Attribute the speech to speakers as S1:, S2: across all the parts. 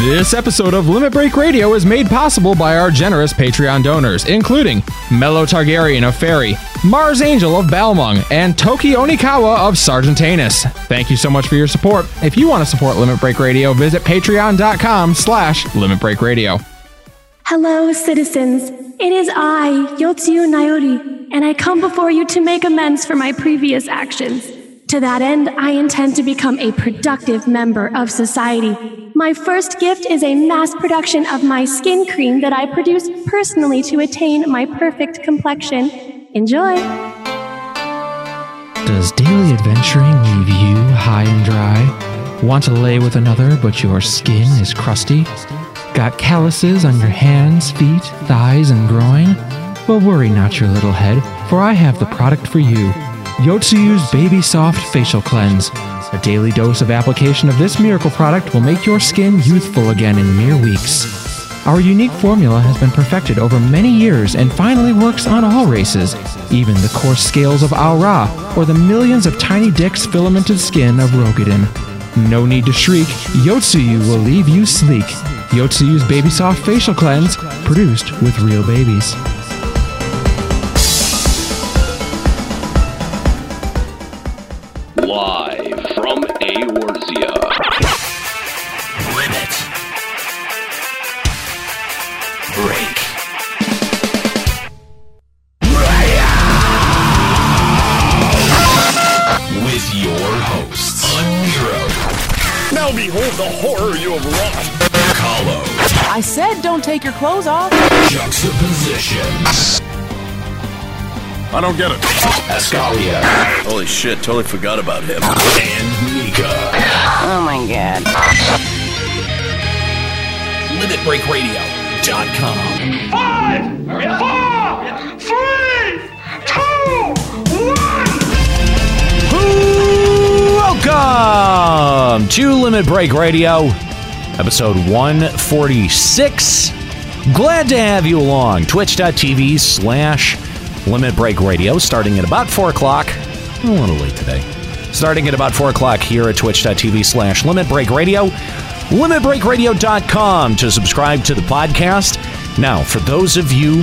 S1: This episode of Limit Break Radio is made possible by our generous Patreon donors, including Mello Targaryen of Ferry, Mars Angel of Balmung, and Toki Onikawa of Sargentanus. Thank you so much for your support. If you want to support Limit Break Radio, visit patreon.com slash Limit Break Radio.
S2: Hello, citizens. It is I, Yotsuyu Nayori, and I come before you to make amends for my previous actions. To that end, I intend to become a productive member of society. My first gift is a mass production of my skin cream that I produce personally to attain my perfect complexion. Enjoy!
S1: Does daily adventuring leave you high and dry? Want to lay with another, but your skin is crusty? Got calluses on your hands, feet, thighs, and groin? Well, worry not your little head, for I have the product for you Yotsuyu's Baby Soft Facial Cleanse. A daily dose of application of this miracle product will make your skin youthful again in mere weeks. Our unique formula has been perfected over many years and finally works on all races, even the coarse scales of Al Ra or the millions of tiny dicks filamented skin of Rogadin. No need to shriek, Yotsuyu will leave you sleek. Yotsuyu's Baby Soft Facial Cleanse, produced with real babies.
S3: Live from Aorzia.
S4: Limit. Break. With your hosts, Unhero,
S5: Now behold the horror you have wrought.
S4: Hollow,
S6: I said don't take your clothes off.
S4: Juxtaposition,
S5: I don't get it.
S4: Ascalia,
S3: Holy shit, totally forgot about him.
S4: and Nika.
S7: Oh my god.
S4: LimitBreakRadio.com.
S8: Five, four, three, two, one.
S9: Welcome to Limit Break Radio, episode 146. Glad to have you along. Twitch.tv slash Limit Break Radio, starting at about 4 o'clock. A little late today. Starting at about 4 o'clock here at twitch.tv slash Limit Break Radio. LimitBreakRadio.com to subscribe to the podcast. Now, for those of you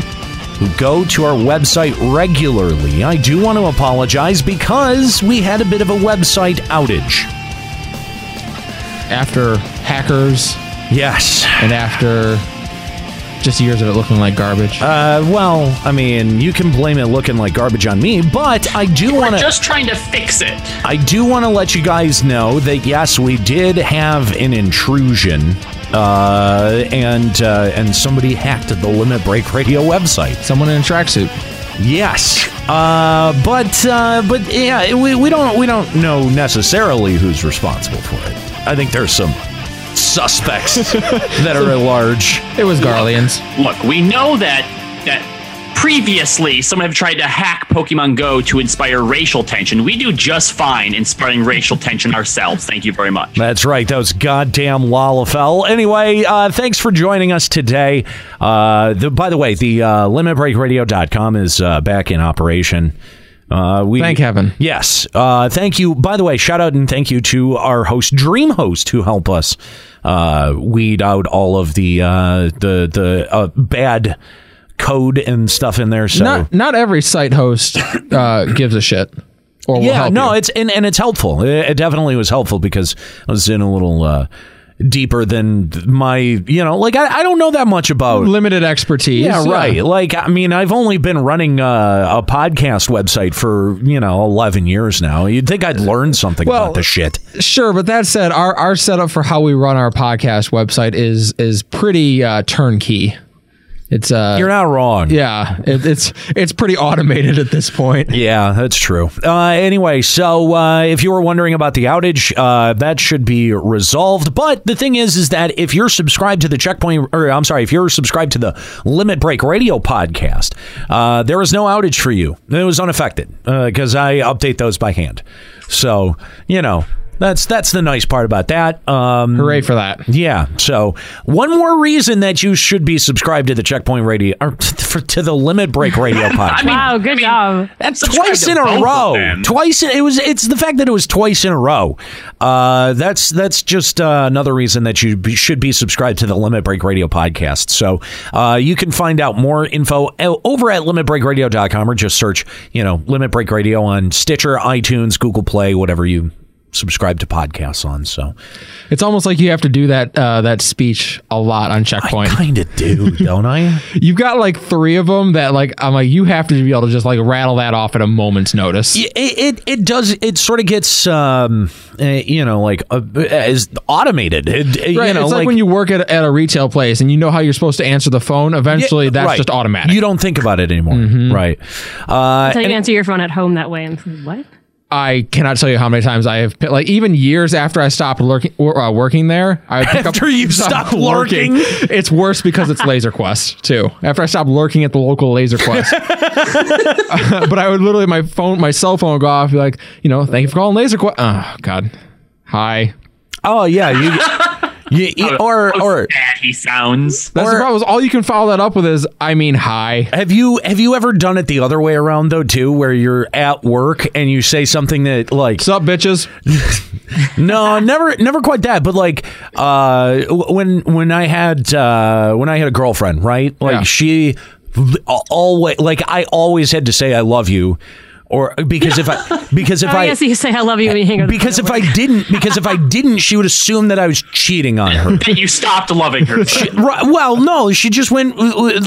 S9: who go to our website regularly, I do want to apologize because we had a bit of a website outage.
S1: After hackers
S9: Yes.
S1: and after just years of it looking like garbage.
S9: Uh, well, I mean, you can blame it looking like garbage on me, but I do want to
S10: just trying to fix it.
S9: I do want to let you guys know that yes, we did have an intrusion. Uh, and uh, and somebody hacked the Limit Break Radio website.
S1: Someone in a tracksuit.
S9: Yes, uh, but uh, but yeah, we, we don't we don't know necessarily who's responsible for it. I think there's some suspects that are at large.
S1: It was Garlians.
S10: Look, we know that that previously someone have tried to hack Pokemon Go to inspire racial tension. We do just fine inspiring racial tension ourselves. Thank you very much.
S9: That's right. That was goddamn Lalafell. Anyway, uh, thanks for joining us today. Uh, the, by the way, the uh, limitbreakradio.com is uh, back in operation. Uh, we
S1: Thank heaven.
S9: Yes. Uh, thank you. By the way, shout out and thank you to our host, Dream Host, who help us uh, weed out all of the uh, the the uh, bad code and stuff in there. So
S1: Not not every site host uh, gives a shit. Or will
S9: yeah,
S1: help
S9: no,
S1: you.
S9: it's and, and it's helpful. It, it definitely was helpful because I was in a little uh, deeper than my, you know, like I, I don't know that much about.
S1: limited expertise.
S9: Yeah, right. Like I mean, I've only been running uh, a podcast website for you know eleven years now. You'd think I'd learn something
S1: Well-
S9: about this shit.
S1: Sure, but that said, our our setup for how we run our podcast website is is pretty uh, turnkey. It's uh
S9: You're not wrong.
S1: yeah, it, it's it's pretty automated at this point.
S9: Yeah, that's true. Uh, anyway, so uh, if you were wondering about the outage, uh, that should be resolved. But the thing is, is that if you're subscribed to the Checkpoint, or I'm sorry, if you're subscribed to the Limit Break Radio podcast, uh, there was no outage uh, for you. It was unaffected because I update those by hand. So you know, That's that's the nice part about that. Um,
S1: Hooray for that.
S9: Yeah. So one more reason that you should be subscribed to the Checkpoint Radio or for, to the Limit Break Radio podcast.
S6: Wow, good job.
S9: That's
S10: subscribe
S9: twice
S10: to
S9: in a
S10: both of
S9: row.
S10: them.
S9: Twice in, it was. It's the fact that it was twice in a row. Uh, that's that's just uh, another reason that you be, should be subscribed to the Limit Break Radio podcast. So uh, you can find out more info o- over at limitbreakradio.com or just search you know Limit Break Radio on Stitcher, iTunes, Google Play, whatever you subscribe to podcasts on. So
S1: It's almost like you have to do that uh, that speech a lot on checkpoint.
S9: I kind of do, don't I?
S1: You've got like three of them that like I'm like you have to be able to just like rattle that off at a moment's notice.
S9: it, it it does it sort of gets um eh, you know like uh, as automated it, it-
S1: Right,
S9: you know
S1: it's like, when you work at, at a retail place and you know how you're supposed to answer the phone. Eventually,
S9: Yeah,
S1: that's
S9: right.
S1: just automatic. Mm-hmm.
S9: you don't think about it anymore right uh
S6: Until you answer your phone at home that way. Oh, And what?
S1: I cannot tell you how many times I have like even years after I stopped lurking, or, uh, working there. I would pick
S9: After
S1: up,
S9: you stopped lurking.
S1: it's worse because it's Laser Quest too. After I stopped lurking at the local Laser Quest, but I would literally my phone, my cell phone would go off, be like, you know, thank you for calling Laser Quest. Oh God, hi.
S9: oh yeah you, you, you- or or
S10: Bad he sounds.
S1: That's the
S9: Or-
S1: problem. Is all you can follow that up with is I mean hi.
S9: have you have you ever done it the other way around though too where you're at work and you say something that like
S1: What's up, bitches?
S9: no never never quite that but like uh w- when when i had uh when i had a girlfriend right like
S1: Yeah.
S9: she always like i always had to say i love you or because if i because if
S6: Oh,
S9: i
S6: yes, you say I love you when you hang up. the
S9: because
S6: phone
S9: if
S6: at
S9: i
S6: work.
S9: didn't because if i didn't she would assume that i was cheating on her
S10: And you stopped loving her.
S9: Right, well, no, she just went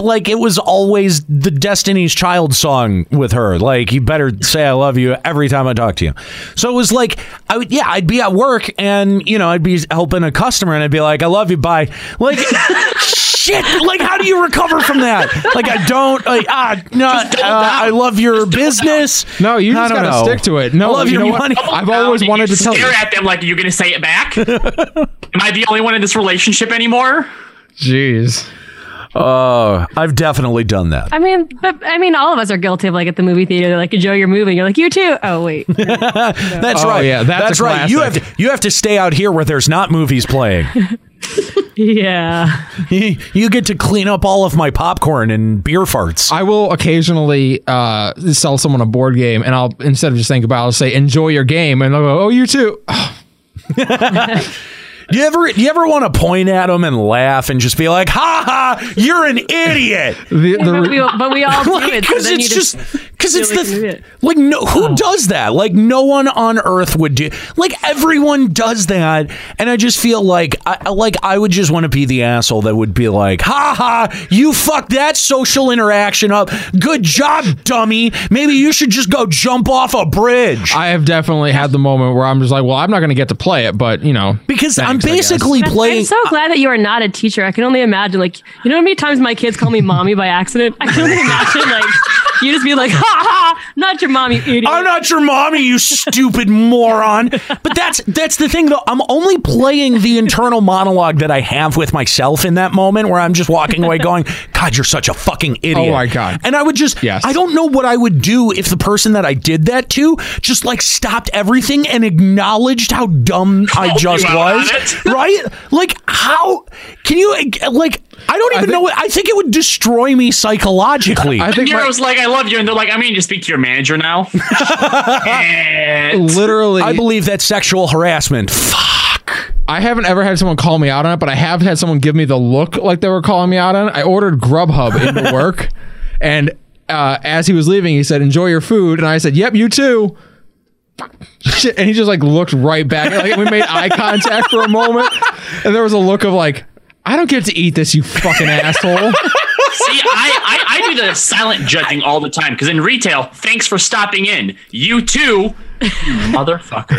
S9: like it was always the Destiny's Child song with her. Like you better say I love you every time I talk to you. So it was like I would, yeah, I'd be at work and you know I'd be helping a customer and I'd be like I love you, bye. Like shit, like how do you recover from that? Like I don't, like ah no, uh, I love your business.
S1: No, you
S9: I
S1: just
S9: don't
S1: gotta
S9: know.
S1: stick to it. No,
S9: I love
S1: you
S9: your
S1: know what?
S9: money.
S1: I've always
S10: Did
S1: wanted to tell you.
S10: Stare at them like you're going to say it back. Am I the only one in this relationship anymore?
S1: Jeez.
S9: Oh, I've definitely done that.
S6: I mean, but I mean, all of us are guilty of like at the movie theater, they're like, Joe, you're moving. You're like, you too. Oh, wait.
S9: That's
S1: Oh,
S9: right.
S1: yeah, that's a
S9: right. You have
S1: classic.
S9: to you have to stay out here where there's not movies playing.
S6: yeah.
S9: you get to clean up all of my popcorn and beer farts.
S1: I will occasionally uh, sell someone a board game, and I'll instead of just think about, it, I'll say enjoy your game, and they'll go, "Oh, you too."
S9: You ever you ever want to point at them and laugh and just be like, "Ha ha, you're an idiot."
S1: The, the
S6: But we,
S1: re-
S6: but we all do it. So
S9: Because
S6: then
S9: it's
S6: you just,
S9: just because it's
S6: like Oh. an
S9: the
S6: idiot.
S9: like no who does that like no one on earth would do like everyone does that and I just feel like I I- like I would just want to be the asshole that would be like ha ha you fucked that social interaction up good job dummy maybe you should just go jump off a bridge
S1: I have definitely had the moment where I'm just like, "Well, I'm not going to get to play it," but you know,
S9: because I'm
S1: Thanks, I guess.
S9: basically playing
S6: I'm so glad that you are not a teacher. I can only imagine, like, you know how many times my kids call me mommy by accident? I can only imagine, like, you just be like, ha ha, not your mommy, idiot.
S9: I'm not your mommy, you stupid moron. But that's that's the thing though. I'm only playing the internal monologue that I have with myself in that moment where I'm just walking away going, God, you're such a fucking idiot.
S1: Oh my God.
S9: And I would just
S1: Yes.
S9: I don't know what I would do if the person that I did that to just like stopped everything and acknowledged how dumb I just
S10: you out
S9: was.
S10: on it.
S9: Right? Like how can you like I don't even know what I think it would destroy me psychologically.
S1: I think my-
S10: Nero's like, I love you. And they're like, I'm going to speak to your manager now. And-
S1: literally,
S9: I
S1: I,
S9: believe that's sexual harassment. Fuck.
S1: haven't ever had someone call me out on it, but I have had someone give me the look like they were calling me out on it. I ordered Grubhub into work, and uh, as he was leaving, he said, "Enjoy your food," and I said, "Yep, you too." shit. And he just like looked right back. Like we made eye contact for a moment, and there was a look of like, I don't get to eat this, you fucking asshole.
S10: See, I, I, I do the silent judging all the time because in retail, thanks for stopping in. You too, you motherfucker.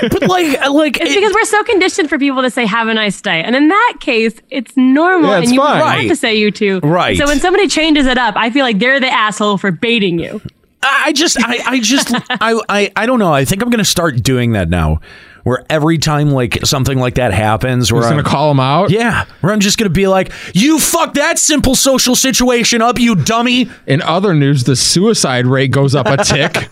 S9: But like, like
S6: It's
S9: it-
S6: because we're so conditioned for people to say "Have a nice day," and in that case, it's normal,
S1: Yeah, it's
S6: and you
S1: fine.
S6: would
S9: Right.
S6: want to say "you too."
S9: Right.
S6: So when somebody changes it up, I feel like they're the asshole for baiting you.
S9: I I just, I, I just, I, I, I don't know. I think I'm gonna start doing that now, where every time like something like that happens, where
S1: Just gonna
S9: I'm,
S1: call him out.
S9: yeah, where I'm just gonna be like, you fucked that simple social situation up, you dummy.
S1: In other news, the suicide rate goes up a tick.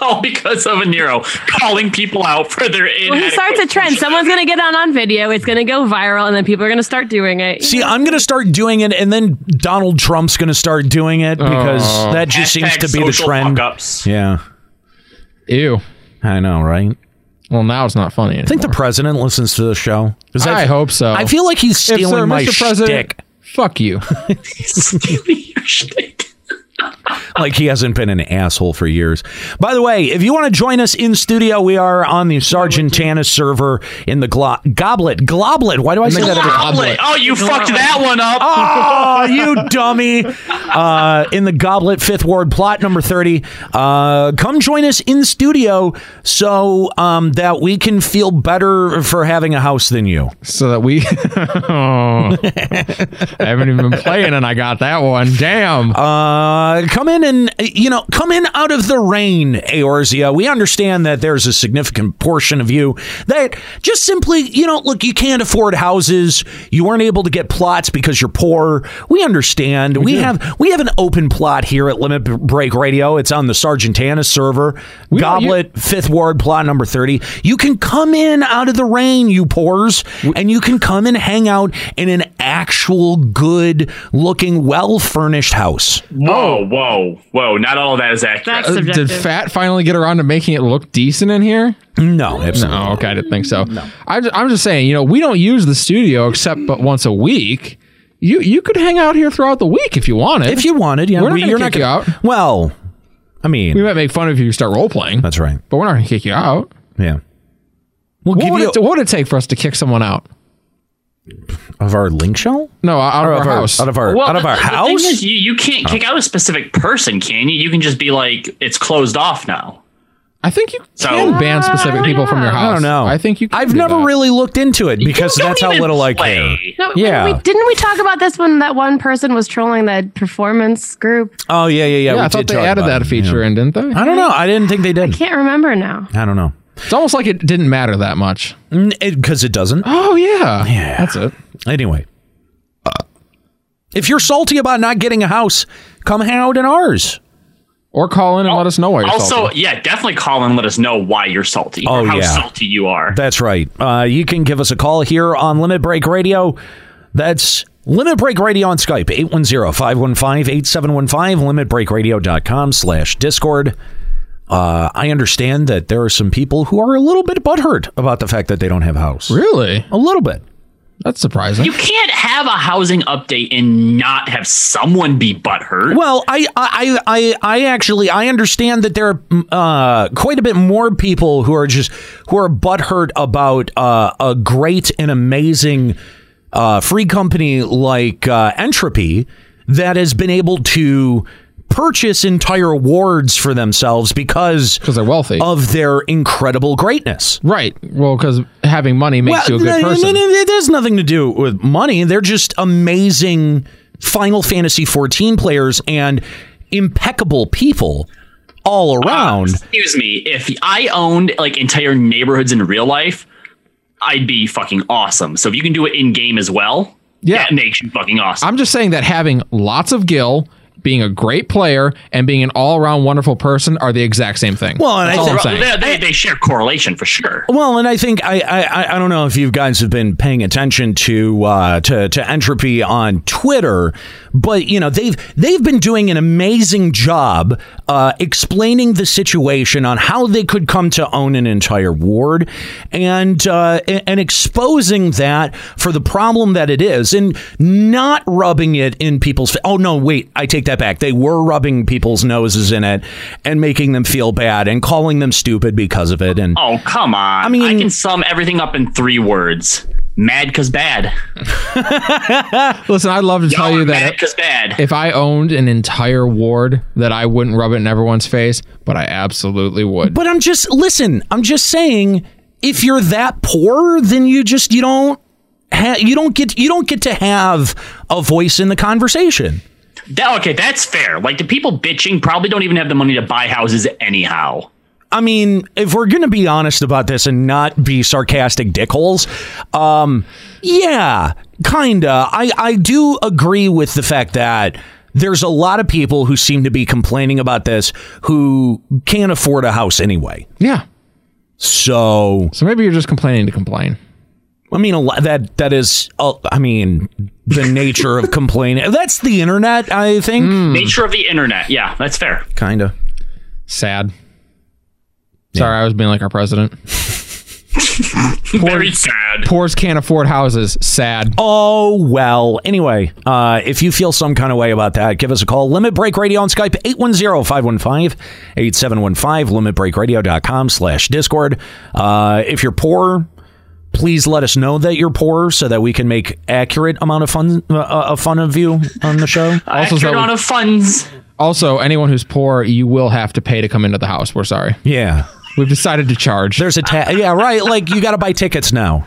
S10: all because of a Nero calling people out for their
S6: Well, he
S10: inadequate
S6: starts a trend. Someone's gonna get on on video. It's gonna go viral, and then people are gonna start doing it.
S9: See, I'm going to start doing it, and then Donald Trump's going to start doing it because
S1: Oh.
S9: that just seems
S10: Hashtag
S9: to be the
S10: social
S9: trend.
S10: fuck-ups.
S9: Yeah,
S1: Ew.
S9: I know, right? I
S1: Well, now it's not funny. Anymore.
S9: think the president listens to the show. 'Cause
S1: I hope so.
S9: I feel like he's
S1: If
S9: stealing
S1: so,
S9: my
S1: Mr. President,
S9: shtick.
S1: fuck you.
S10: Stealing your shtick.
S9: Like he hasn't been an asshole for years. By the way, if you want to join us in studio, we are on the Sargentana server in the glo- Goblet. Globlet. Why do I say that? every-
S10: Goblet. Oh, you fucked that Ah. one up.
S9: Oh, you dummy. Uh, in the Goblet Fifth Ward plot number 30. Uh, come join us in studio so um, that we can feel better for having a house than you.
S1: so that we Oh. I haven't even been playing and I got that one. Damn.
S9: Uh, come in and, you know, come in out of the rain, Eorzea. We understand that there's a significant portion of you that just simply, you know, look, you can't afford houses. You weren't able to get plots because you're poor. We understand. We, have we have an open plot here at Limit Break Radio. It's on the Sargentana server,
S1: don't- you-
S9: Goblet, Fifth Ward, plot number 30. You can come in out of the rain, you pores, and you can come and hang out in an actual good looking, well furnished house.
S10: Whoa, whoa, whoa! Not all of that is accurate.
S6: That's
S1: Uh, did
S6: subjective.
S1: Fat finally get around to making it look decent in here?
S9: No, absolutely.
S1: Oh, okay. I didn't think so. I, am just saying, you know, we don't use the studio except but once a week. You you could hang out here throughout the week if you wanted.
S9: If you wanted, yeah,
S1: We're not
S9: we-
S1: gonna kick you
S9: gonna-
S1: out.
S9: Well, I mean,
S1: we might make fun of you if you start role playing,
S9: that's right.
S1: but we're not going to kick you out.
S9: Yeah, we'll
S1: What
S9: give
S1: would,
S9: you
S1: it, what would it take for us to kick someone out?
S9: of our link show,
S1: No, out of our house.
S9: out of our,
S10: Well,
S9: out of our
S10: the- the
S9: house. Oh.
S10: thing is, you, you can't kick out a specific person, can you? You can just be like, it's closed off now.
S1: I think you
S10: So-
S1: can ban specific people from your house.
S9: I don't know.
S1: I think you. Can
S9: I've
S1: do
S9: never
S1: that.
S9: really looked into it because
S10: You don't
S9: that's how
S10: even
S9: little I
S10: play.
S9: care.
S6: No,
S9: Yeah.
S6: we, didn't we talk about this when that one person was trolling that performance group?
S9: Oh yeah, yeah, yeah.
S1: Yeah,
S9: we
S1: I
S9: did
S1: thought they
S9: talk
S1: added
S9: about
S1: that
S9: it,
S1: feature
S9: yeah.
S1: in, didn't they?
S9: I don't know. I didn't think they did.
S6: Can't remember now.
S9: I don't know
S1: It's almost like it didn't matter that much.
S9: because it doesn't.
S1: Oh yeah, yeah. That's it.
S9: Anyway, uh, if you're salty about not getting a house, come hang out in ours.
S1: Or call in and let us know why you're
S10: Also,
S1: salty.
S10: yeah, definitely call and let us know why you're salty
S9: Oh,
S10: or how
S9: yeah.
S10: salty you are.
S9: That's right. Uh, you can give us a call here on Limit Break Radio. That's Limit Break Radio on Skype, 810-515-8715, limitbreakradio.com slash Discord. Uh, I understand that there are some people who are a little bit butthurt about the fact that they don't have a house.
S1: really,
S9: A little bit.
S1: that's surprising.
S10: You can't have a housing update and not have someone be butthurt.
S9: Well, I, I, I, I actually, I understand that there are uh, quite a bit more people who are just who are butthurt about uh, a great and amazing uh, free company like uh, Entropy that has been able to purchase entire wards for themselves because
S1: Because they're wealthy.
S9: of their incredible greatness.
S1: Right. Well, because having money makes you a good
S9: th-
S1: person.
S9: th- th- It has nothing to do with money. They're just amazing Final Fantasy 14 players and impeccable people all around.
S10: Excuse me, if I owned like entire neighborhoods in real life, I'd be fucking awesome. So if you can do it in game as well,
S1: Yeah.
S10: that makes you fucking awesome.
S1: I'm just saying that having lots of gil, being a great player, and being an all-around wonderful person are the exact same thing.
S9: Well, and
S1: that's
S9: I
S1: all
S9: think-
S1: I'm saying.
S10: they, they- they share correlation for sure.
S9: Well, and I think I, I I- I don't know if you guys have been paying attention to uh, to to entropy on Twitter, but you know they've they've been doing an amazing job uh, explaining the situation on how they could come to own an entire ward, and uh, a- and exposing that for the problem that it is, and not rubbing it in people's. Fa- oh no, wait, I take that back. They were rubbing people's noses in it and making them feel bad and calling them stupid because of it, and.
S10: Oh, come on. I
S9: mean-
S10: mean, I can sum everything up in three words. Mad cuz bad.
S1: Listen, I'd love to tell
S10: Y'all
S1: you
S10: are mad
S1: that
S10: cuz bad.
S1: if I owned an entire ward, that I wouldn't rub it in everyone's face, but I absolutely would.
S9: But I'm just listen. I'm just saying, if you're that poor, then you just you don't ha- you don't get you don't get to have a voice in the conversation.
S10: That- okay, that's fair. Like the people bitching probably don't even have the money to buy houses anyhow.
S9: I mean, if we're gonna be honest about this and not be sarcastic dickholes, um, yeah, kinda. I I do agree with the fact that there's a lot of people who seem to be complaining about this who can't afford a house anyway.
S1: Yeah.
S9: So,
S1: So maybe you're just complaining to complain.
S9: I mean, a lot, that that is, uh, I mean, the nature of complaining. That's the internet, I think.
S10: Nature of the internet. Yeah, that's fair.
S9: Kinda.
S1: Sad. Sorry, I was being like our president.
S10: Very sad.
S1: Poors can't afford houses. Sad.
S9: Oh, well. Anyway, uh, if you feel some kind of way about that, give us a call. Limit Break Radio on Skype, 810-515-8715, limitbreakradio.com slash Discord. Uh, if you're poor, please let us know that you're poor so that we can make accurate amount of fun uh, uh, fun of you on the show.
S1: Also,
S10: Accurate
S1: so-
S10: amount of funds.
S1: Also, anyone who's poor, you will have to pay to come into the house. We're sorry.
S9: yeah.
S1: We've decided to charge.
S9: There's a ta- yeah, right. Like you got to buy tickets now.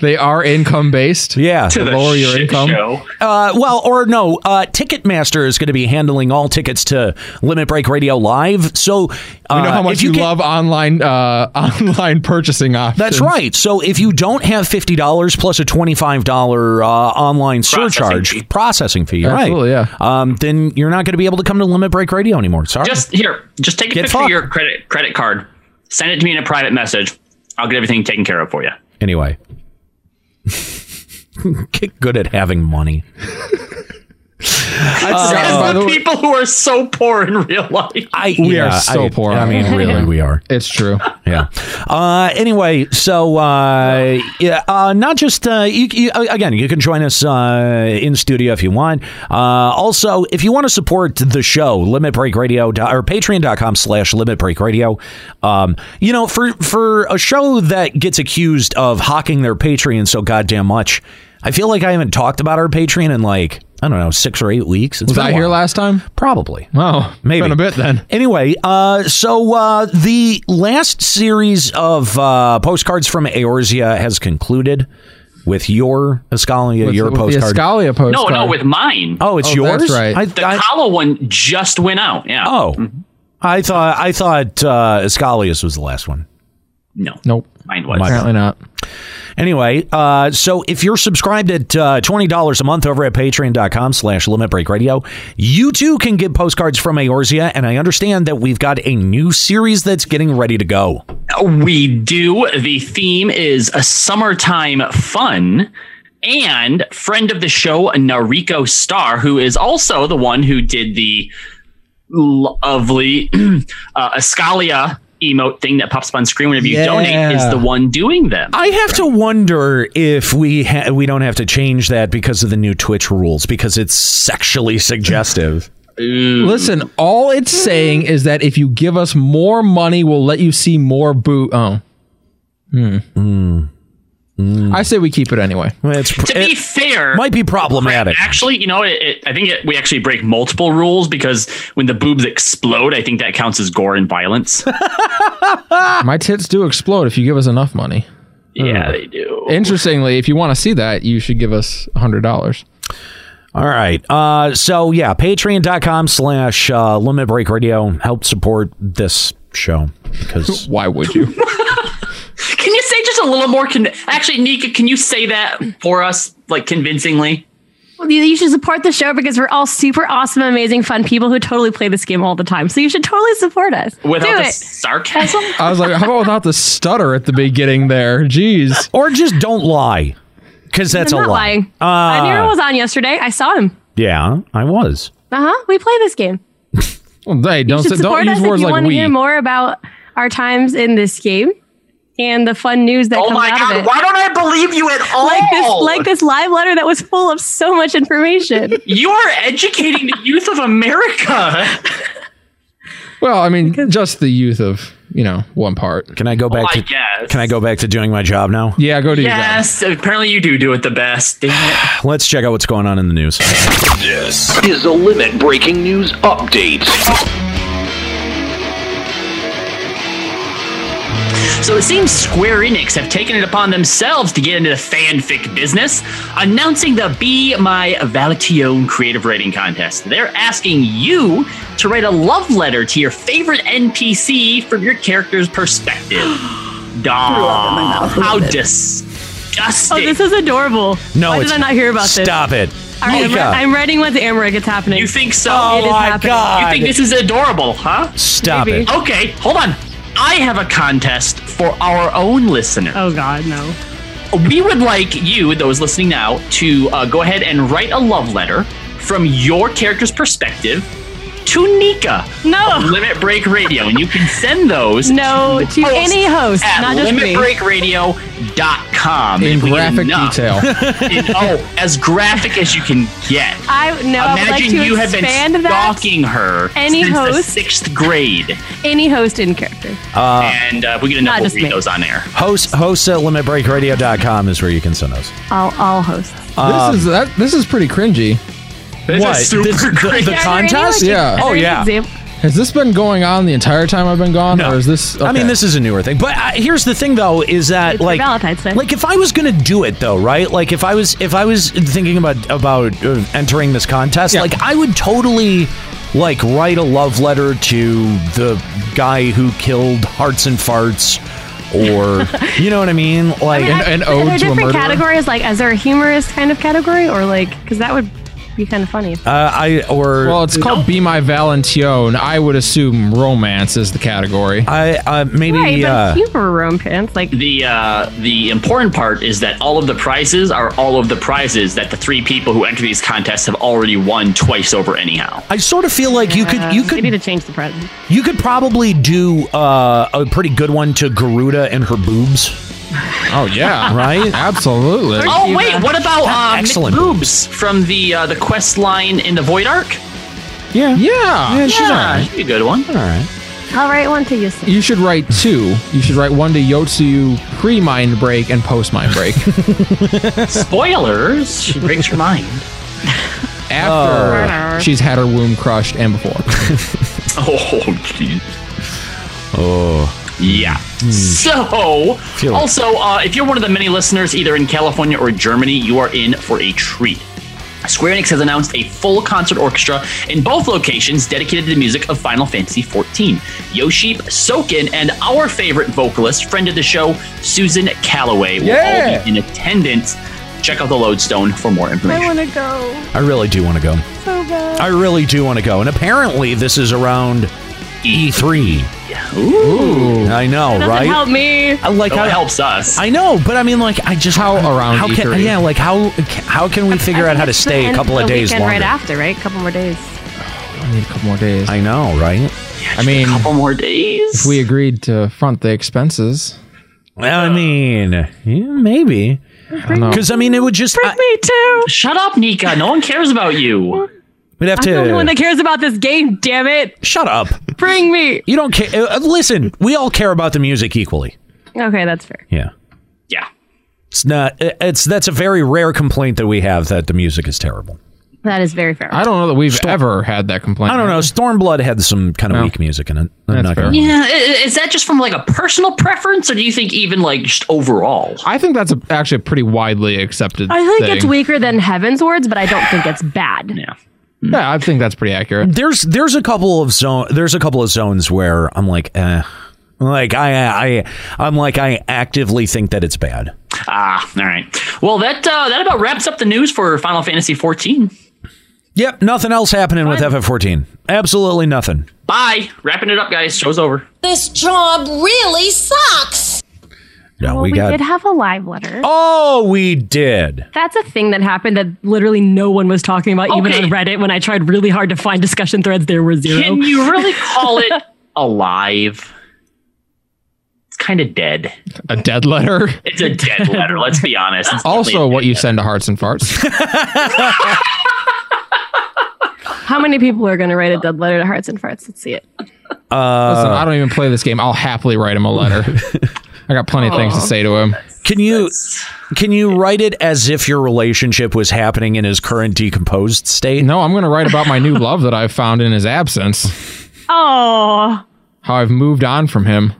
S1: They are income based.
S9: Yeah.
S10: to the
S1: lower your
S10: shit
S1: income.
S10: Show.
S9: Uh, well, or no, uh, Ticketmaster is going to be handling all tickets to Limit Break Radio Live. So uh,
S1: You know how much
S9: if
S1: you,
S9: can't-
S1: love online uh, online purchasing options.
S9: That's right. So if you don't have fifty dollars plus a twenty-five dollar uh, online
S10: Processing
S9: surcharge
S10: fee.
S9: processing fee, right?
S1: Absolutely, yeah.
S9: Um, then you're not going to be able to come to Limit Break Radio anymore. Sorry.
S10: Just here. Just take a
S9: Get
S10: picture
S9: fucked.
S10: of your credit credit card. Send it to me in a private message. I'll get everything taken care of for you.
S9: anyway, get good at having money.
S10: That's
S1: by
S10: the
S1: the way-
S10: people who are so poor in real life.
S9: Uh, I
S1: We
S9: yeah,
S1: are so
S9: I-
S1: poor.
S9: I mean, really, we are.
S1: It's true.
S9: Yeah. Uh, anyway, so uh, yeah, uh, not just uh, you, you, again, you can join us uh, in studio if you want. Uh, also, if you want to support the show, Limit Break Radio do- or Patreon.com slash Limit Break Radio. Um, you know, for for a show that gets accused of hawking their Patreon so goddamn much, I feel like I haven't talked about our Patreon in like I don't know six or eight weeks. It's
S1: Was
S9: been a
S1: I here
S9: while.
S1: last time?
S9: Probably.
S1: Oh,
S9: Maybe.
S1: been a bit then.
S9: Anyway, uh, so uh, the last series of uh, postcards from Eorzea has concluded with your Escalia, your
S1: With the
S9: postcard.
S1: Escalia
S10: No,
S1: postcard.
S10: no, with mine.
S9: oh, it's
S1: Oh,
S9: yours.
S1: that's right. Mm-hmm.
S10: the
S9: I, I,
S10: hollow one just went out. Yeah.
S9: oh, I thought I thought uh, Escalia's was the last one.
S10: no.
S1: Nope.
S10: Mine was.
S1: Apparently not.
S9: Anyway, uh, so if you're subscribed at uh, $20 a month over at patreon.com slash limit break radio, you too can get postcards from Eorzea. And I understand that we've got a new series that's getting ready to go.
S10: We do. The theme is a summertime fun. And friend of the show, Nariko Star, who is also the one who did the lovely uh, Ascalia emote thing that pops up on screen whenever you
S9: Yeah.
S10: donate, is the one doing them.
S9: I have to wonder if we ha- we don't have to change that because of the new Twitch rules because it's sexually suggestive.
S1: Listen, all it's saying is that if you give us more money, we'll let you see more boo. Oh. Hmm. I say we keep it anyway.
S9: it's pr-
S10: to be
S9: it
S10: fair,
S9: might be problematic.
S10: Actually, you know, it, it, I think it, we actually break multiple rules because when the boobs explode, I think that counts as gore and violence.
S1: My tits do explode if you give us enough money.
S10: yeah, they do.
S1: Interestingly, if you want to see that, you should give us $100.
S9: All right. Uh, so yeah, patreon.com slash uh, limit break radio help support this show because
S1: Why would you?
S10: Can you say just a little more? Con- Actually, Nika, can you say that for us, like convincingly?
S6: Well, You you should support the show because we're all super awesome, amazing, fun people who totally play this game all the time. So you should totally support us.
S10: Without
S6: Do
S10: the
S6: it.
S10: sarcasm?
S1: I was like, how about without the stutter at the beginning there? Jeez.
S9: or just don't lie because that's
S6: I'm
S9: a Ah.
S6: not
S9: lie.
S6: lying. Uh, Nero was on yesterday. I saw him.
S9: Yeah, I was.
S6: Uh
S2: Uh-huh,
S6: huh. We play this game.
S1: Well, hey, don't
S6: You should
S1: say, don't
S6: support
S1: use
S6: us if
S1: words
S6: you
S1: like
S6: want to
S1: we.
S6: hear more about our times in this game and the fun news that
S10: Oh
S6: comes
S10: my
S6: out of
S10: god!
S6: it.
S10: Why don't I believe you at all?
S6: Like this, like this live letter that was full of so much information.
S10: You are educating the youth of America.
S1: Well, I mean, just the youth of you know one part.
S9: Can
S6: Oh,
S9: I go back
S10: I
S9: to
S10: guess.
S9: Can I go back to doing my job now?
S1: Yeah, go to your job.
S10: Yes, apparently you do do it the best. Damn it.
S9: Let's check out what's going on in the news.
S11: This
S3: Is a limit breaking news update.
S10: So it seems Square Enix have taken it upon themselves to get into the fanfic business, announcing the Be My Valation creative writing contest. They're asking you to write a love letter to your favorite NPC from your character's perspective. Daw, how disgusting.
S6: Oh, this is adorable.
S9: No,
S6: Why
S9: it's
S6: did I not hear about
S9: Stop it.
S6: this? All right, I'm,
S9: Mika.
S6: re- I'm writing with Amarik. It's happening.
S10: You think so?
S9: Oh
S6: It is
S9: my
S6: happening.
S9: god!
S10: you think this is adorable, huh?
S9: Stop
S6: Maybe.
S9: it!
S10: Okay, hold on. I have a contest for our own listener.
S6: oh God, no.
S10: We would like you, those listening now, to uh, go ahead and write a love letter from your character's perspective to Nika.
S6: No.
S10: of Limit Break Radio. And you can send those
S6: No, to
S10: host
S6: any host,
S10: at
S6: not just me.
S10: limitbreakradio.com.
S1: in
S10: If we get
S1: graphic
S10: enough-
S1: detail.
S10: in- oh, as graphic as you can get.
S6: I no. Uh, I would like
S10: Imagine
S6: to
S10: you have been
S6: expand that.
S10: stalking her
S6: Any
S10: since the
S6: host.
S10: sixth grade.
S6: Any host in character.
S10: and uh, if we get enough,
S6: not
S10: we'll
S6: just
S10: read
S6: me.
S10: those on air.
S9: Host host at limitbreakradio.com is where you can send us.
S6: All all hosts.
S1: this is that, this is pretty cringy.
S10: This
S9: What?
S10: is super
S9: This- the-
S10: great.
S9: the
S6: Are there any,
S9: contest?
S6: like,
S1: Yeah.
S6: are
S9: Oh,
S6: there any
S9: yeah.
S6: exam-
S1: Has this been going on the entire time I've been gone,
S9: No.
S1: or is this?
S9: I mean,
S1: okay.
S9: this is a newer thing. But uh, here's the thing, though, is that
S6: It's for
S9: like
S6: Valentine's Day.
S9: Like if I was gonna do it, though, right? Like if I was if I was thinking about about uh, entering this contest,
S1: Yeah.
S9: like I would totally like write a love letter to the guy who killed Hearts and Farts, or you know what I mean? Like
S1: An- an ode to
S6: are there
S1: a
S6: different
S1: murderer?
S6: categories? Like, is there a humorous kind of category, or like, because that would be kind of funny.
S9: uh, I or
S1: Well, it's called "Be My Valentine." I would assume romance is the category.
S9: I uh, maybe
S6: right, but
S9: uh,
S6: humor romance, like
S10: the uh, the important part is that all of the prizes are all of the prizes that the three people who enter these contests have already won twice over anyhow.
S9: I sort of feel like you could you
S6: uh, they need
S9: could
S6: to change the present.
S9: you could probably do uh, a pretty good one to Garuda and her boobs,
S1: Oh yeah,
S9: right?
S1: absolutely.
S10: Oh wait, what about uh,
S9: Excellent.
S10: Excellent. Boobs from the uh, the quest line in the Void Arc?
S9: Yeah.
S1: Yeah.
S9: Yeah, she's
S10: Yeah, she'd be a good one.
S9: all right.
S6: I'll write one to you. Soon.
S1: You should write two. You should write one to Yotsuyu pre mind break and post mind break.
S10: Spoilers, she breaks your mind.
S1: Oh. After she's had her womb crushed and before.
S10: Oh, jeez. Oh. Yeah. So,
S9: it.
S10: also, uh, if you're one of the many listeners either in California or Germany, you are in for a treat. Square Enix has announced a full concert orchestra in both locations dedicated to the music of Final Fantasy XIV. Yoship Soken and our favorite vocalist, friend of the show, Susan Calloway, will all be in attendance. Check out the Lodestone for more information.
S12: want to go.
S9: I really do want to go. I really do want to go. And apparently, this is around E3. Ooh. I know,
S6: Doesn't
S9: right?
S6: help me.
S9: I- Like,
S10: So
S9: I,
S10: it helps us.
S9: I know, but I mean, like, I just
S1: How around
S9: how can,
S1: E3?
S9: Yeah, like how how can we figure out how to stay a
S6: And
S9: couple of
S6: the
S9: days
S6: weekend
S9: longer?
S6: Right after, right? A couple more days.
S1: I need a couple more days.
S9: I know, right?
S1: I mean,
S10: couple more days.
S1: we agreed to front the expenses.
S9: Well, I mean, yeah, maybe
S1: I don't know.
S9: because I mean, it would just I-
S6: Me too.
S10: Shut up, Nika. No one cares about you.
S9: we'd have
S6: I'm the only one
S9: to
S6: that cares about this game. Damn it!
S9: shut up.
S6: Bring me.
S9: You don't care. uh, Listen, we all care about the music equally.
S6: Okay, that's fair.
S9: Yeah.
S10: Yeah.
S9: It's not. uh, It's that's a very rare complaint that we have that the music is terrible.
S6: That is very fair.
S1: I don't know that we've ever had that complaint.
S9: I don't know. Stormblood had some kind of
S1: No.
S9: weak music in it. I'm
S1: That's
S9: not gonna-
S1: fair.
S10: Yeah, i- i- is that just from like a personal preference, or do you think even like just overall?
S1: I think that's a, actually a pretty widely accepted.
S6: I think
S1: thing.
S6: it's weaker than Heaven's Words, but I don't think it's bad.
S1: Yeah, I think that's pretty accurate.
S9: There's there's a couple of zone there's a couple of zones where I'm like, eh. like I I I'm like I actively think that it's bad.
S10: Ah, all right. Well, that uh, that about wraps up the news for Final Fantasy 14.
S9: Yep, nothing else happening with FF14. Absolutely nothing.
S10: Bye. Wrapping it up, guys. Show's over.
S13: This job really sucks.
S9: No,
S6: Well,
S9: we
S6: we,
S9: got.
S6: did have a live letter.
S9: oh, we did.
S6: That's a thing that happened that literally no one was talking about, even
S10: Okay.
S6: on Reddit. When I tried really hard to find discussion threads, there were zero.
S10: Can you really call it alive? It's kind of dead.
S1: A dead letter.
S10: It's a dead letter. Let's be honest. It's
S1: Also,
S10: definitely a
S1: what
S10: dead
S1: you
S10: letter.
S1: send to Hearts and Farts.
S6: How many people are going to write a dead letter to Hearts and Farts? Let's see it.
S1: Listen,
S9: Uh.
S1: I don't even play this game. I'll happily write him a letter. I got plenty of things to say to him.
S9: Can you can you write it as if your relationship was happening in his current decomposed state?
S1: No, I'm going to write about my new love that I've found in his absence,
S6: Oh,
S1: how I've moved on from him.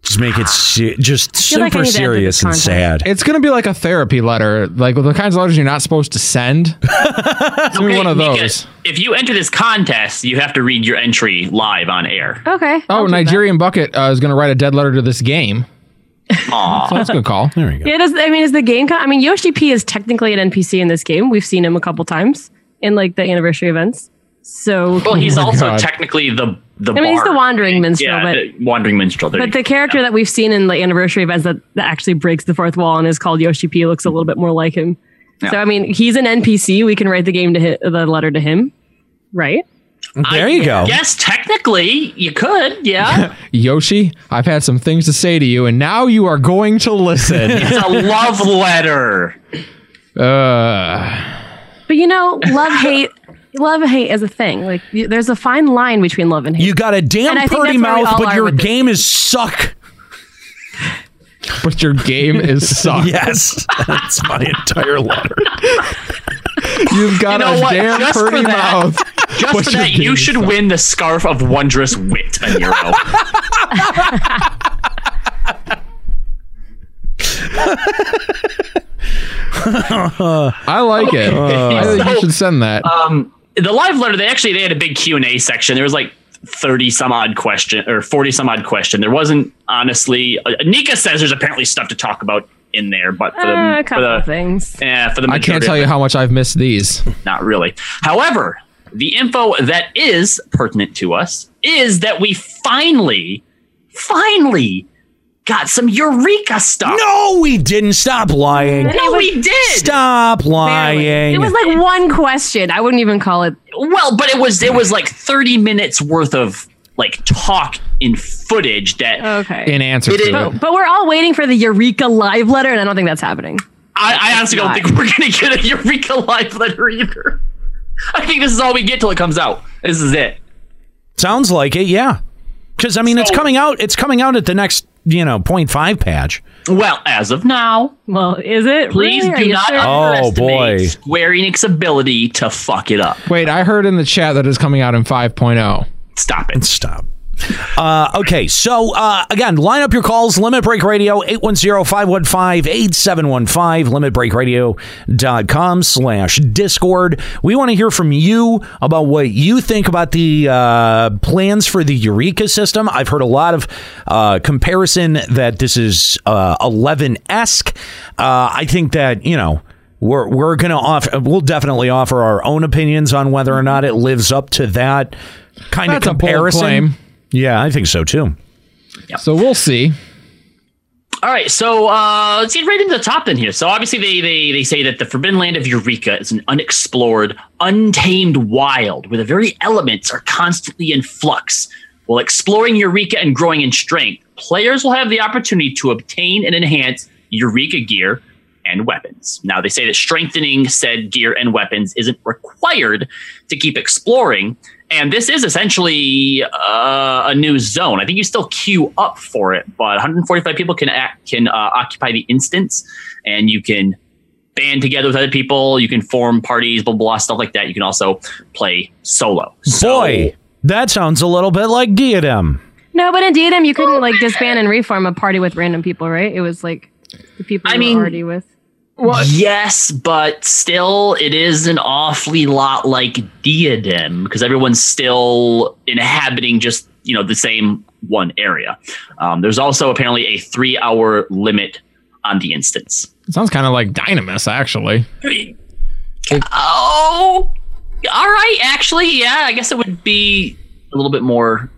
S9: Just make it se- just
S6: feel like I
S9: super
S6: need to edit
S9: serious
S6: this
S9: and
S6: content.
S9: sad.
S1: It's going to be like a therapy letter, like the kinds of letters you're not supposed to send. It's gonna be
S10: Hey,
S1: one of
S10: Nika,
S1: those.
S10: If you enter this contest, you have to read your entry live on air.
S6: okay.
S1: Oh, Nigerian Bucket uh, is going to write a dead letter to this game.
S10: Aw.
S1: So that's a good call.
S9: There you
S6: Yeah, does I mean is the game? Con- I mean Yoshi P is technically an NPC in this game. We've seen him a couple times in like the anniversary events. So
S10: Well, he's
S6: Oh my
S10: also
S6: God.
S10: technically the the.
S6: I mean, he's
S10: bard.
S6: the wandering minstrel,
S10: Yeah,
S6: but-
S10: the wandering minstrel. There
S6: But
S10: you
S6: the
S10: go.
S6: character that we've seen in the anniversary events that, that actually breaks the fourth wall and is called Yoshi P looks a little bit more like him.
S10: Yeah.
S6: So I mean, he's an NPC. We can write the game to hi the letter to him, right?
S9: There you go.
S10: Yes, technically you could. Yeah,
S1: Yoshi, I've had some things to say to you, and now you are going to listen.
S10: it's a love letter.
S1: uh,
S6: But you know, love hate, love hate is a thing. Like y- there's a fine line between love and hate.
S9: You got a
S6: And I
S9: damn
S6: think
S9: pretty
S6: that's where we
S9: mouth,
S6: all
S9: but
S6: are
S9: your
S6: with this.
S9: game is suck.
S1: but your game is suck.
S9: Yes, that's my entire letter.
S1: You've got
S10: You know
S1: a
S10: what?
S1: damn
S10: Just for
S1: pretty
S10: that-
S1: mouth.
S10: Just
S1: but
S10: for
S1: your
S10: that, you
S1: game
S10: should
S1: sucks.
S10: win the scarf of wondrous wit, a Nero.
S1: I like it. I think you
S10: so-
S1: should send that.
S10: um, the live letter, they actually they had a big Q and A section. There was like thirty some odd question or forty some odd question. There wasn't honestly. Uh, Nika says there's apparently stuff to talk about in there, but for the,
S6: Uh, a
S10: for
S6: couple of
S10: the
S6: things.
S10: eh, for the
S1: I
S10: majority,
S1: can't tell
S10: of
S1: you
S10: it,
S1: how much I've missed these.
S10: not really. However, the info that is pertinent to us is that we finally, finally got some Eureka stuff.
S9: No, Oh, we didn't. Stop lying.
S10: No, we did.
S9: Stop
S6: Barely.
S9: lying.
S6: It was like one question. I wouldn't even call it.
S10: Well, but it was it was like 30 minutes worth of like talk in footage that
S6: Okay.
S1: In answer
S10: It is-
S1: to it.
S6: but, but we're all waiting for the Eureka live letter, and I don't think that's happening.
S10: I, I honestly don't
S6: Why?
S10: think we're gonna get a Eureka live letter either. I think this is all we get till it comes out. This is it.
S9: Sounds like it. Yeah, because I mean, it's
S10: So-
S9: coming out. It's coming out at the next, you know, point five patch.
S10: Well, as of now,
S6: Well, is it?
S10: please
S6: Really? Are
S10: do
S6: you
S10: not
S6: sure?
S9: Oh, boy.
S10: underestimate Square Enix's ability to fuck it up.
S1: Wait, I heard in the chat that it's coming out in oh. 5.0.
S10: Stop it.
S9: Stop. Uh, okay, so uh, again, line up your calls. Limit Break Radio, 810-515-8715, limitbreakradio.com slash Discord. We want to hear from you about what you think about the uh, plans for the Eureka system. I've heard a lot of uh, comparison that this is uh, 11-esque. Uh, I think that, you know, we're we're going to offer we'll definitely offer our own opinions on whether or not it lives up to that kind
S1: That's a
S9: of
S1: bold
S9: comparison.
S1: claim.
S9: Yeah, I think so too.
S1: So we'll see.
S10: All right, so uh, let's get right into the top then here. So obviously they, they they say that the Forbidden Land of Eureka is an unexplored, untamed wild where the very elements are constantly in flux. While exploring Eureka and growing in strength, players will have the opportunity to obtain and enhance Eureka gear and weapons. Now they say that strengthening said gear and weapons isn't required to keep exploring, and this is essentially uh, a new zone. I think you still queue up for it, but 145 people can act, can uh, occupy the instance, and you can band together with other people. You can form parties, blah blah stuff like that. You can also play solo. So-
S9: Boy, that sounds a little bit like Diadem.
S6: No, but in DDM you couldn't like disband and reform a party with random people, right? It was like the people
S10: I
S6: you
S10: mean-
S6: were already with.
S10: Yes, but still, it is an awfully lot like Diadem because everyone's still inhabiting just you know the same one area. Um, there's also apparently a three-hour limit on the instance.
S1: It sounds kind of like Dynamis, actually.
S10: Oh, all right. Actually, yeah, I guess it would be a little bit more.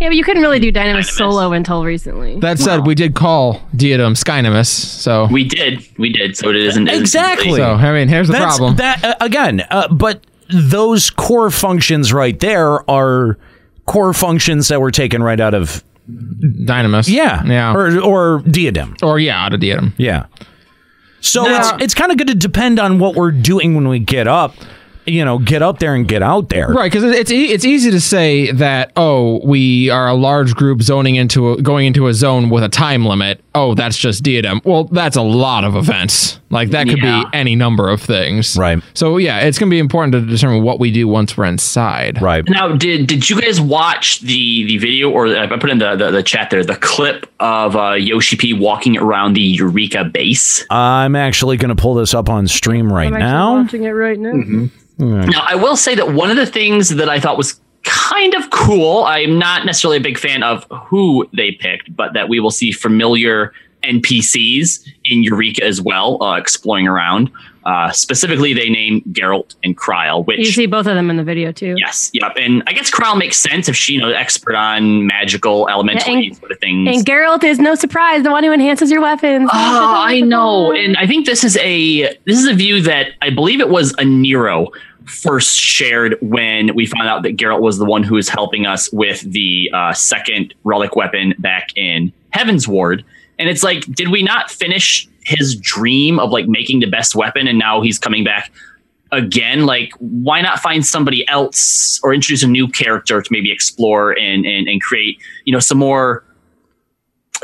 S6: Yeah, but you couldn't really do Dynamis solo until recently.
S1: That said, we did call Diadem Skynamis, so.
S10: We did, we did. So it isn't isn't
S9: Exactly.
S1: so, I mean, here's the
S9: That's
S1: problem.
S9: that uh, again. Uh, but those core functions right there are core functions that were taken right out of
S1: Dynamis.
S9: yeah,
S1: Yeah. Or,
S9: or or Diadem.
S1: yeah, out of Diadem.
S9: Yeah. So it's it's kind of good to depend on what we're doing when we get up. You know, get up there and get out there.
S1: Right, because it's e- it's easy to say that oh we are a large group zoning into a, going into a zone with a time limit. Oh, that's just diadem. Well, that's a lot of events. Like that could
S10: Yeah.
S1: be any number of things.
S9: Right.
S1: So yeah, it's gonna be important to determine what we do once we're inside.
S9: Right.
S10: Now, did did you guys watch the the video or uh, I put in the the, the chat there the clip of uh, Yoshi P walking around the Eureka base?
S9: I'm actually going to pull this up on stream right
S6: I'm actually
S9: now.
S6: watching it right now.
S10: Now, I will say that one of the things that I thought was kind of cool. I'm not necessarily a big fan of who they picked, but that we will see familiar NPCs in Eureka as well, uh, exploring around. Uh, specifically, they name Geralt and Kryl, which
S6: You see both of them in the video too.
S10: Yes. Yep. And I guess Kryl makes sense if she you know expert on magical elemental
S6: and-
S10: sort of things.
S6: And Geralt is no surprise, the one who enhances your weapons.
S10: Oh, I know. And I think this is a this is a view that I believe it was a Nero first shared when we found out that Geralt was the one who was helping us with the uh, second relic weapon back in Heaven's Ward. And it's like, did we not finish his dream of like making the best weapon and now he's coming back again? Like, why not find somebody else or introduce a new character to maybe explore and and, and create, you know, some more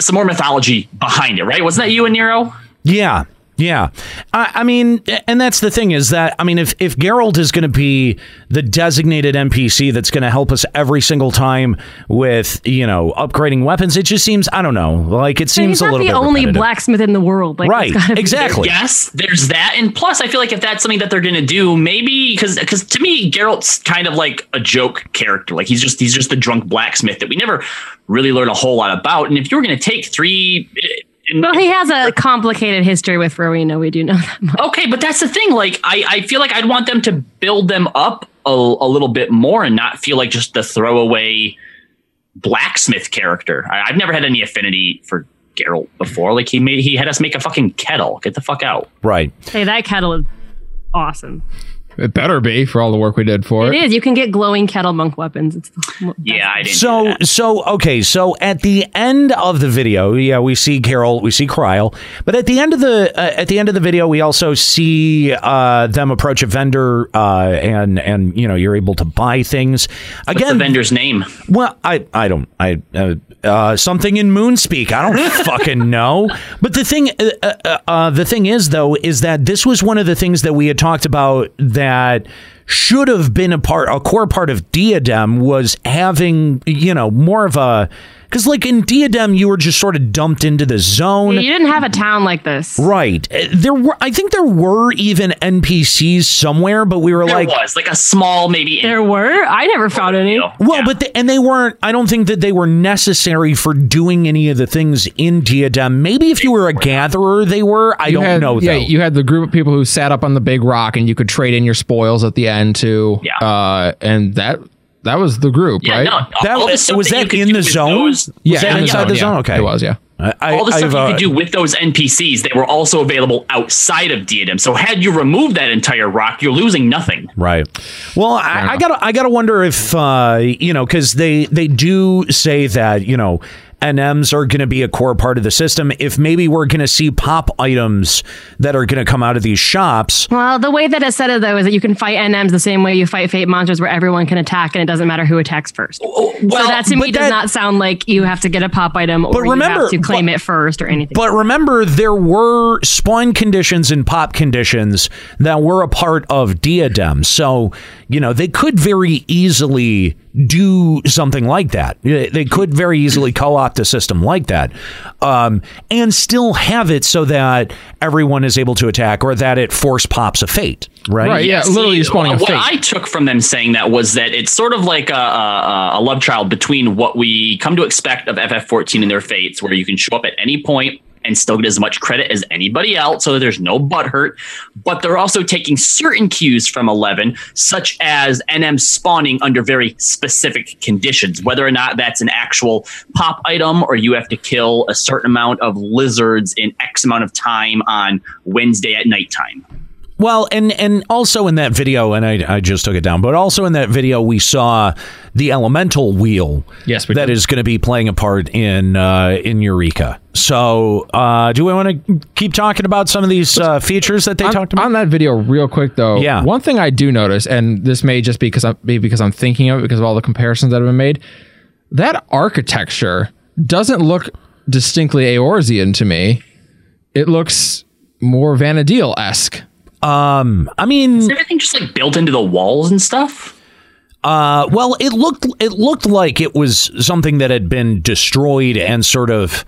S10: some more mythology behind it, right? Wasn't that you and Nero?
S9: Yeah. Yeah. I, I mean, and that's the thing is that, I mean, if, if Geralt is going to be the designated NPC that's going to help us every single time with, you know, upgrading weapons, it just seems, I don't know, like it
S6: He's
S9: seems a
S6: not
S9: little
S6: the
S9: bit
S6: only
S9: repetitive.
S6: blacksmith in the world. Like,
S9: Right,
S6: it's gotta be-
S9: exactly.
S10: Yes, there's that, and plus, I feel like if that's something that they're gonna do, maybe because because to me, Geralt's kind of like a joke character. Like he's just he's just the drunk blacksmith that we never really learn a whole lot about. And if you were gonna take three, eh,
S6: Well, he has a complicated history with Rowena. We do know that.
S10: okay, but that's the thing. Like I I feel like I'd want them to build them up a, a little bit more and not feel like just the throwaway blacksmith character. I, I've never had any affinity for Geralt before. Like he made he had us make a fucking kettle. Get the fuck out.
S9: Right.
S6: Hey, that kettle is awesome.
S1: It better be for all the work we did for it.
S6: It is. You can get glowing kettle monk weapons. It's the
S10: Yeah, I didn't.
S9: So, so okay. So at the end of the video, yeah, we see Carol, we see Kryl, but at the end of the uh, at the end of the video, we also see uh, them approach a vendor, uh, and and you know you're able to buy things
S10: What's the
S9: again.
S10: vendor's name?
S9: Well, I I don't I uh, uh, something in Moonspeak. I don't fucking know. But the thing uh, uh, uh, the thing is though is that this was one of the things that we had talked about that should have been a part a core part of Diadem was having you know more of a because like in Diadem you were just sort of dumped into the zone.
S6: You didn't have a town like this.
S9: Right. Uh, There were I think there were even NPCs somewhere, but we were
S10: There
S9: like
S10: was like a small maybe.
S6: There were. I never found any.
S9: Well, but the, and they weren't. I don't think that they were necessary for doing any of the things in Diadem. Maybe if you were a gatherer, they were. I
S1: You
S9: don't
S1: had-
S9: know
S1: Yeah,
S9: though.
S1: you had the group of people who sat up on the big rock, and you could trade in your spoils at the end too. Yeah, uh, and that that was the group, right?
S9: that was, was that in the zone? was
S1: yeah,
S9: that
S1: in the
S9: inside
S1: zone,
S9: the
S1: yeah.
S9: zone? Okay,
S1: It was, yeah.
S9: I, I,
S10: all the stuff
S9: I've,
S10: you
S9: uh,
S10: could do with those NPCs that were also available outside of Diadem. So had you removed that entire rock, you're losing nothing.
S9: Right. Well, I, I gotta I gotta wonder if uh, you know because they they do say that you know NMs are going to be a core part of the system. If maybe we're going to see pop items that are going to come out of these shops.
S6: Well, the way that it said it though is that you can fight NMs the same way you fight fate monsters, where everyone can attack and it doesn't matter who attacks first.
S9: Oh,
S6: so that to me does not sound like you have to get a pop item or you
S9: remember-
S6: have to claim it first or anything.
S9: But remember, there were spawn conditions and pop conditions that were a part of Diadem. So, you know, they could very easily do something like that. They they could very easily co opt a system like that um, and still have it so that everyone is able to attack or that it force pops a fate, right?
S10: See, What I took from them saying that was that it's sort of like a, a, a love child between what we come to expect of FF14 and their fates, where you can show up at any point and still get as much credit as anybody else, so that there's no butthurt. But they're also taking certain cues from 11, such as NM spawning under very specific conditions, whether or not that's an actual pop item or you have to kill a certain amount of lizards in X amount of time on Wednesday at nighttime.
S9: Well, and and also in that video, and I, I just took it down, but also in that video we saw the elemental wheel. Yes, that is going to be playing a part in uh, in Eureka. So, uh, do we want to keep talking about some of these uh, features that they talked about
S1: on that video real quick though?
S9: Yeah.
S1: One thing I do notice, and this may just be because I'm be because I'm thinking of it because of all the comparisons that have been made, that architecture doesn't look distinctly Aorzean to me. It looks more Vanadil esque.
S9: Um, I mean,
S10: Is everything just like built into the walls and stuff?
S9: Uh, well, it looked it looked like it was something that had been destroyed and sort of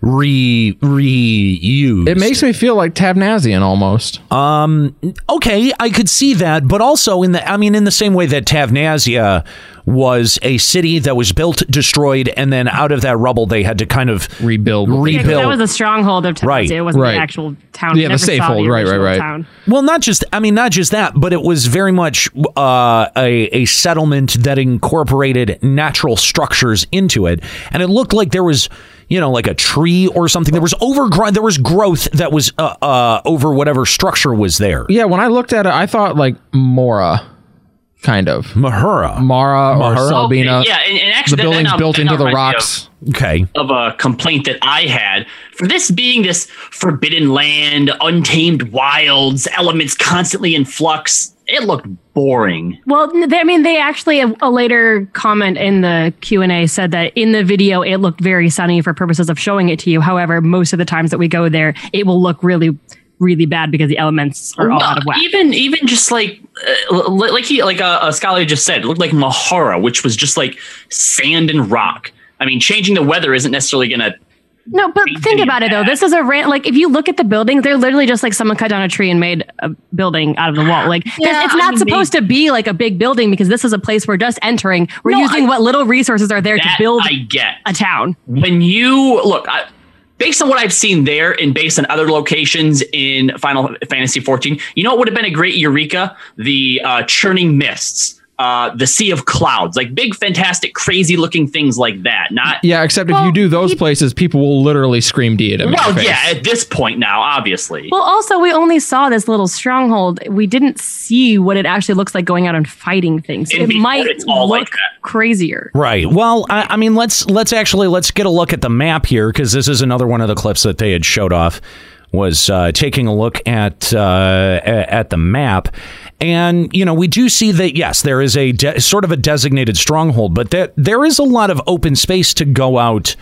S9: re reused. It
S1: makes me feel like Tabnazian almost.
S9: Um, okay, I could see that, but also in the I mean, in the same way that Tavnazia was a city that was built, destroyed, and then out of that rubble they had to kind of
S1: rebuild.
S6: Yeah, 'cause that was
S9: Rebuild.
S6: a stronghold of Tennessee.
S9: Right,
S6: It wasn't
S9: right.
S6: the actual town. Never saw original Town.
S9: Well, not just I mean, not just that, but it was very much uh, a a settlement that incorporated natural structures into it, and it looked like there was you know like a tree or something. There was overgrown. There was growth that was uh, uh, over whatever structure was there.
S1: Yeah, when I looked at it, I thought like Mora, kind of
S9: Mahura,
S1: Mara or
S10: Mahura?
S1: Salbina.
S6: Oh,
S10: Okay, yeah, and- and actually
S1: the
S10: that- that
S1: buildings
S10: now-
S1: built
S10: that
S1: into
S10: now
S1: the
S10: reminds me
S1: rocks.
S9: Okay.
S10: of a complaint that I had for this being this forbidden land, untamed wilds, elements constantly in flux. It looked boring.
S6: Well, n- they, I mean, they actually a, a later comment in the Q and A said that in the video it looked very sunny for purposes of showing it to you. However, most of the times that we go there, it will look really, really bad because the elements are all
S10: Well,
S6: out of whack.
S10: Even even just like uh, li- like he like a, a scholar just said, it looked like Mahara, which was just like sand and rock. I mean, changing the weather isn't necessarily going to
S6: No, but think about it though. This is a rant. Like, if you look at the buildings, they're literally just like someone cut down a tree and made a building out of the wall. Like,
S10: Yeah,
S6: this- it's
S10: I
S6: not
S10: mean,
S6: supposed to be like a big building because this is a place we're just entering. We're using what little resources are there to build
S10: I get
S6: a town.
S10: when you look I, based on what I've seen there and based on other locations in Final Fantasy 14, you know what would have been a great eureka? The uh, churning mists, uh, the sea of clouds, like big, fantastic, crazy looking things like that. Not
S1: Yeah, except if you do those places, people will literally scream D at him.
S10: well, yeah, at this point now, obviously.
S6: Well, also, we only saw this little stronghold. We didn't see what it actually looks like going out and fighting things.
S10: And
S6: it
S10: before,
S6: might
S10: it's all
S6: look
S10: like that.
S6: crazier.
S9: Right. Well, I, I mean, let's let's actually let's get a look at the map here because this is another one of the clips that they had showed off was uh, taking a look at uh, a- at the map, and you know we do see that yes, there is a de- sort of a designated stronghold, but that there is a lot of open space to go out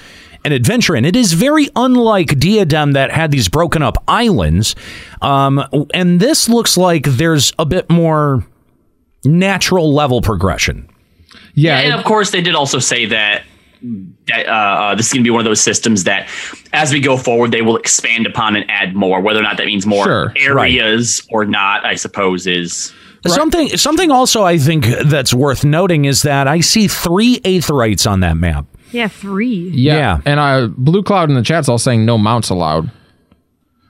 S9: an adventure in. It is very unlike Diadem that had these broken up islands, um, and this looks like there's a bit more natural level progression.
S1: Yeah,
S10: and of course they did also say that that uh, uh, this is going to be one of those systems that, as we go forward, they will expand upon and add more. Whether or not that means more
S9: Sure, right.
S10: areas or not, I suppose is
S9: Something something also I think that's worth noting is that I see three aetherites on that map.
S6: Yeah, three.
S1: Yeah. And uh, Blue Cloud in the chat's all saying no mounts allowed,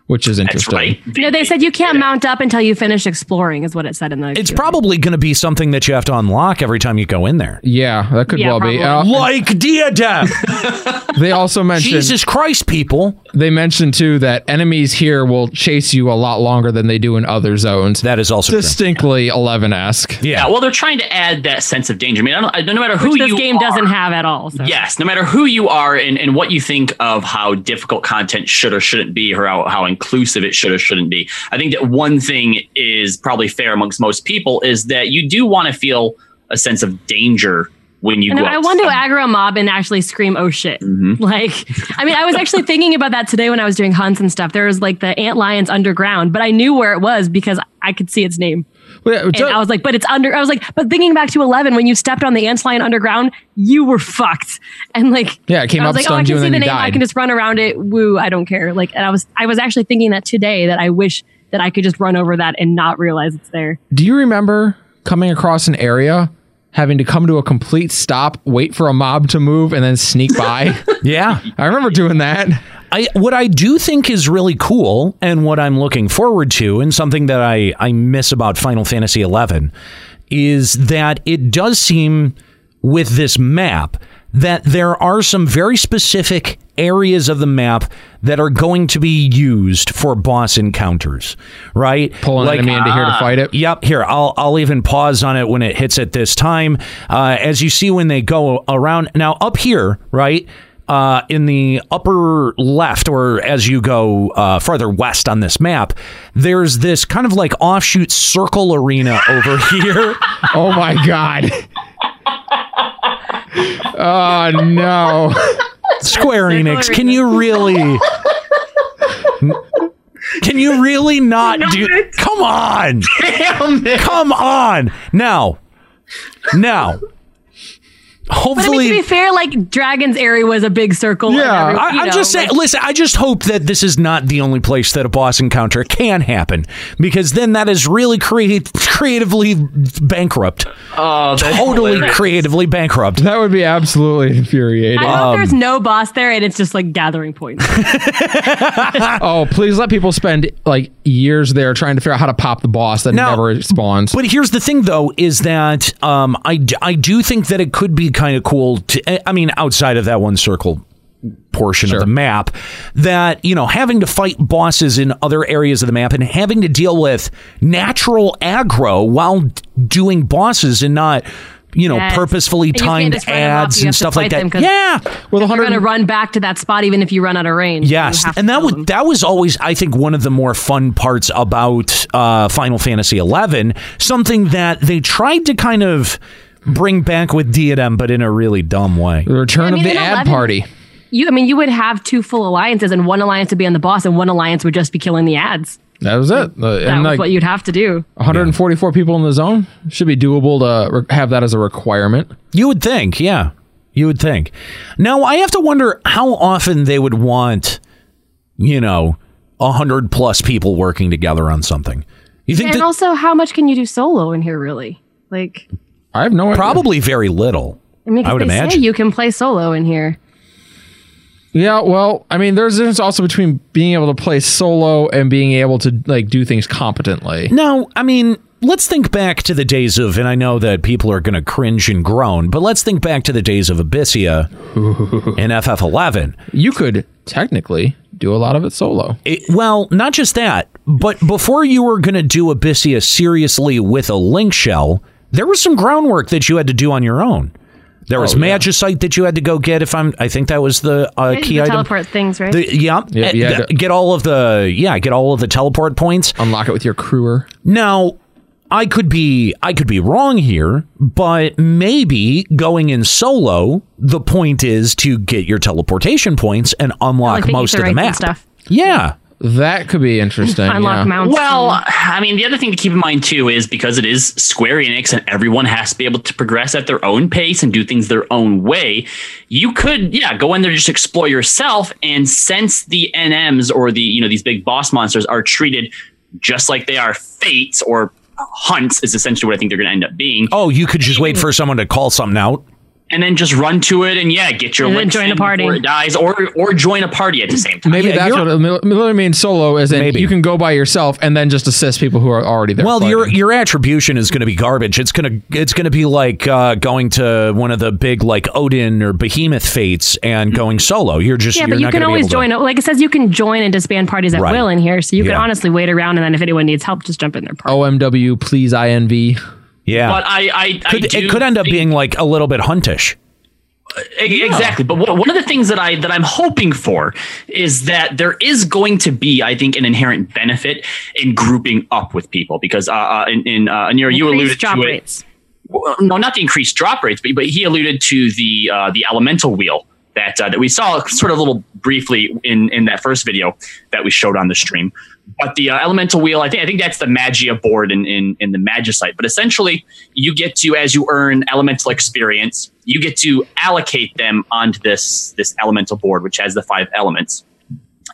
S1: which is interesting.
S6: No, they said you can't mount up until you finish exploring, is what it said in the.
S9: It's probably going to be something that you have to unlock every time you go in there.
S1: Yeah, that could
S6: Yeah,
S1: well be. Uh,
S6: probably.
S9: like Diadem.
S1: they also mentioned
S9: Jesus Christ, people.
S1: They mentioned too that enemies here will chase you a lot longer than they do in other zones.
S9: That is also
S1: distinctly eleven esque.
S10: Yeah. well, they're trying to add that sense of danger. I mean, I don't, I- no matter who
S6: Which this
S10: you
S6: game
S10: are,
S6: doesn't have at all. So.
S10: Yes, no matter who you are and, and what you think of how difficult content should or shouldn't be, or how, how inclusive it should or shouldn't be, I think that one thing is probably fair amongst most people is that you do want to feel a sense of danger when you
S6: And
S10: go.
S6: I
S10: out.
S6: want to aggro a mob and actually scream, oh shit.
S9: Mm.
S6: Like, I mean, I was actually thinking about that today when I was doing hunts and stuff. There was like the ant lions underground, but I knew where it was because I could see its name.
S1: and
S6: I was like, but it's under, I was like, but thinking back to 11, when you stepped on the ant lion underground, you were fucked. And like,
S1: Yeah, it came
S6: I was
S1: up,
S6: like, oh, I
S1: stunned you,
S6: can
S1: and
S6: see
S1: then
S6: the
S1: you
S6: name. I
S1: died.
S6: can just run around it. Woo, I don't care. Like, and I was, I was actually thinking that today that I wish that I could just run over that and not realize it's there.
S1: Do you remember coming across an area, having to come to a complete stop, wait for a mob to move, and then sneak by?
S9: yeah,
S1: I remember doing that.
S9: I what I do think is really cool, and what I'm looking forward to, and something that I I miss about Final Fantasy XI, is that it does seem with this map that there are some very specific areas of the map that are going to be used for boss encounters, right? ah, Pull
S1: an enemy into here to fight it.
S9: Yep. Here, I'll I'll even pause on it when it hits at this time. Uh, as you see when they go around now up here, right. Uh, in the upper left, or as you go uh, farther west on this map, there's this kind of like offshoot circle arena over here.
S1: Oh my god! Oh no!
S9: Square Enix, can you really? Can you really not do? Come on! Come on! Now, now,
S6: But I mean,
S9: hopefully
S6: to be fair, like Dragon's Airy was a big circle. and
S9: Yeah,
S6: every-
S9: I,
S6: you
S9: I'm
S6: know,
S9: just saying.
S6: like-
S9: listen, I just hope that this is not the only place that a boss encounter can happen, because then that is really create, creatively bankrupt.
S10: Oh, that's
S9: totally
S10: hilarious.
S9: creatively bankrupt.
S1: That would be absolutely infuriating.
S6: I don't
S9: Um,
S6: know if there's no boss there, and it's just like gathering points.
S1: oh, please let people spend like years there trying to figure out how to pop the boss that
S9: Now-
S1: never spawns.
S9: But here's the thing, though, is that um, I, d- I do think that it could be kind of cool. To, eh, I mean, outside of that one circle portion of the map, that, you know, having to fight bosses in other areas of the map and having to deal with natural aggro while d- doing bosses and not, you know,
S6: Yes.
S9: purposefully
S6: And you can't
S9: timed
S6: just run 'em up,
S9: ads
S6: you have
S9: and
S6: to
S9: stuff like
S6: fight
S9: that.
S6: them 'cause
S9: yeah. Well,
S6: if you're going to run back to that spot even if you run out of range. you
S9: Yes,
S6: have to
S9: and that
S6: kill
S9: was
S6: them.
S9: that was always, I think, one of the more fun parts about uh, Final Fantasy XI. Something that they tried to kind of bring back with DDM, but in a really dumb way. The
S1: return
S6: I mean, of the in ad 11 party. You, I mean, you would have two full alliances, and one alliance would be on the boss, and one alliance would just be killing the ads.
S1: That was it. Uh,
S6: That
S1: and
S6: was
S1: like
S6: what you'd have to do.
S1: 144 people in the zone should be doable to re- have that as a requirement.
S9: You would think, yeah, you would think. Now I have to wonder how often they would want, you know, a hundred plus people working together on something. You think
S6: And
S9: that
S6: also, how much can you do solo in here, really? Like,
S1: I have no idea.
S9: probably very little.
S6: I mean, 'cause
S9: I would
S6: they say
S9: imagine.
S6: you can play solo in here.
S1: Yeah, well, I mean, there's a difference also between being able to play solo and being able to like do things competently.
S9: No, I mean, let's think back to the days of, and I know that people are going to cringe and groan, but let's think back to the days of Abyssia and FF11.
S1: You could technically do a lot of it solo.
S9: It- well, not just that, but before you were going to do Abyssia seriously with a link shell, there was some groundwork that you had to do on your own. There
S1: Oh,
S9: was magicite that you had to go get. If I'm, I think that was the uh,
S6: Right?
S9: key
S6: You can
S9: item.
S6: teleport things, right?
S9: The, yeah,
S1: Yeah,
S9: eh,
S1: yeah,
S9: th-
S1: the-
S9: get all of the yeah, get all of the teleport points.
S1: Unlock it with your crewer.
S9: Now, I could be I could be wrong here, but maybe going in solo, the point is to get your teleportation points and
S6: I
S9: unlock
S6: think
S9: most
S6: you
S9: of
S6: can
S9: the
S6: write some
S9: map.
S6: stuff.
S9: Yeah.
S1: That could be interesting.
S6: Unlock
S1: yeah.
S6: mounts.
S10: Well, I mean, the other thing to keep in mind too is because it is Square Enix and everyone has to be able to progress at their own pace and do things their own way, you could, yeah, go in there just explore yourself. And since the NMs or the, you know, these big boss monsters are treated just like they are fates or hunts, is essentially what I think they're going to end up being.
S9: Oh, you could just wait for someone to call something out.
S10: And then just run to it and, yeah, get your
S6: And then
S10: licks
S6: join
S10: in
S6: a party.
S10: before it dies or, or join a party at the same time.
S1: Maybe
S9: Yeah,
S1: that's
S9: you're-
S1: what it li- literally means solo is in you can go by yourself and then just assist people who are already there.
S9: Well,
S1: fighting.
S9: your your attribution is going to be garbage. It's gonna it's gonna be like uh, going to one of the big like Odin or Behemoth fates and going solo. You're just
S6: yeah,
S9: you're
S6: but you
S9: not
S6: can
S9: gonna be
S6: always
S9: able to-
S6: join. Like it says, you can join and disband parties at
S9: Right.
S6: will in here. So you
S9: Yeah.
S6: can honestly wait around, and then if anyone needs help, just jump in their party.
S1: OMW, please INV.
S9: Yeah,
S10: But I, I, I
S9: could,
S10: do
S9: it could end up being like a little bit huntish.
S10: E- Exactly. But one one of the things that I that I'm hoping for is that there is going to be, I think, an inherent benefit in grouping up with people because uh, uh, in, in uh, Anira, you
S6: Increase
S10: alluded
S6: drop
S10: to it.
S6: rates.
S10: Well, no, not the increased drop rates, but but he alluded to the uh, the elemental wheel that uh, that we saw sort of a little briefly in in that first video that we showed on the stream. But the uh, elemental wheel, I think I think that's the magia board in in in the magicite. But essentially, you get to as you earn elemental experience, you get to allocate them onto this this elemental board, which has the five elements.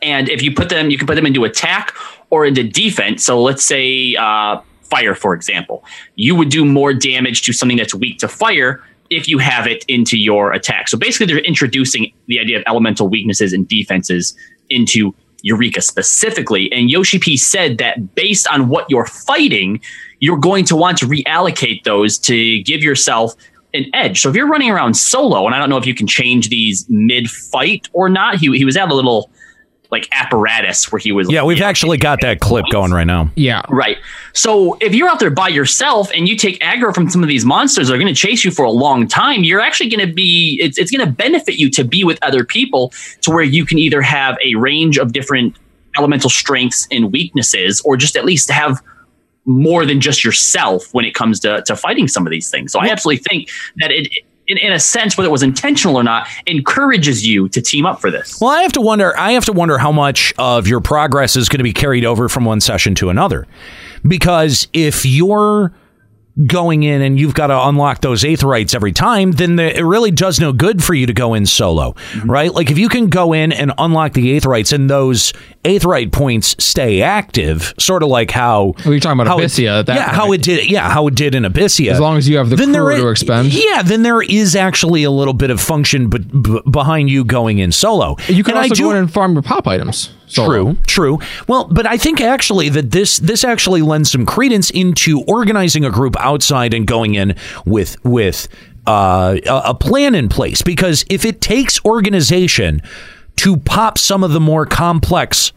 S10: And if you put them, you can put them into attack or into defense. So let's say uh, fire, for example, you would do more damage to something that's weak to fire if you have it into your attack. So basically, they're introducing the idea of elemental weaknesses and defenses into Eureka specifically. And Yoshi P said that based on what you're fighting, you're going to want to reallocate those to give yourself an edge. So if you're running around solo, and I don't know if you can change these mid fight or not, he, he was at a little like apparatus where he was
S9: Yeah, we've actually got that clip going right now.
S1: Yeah.
S10: Right. So if you're out there by yourself and you take aggro from some of these monsters that are going to chase you for a long time, you're actually going to be, it's, it's going to benefit you to be with other people to where you can either have a range of different elemental strengths and weaknesses, or just at least have more than just yourself when it comes to, to fighting some of these things. So I absolutely think that it, in, in a sense, whether it was intentional or not, encourages you to team up for this.
S9: Well, I have to wonder. I have to wonder how much of your progress is going to be carried over from one session to another, because if you're going in and you've got to unlock those aetherites every time, then the, it really does no good for you to go in solo,
S1: Mm-hmm.
S9: right? Like if you can go in and unlock the aetherites and those aetherite points stay active, sort of like how
S1: you're talking about Abyssia at that
S9: yeah, how it did, yeah, how it did in Abyssia.
S1: As long as you have the
S9: then
S1: crew
S9: there i-
S1: to expend.
S9: yeah, then there is actually a little bit of function b- b- behind you going in solo.
S1: You can
S9: And I
S1: also
S9: do-
S1: go in and farm your pop items. solo.
S9: True, true. Well, but I think actually that this this actually lends some credence into organizing a group outside and going in with with uh, a a plan in place because if it takes organization to pop some of the more complex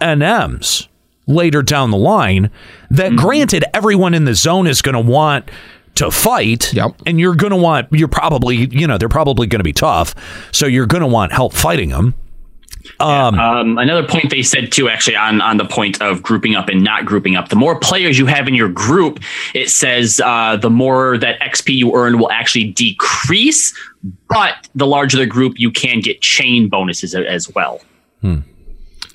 S9: NMs later down the line, that granted everyone in the zone is going to want to fight and you're going to want you're probably you know they're probably going to be tough so you're going to want help fighting them
S10: Um, another point they said too, actually, on on the point of grouping up and not grouping up. The more players you have in your group, it says uh, the more that XP you earn will actually decrease. But the larger the group, you can get chain bonuses a- as well.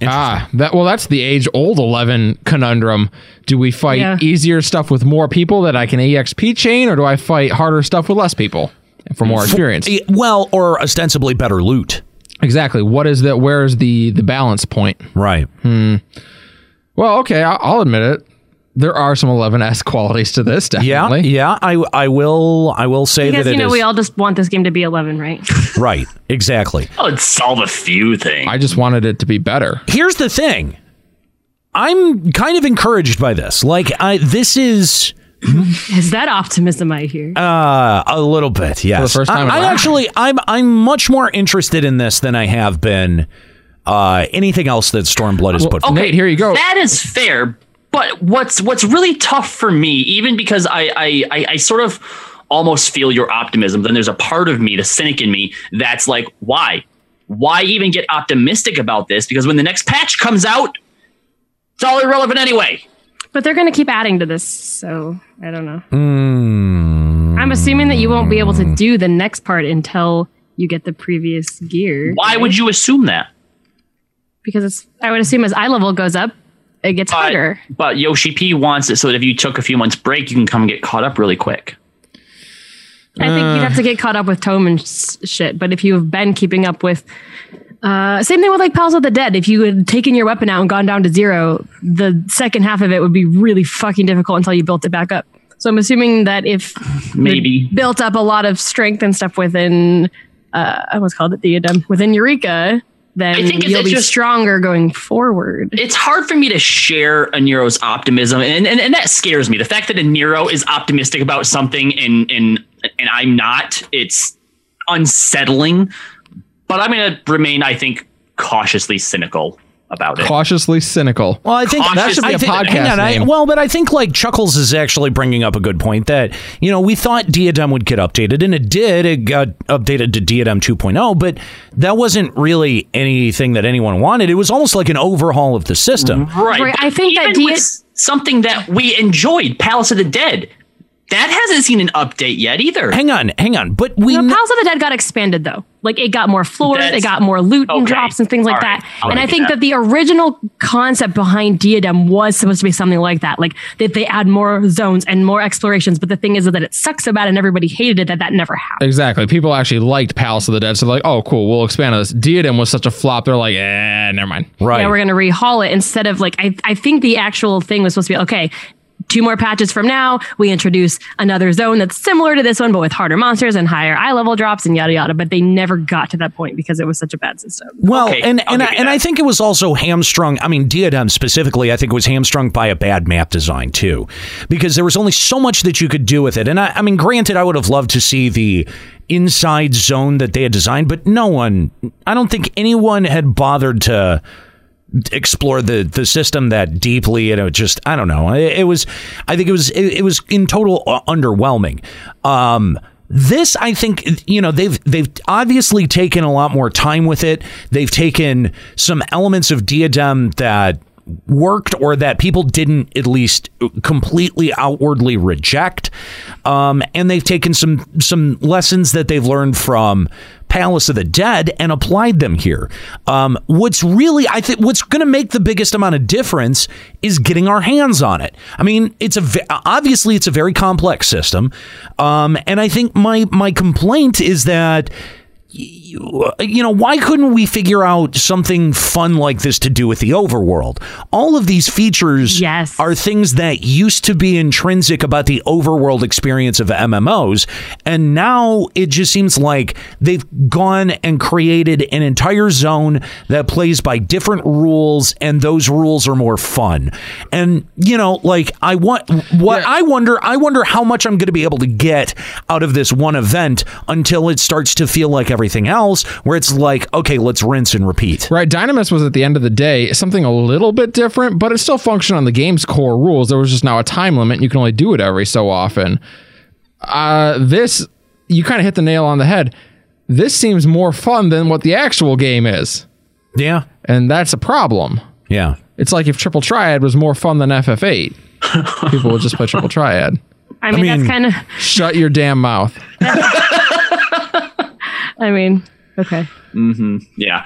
S1: Ah, that well, that's the age old eleven conundrum. Do we fight
S10: Yeah.
S1: easier stuff with more people that I can exp chain, or do I fight harder stuff with less people for more experience?
S9: Eh, Well, or ostensibly better loot.
S1: Exactly. What is that? Where is the the balance point?
S9: Right.
S1: Hmm. Well, okay, I- I'll admit it. There are some 11s qualities to this, definitely.
S9: Yeah, yeah. I I will I will say
S6: Because
S9: that
S6: you
S9: it
S6: know
S9: is
S6: we all just want this game to be eleven, right?
S9: right. Exactly.
S10: I'd solve a few things.
S1: I just wanted it to be better.
S9: Here's the thing. I'm kind of encouraged by this. Like I this is
S6: Is that optimism I hear?
S9: uh a little bit, yes.
S1: first time in
S9: I,
S1: a
S9: I
S1: while.
S9: actually I'm I'm much more interested in this than I have been uh anything else that Stormblood has put forward.
S1: here you go.
S10: That is fair, but what's what's really tough for me, even because I I, I, I sort of almost feel your optimism. Then there's a part of me, the cynic in me, that's like, why? Why even get optimistic about this? Because when the next patch comes out, it's all irrelevant anyway.
S6: But they're going to keep adding to this, so I don't know.
S9: Mm.
S6: I'm assuming that you won't be able to do the next part until you get the previous gear.
S10: Why would you assume that?
S6: Because it's, I would
S1: Mm.
S6: assume as eye level goes up, it gets harder.
S10: But Yoshi P wants it so that if you took a few months break, you can come get caught up really quick.
S6: I think you'd have to get caught up with Tome and s- shit. But if you've been keeping up with, uh, same thing with like Pals of the Dead. If you had taken your weapon out and gone down to zero, the second half of it would be really fucking difficult until you built it back up. So I'm assuming that if
S10: Maybe.
S6: they built up a lot of strength and stuff within, uh, I almost called it Theodem within Eureka, then
S10: I think it's-
S6: you'll
S10: it's
S6: be
S10: just-
S6: stronger going forward.
S10: It's hard for me to share a Nero's optimism, and, and, and that scares me. The fact that a Nero is optimistic about something and and and I'm not, it's unsettling. But I'm going to remain, I think, cautiously cynical about it.
S1: Cautiously cynical.
S9: Well, I think
S10: Cautious-
S9: I
S10: That should be a
S9: thi- hang
S10: podcast
S9: on, I-
S10: name.
S9: well, but I think like Chuckles is actually bringing up a good point that you know we thought Diadem would get updated, and it did. It got updated to Diadem 2.0, but that wasn't really anything that anyone wanted. It was almost like an overhaul of the system.
S10: Right.
S6: Right,
S10: I think that with something that we enjoyed, Palace of the Dead, that hasn't seen an update yet either.
S9: Hang on, hang on, but we
S6: No, Palace of the Dead got expanded though. Like it got more floors,
S10: That's-
S6: it got more loot and
S10: okay.
S6: drops and things like
S10: All right.
S6: that.
S10: I'll
S6: and I
S10: give you
S6: think
S10: that.
S6: that. the original concept behind Diadem was supposed to be something like that. Like that they add more zones and more explorations. But the thing is that it sucks so bad and everybody hated it that that never happened.
S1: Exactly. People actually liked Palace of the Dead, so they're like, oh, cool, we'll expand on this. Diadem was such a flop, they're like, eh, never mind.
S9: Right.
S6: Now we're going to rehaul it instead of like, I, I think the actual thing was supposed to be okay. Two more patches from now, we introduce another zone that's similar to this one, but with harder monsters and higher eye level drops and yada yada. But they never got to that point because it was such a bad system.
S9: Well, and and I, and I think it was also hamstrung. I mean, Diadem specifically, I think was hamstrung by a bad map design too, because there was only so much that you could do with it. And I, I mean, granted, I would have loved to see the inside zone that they had designed, but no one, I don't think anyone had bothered to explore the the system that deeply and it just I don't know it, it was I think it was it, it was in total uh, underwhelming um this I think you know they've they've obviously taken a lot more time with it they've taken some elements of diadem that worked or that people didn't at least completely outwardly reject. Um, and they've taken some some lessons that they've learned from Palace of the Dead and applied them here. Um, what's really, I think, what's going to make the biggest amount of difference is getting our hands on it. I mean, it's a ve- obviously it's a very complex system, um, and I think my my complaint is that you, you know, why couldn't we figure out something fun like this to do with the overworld? All of these features are things that used to be intrinsic about the overworld experience of MMOs. And now it just seems like they've gone and created an entire zone that plays by different rules, and those rules are more fun. And, you know, like I want what I wonder, I wonder how much I'm going to be able to get out of this one event until it starts to feel like everything else, where it's like, okay, let's rinse and repeat.
S1: Right. Dynamis was at the end of the day something a little bit different, but it still functioned on the game's core rules. There was just now a time limit. And you can only do it every so often. Uh, this, you kind of hit the nail on the head. This seems more fun than what the actual game is.
S9: Yeah.
S1: And that's a problem.
S9: Yeah.
S1: It's like if Triple Triad was more fun than FF8, people would just play Triple Triad.
S6: I mean, that's kind of.
S1: Shut your damn mouth.
S6: I mean, okay.
S10: hmm Yeah.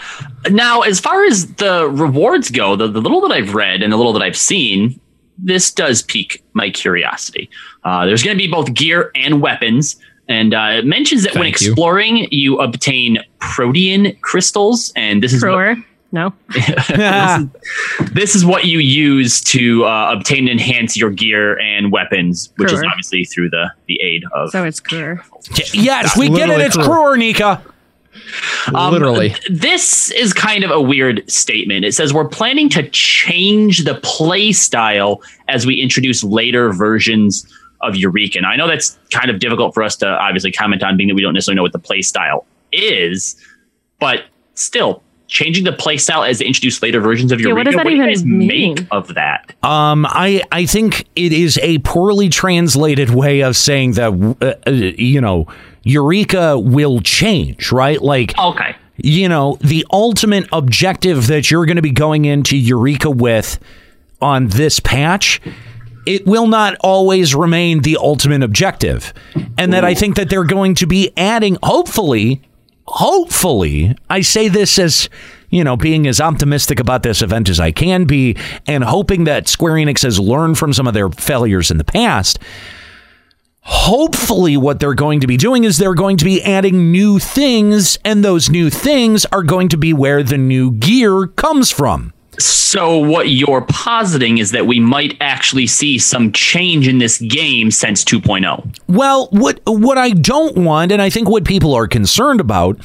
S10: Now, as far as the rewards go, the, the little that I've read and the little that I've seen, this does pique my curiosity. Uh, there's going to be both gear and weapons. And uh, it mentions that when
S1: Thank you.
S10: exploring, you. obtain protean crystals. And this is. what-
S6: Brewer? No.
S10: this, is, this is what you use to uh, obtain and enhance your gear and weapons, which is
S6: Sure.
S10: obviously through the, the aid of
S6: So it's Brewer.
S9: Yes, we get it. It's Cror, Nika.
S10: Um,
S1: Literally.
S10: th- This is kind of a weird statement. It says we're planning to change the play style as we introduce later versions of Eureka. Now, I know that's kind of difficult for us to obviously comment on, being that we don't necessarily know what the play style is, but still, changing the play style as they introduce later versions of
S6: Yeah,
S10: Eureka.
S6: what does that
S10: do you
S6: even
S10: guys
S6: mean?
S10: make of that?
S9: Um, I I think it is a poorly translated way of saying that uh, uh, you know Eureka will change, right? Like
S10: okay,
S9: you know the ultimate objective that you're going to be going into Eureka with on this patch. It will not always remain the ultimate objective, and that I think that they're going to be adding, hopefully, hopefully, I say this as, you know, being as optimistic about this event as I can be and hoping that Square Enix has learned from some of their failures in the past. Hopefully, what they're going to be doing is they're going to be adding new things, and those new things are going to be where the new gear comes from.
S10: So, what you're positing is that we might actually see some change in this game since oh. 2.0.
S9: Well, what what I don't want, and I think what people are concerned about,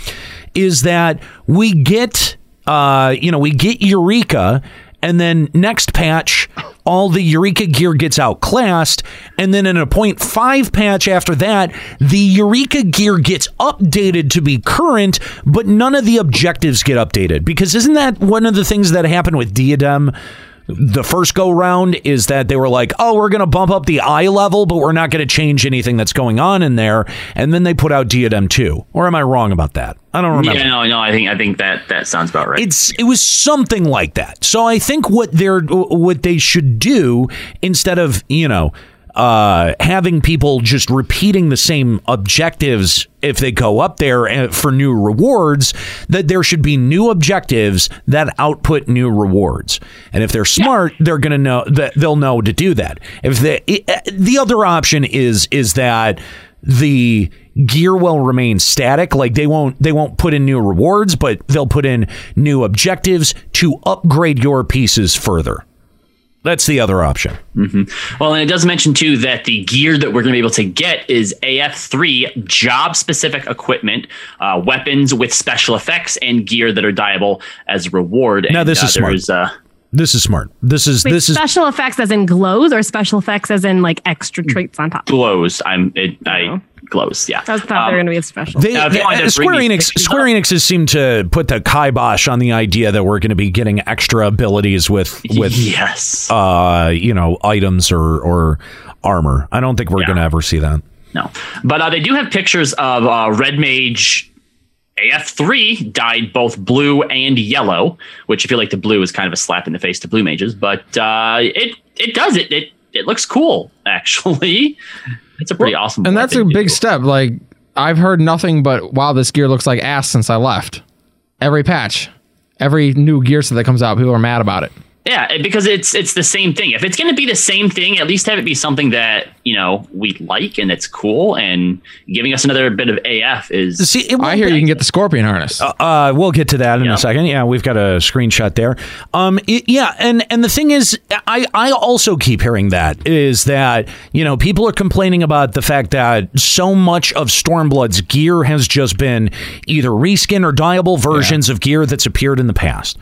S9: is that we get uh, you know we get Eureka, and then next patch, all the Eureka gear gets outclassed, and then in a point five patch after that, the Eureka gear gets updated to be current, but none of the objectives get updated because isn't that one of the things that happened with Diadem? the first go round is that they were like, oh, we're going to bump up the eye level, but we're not going to change anything that's going on in there. And then they put out Diadem 2. Or am I wrong about that? I don't remember.
S10: Yeah, no, no, I think I think that that sounds about right.
S9: It's it was something like that. So I think what they're what they should do instead of you know uh, having people just repeating the same objectives if they go up there uh, for new rewards, that there should be new objectives that output new rewards. And if they're smart, they're gonna know that they'll know to do that. If the the other option is is that the gear will remain static like they won't they won't put in new rewards but they'll put in new objectives to upgrade your pieces further that's the other option
S10: Well, and it does mention too that the gear that we're going to be able to get is AF3 job specific equipment, uh, weapons with special effects, and gear that are dieable as a reward.
S9: Now,
S10: and,
S9: this
S10: uh,
S9: is smart.
S10: there's, uh,
S9: this is smart this is
S6: Wait,
S9: this is
S6: special effects as in glows or special effects as in like extra traits on top?
S10: glows. I'm it, I glows. Yeah.
S6: I was thought
S10: Um,
S6: they were going to be special.
S9: they,
S10: Now, if you wanted to
S9: uh, Square
S10: bring these
S9: Enix
S10: pictures
S9: Square Enix has seemed to put the kibosh on the idea that we're going to be getting extra abilities with with
S10: yes.
S9: uh you know items or or armor I don't think we're going to ever see that
S10: No. But uh, they do have pictures of uh, Red Mage AF3 dyed both blue and yellow, which I feel like the blue is kind of a slap in the face to blue mages, but uh, it it does it it it looks cool actually. It's a pretty awesome.
S1: and that's a big step. Like I've heard nothing but wow, this gear looks like ass since I left. Every patch, every new gear set that comes out, people are mad about it.
S10: Yeah, it- because it's it's the same thing. If it's going to be the same thing, at least have it be something that you know we like and it's cool. And giving us another bit of AF is.
S9: See,
S1: I hear you can get the scorpion harness.
S9: Uh, uh, we'll get to that in a second. Yeah, we've got a screenshot there. Um, it- yeah, and and the thing is, I I also keep hearing that is that you know people are complaining about the fact that so much of Stormblood's gear has just been either reskin or dyeable versions of gear that's appeared in the past.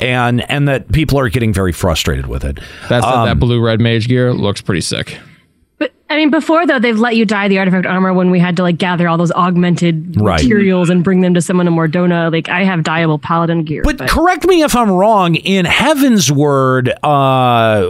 S9: And and that people are getting very frustrated with it.
S1: That's that
S9: Um,
S1: blue red mage gear looks pretty sick.
S6: But I mean, before though, they've let you dye the artifact armor when we had to like gather all those augmented
S9: Right.
S6: materials and bring them to someone in Mordona. Like I have dyeable paladin gear.
S9: But correct me if I'm wrong. In Heaven's Word, uh, uh,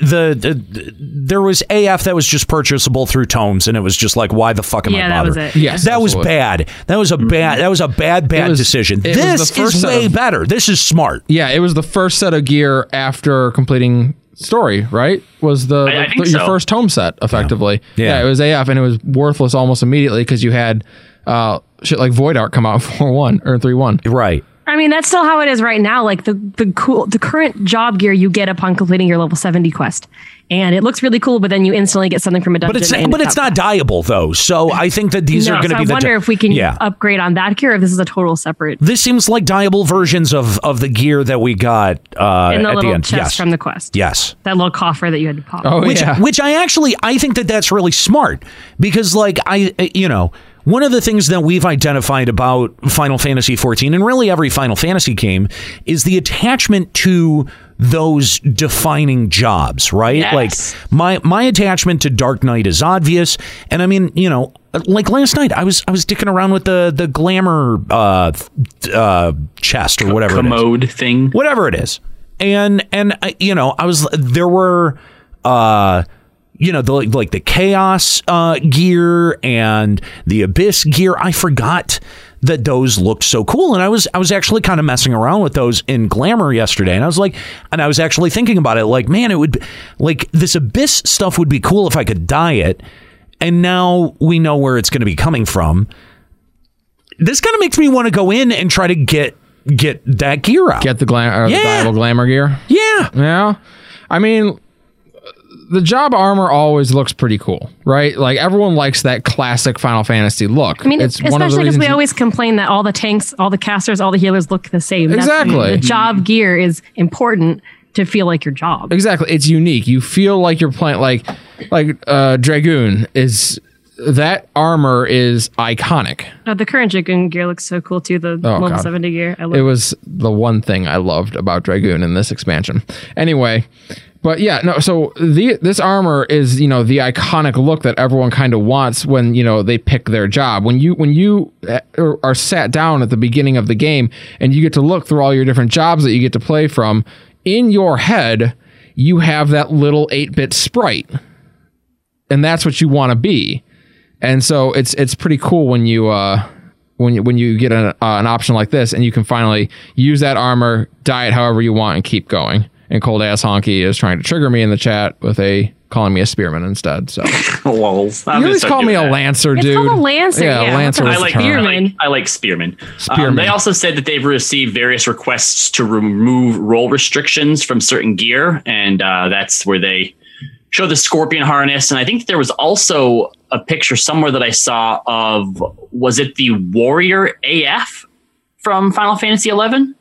S9: the, the there was AF that was just purchasable through tomes, and it was just like, why the fuck am
S6: Yeah,
S9: I
S6: that
S9: bothered?
S6: was it. Yes,
S9: that was
S1: absolutely.
S9: bad. That was a bad. That was a bad, bad
S1: was-
S9: decision.
S1: Mm-hmm. it was the
S9: This
S1: first
S9: is
S1: set
S9: way
S1: of-
S9: better. This is smart.
S1: Yeah, it was the first set of gear after completing story. Right? Was the,
S10: I- I
S1: the-
S10: think
S1: your
S10: so.
S1: first home set effectively?
S9: Yeah.
S1: it was AF, and it was worthless almost immediately because you had uh, shit like Void Art come out four one or three one.
S9: Right.
S6: I mean, that's still how it is right now. Like the the cool the current job gear you get upon completing your level seventy quest, and it looks really cool. But then you instantly get something from a dungeon.
S9: But it's
S6: and
S9: but it's not dieable though. So I think that these
S6: No,
S9: are going to
S6: so
S9: be.
S6: I
S9: the
S6: wonder
S9: di-
S6: if we can
S9: Yeah.
S6: upgrade on that gear. Or if this is a total separate
S9: this seems like dieable versions of of the gear that we got uh,
S6: in the
S9: at
S6: little
S9: the end.
S6: chest
S9: yes.
S6: from the quest.
S9: yes.
S6: That little coffer that you had to pop.
S1: Oh,
S9: which, which I actually I think that that's really smart because like I you know one of the things that we've identified about Final Fantasy 14 and really every Final Fantasy game is the attachment to those defining jobs, right? Like my my attachment to Dark Knight is obvious and I mean, you know, like last night I was I was dicking around with the the glamour uh th- uh chest or whatever it is
S10: commode thing.
S9: whatever it is and and I- you know i was there were uh you know the like the chaos uh gear and the abyss gear i forgot that those looked so cool and i was i was actually kind of messing around with those in glamour yesterday and i was like and i was actually thinking about it like man it would be- like this abyss stuff would be cool if i could dye it and now we know where it's going to be coming from this kind of makes me want to go in and try to get get that gear out
S1: Get the glam or
S9: Yeah.
S1: the diable glamour gear.
S9: Yeah.
S1: Yeah. I mean the job armor always looks pretty cool, right? Like everyone likes that classic Final Fantasy look.
S6: I mean,
S1: it's one of the
S6: especially because
S1: reasons
S6: we always complain that all the tanks, all the casters, all the healers look the same. That's-
S1: Exactly.
S6: The job gear is important to feel like your job.
S1: Exactly. It's unique. You feel like you're playing like like uh Dragoon is that armor is iconic.
S6: No, the current Jigun gear looks so cool too. The
S1: Oh,
S6: level
S1: God.
S6: seventy gear. I love
S1: It was the one thing I loved about Dragoon in this expansion. Anyway, but yeah, no. So the this armor is you know the iconic look that everyone kind of wants when you know they pick their job. When you when you uh, are- are sat down at the beginning of the game and you get to look through all your different jobs that you get to play from, in your head you have that little eight bit sprite, and that's what you want to be. And so it's it's pretty cool when you uh, when you, when you get an, uh, an option like this and you can finally use that armor, dye it however you want, and keep going. And cold ass honky is trying to trigger me in the chat with a calling me a spearman instead. So you
S10: Lols. I'm gonna
S1: always
S10: start
S1: call me
S10: doing
S1: a
S10: that.
S1: lancer,
S6: It's
S1: dude.
S6: called a lancer,
S1: Yeah,
S6: yeah.
S1: lancer.
S6: What
S1: Was
S10: I
S1: the
S10: like,
S1: term.
S10: I like I like Spearman. Um, they
S1: Spearman.
S10: also said that they've received various requests to remove role restrictions from certain gear, and uh, that's where they show the scorpion harness. And I think there was also a picture somewhere that I saw of was it the warrior AF from Final Fantasy Eleven?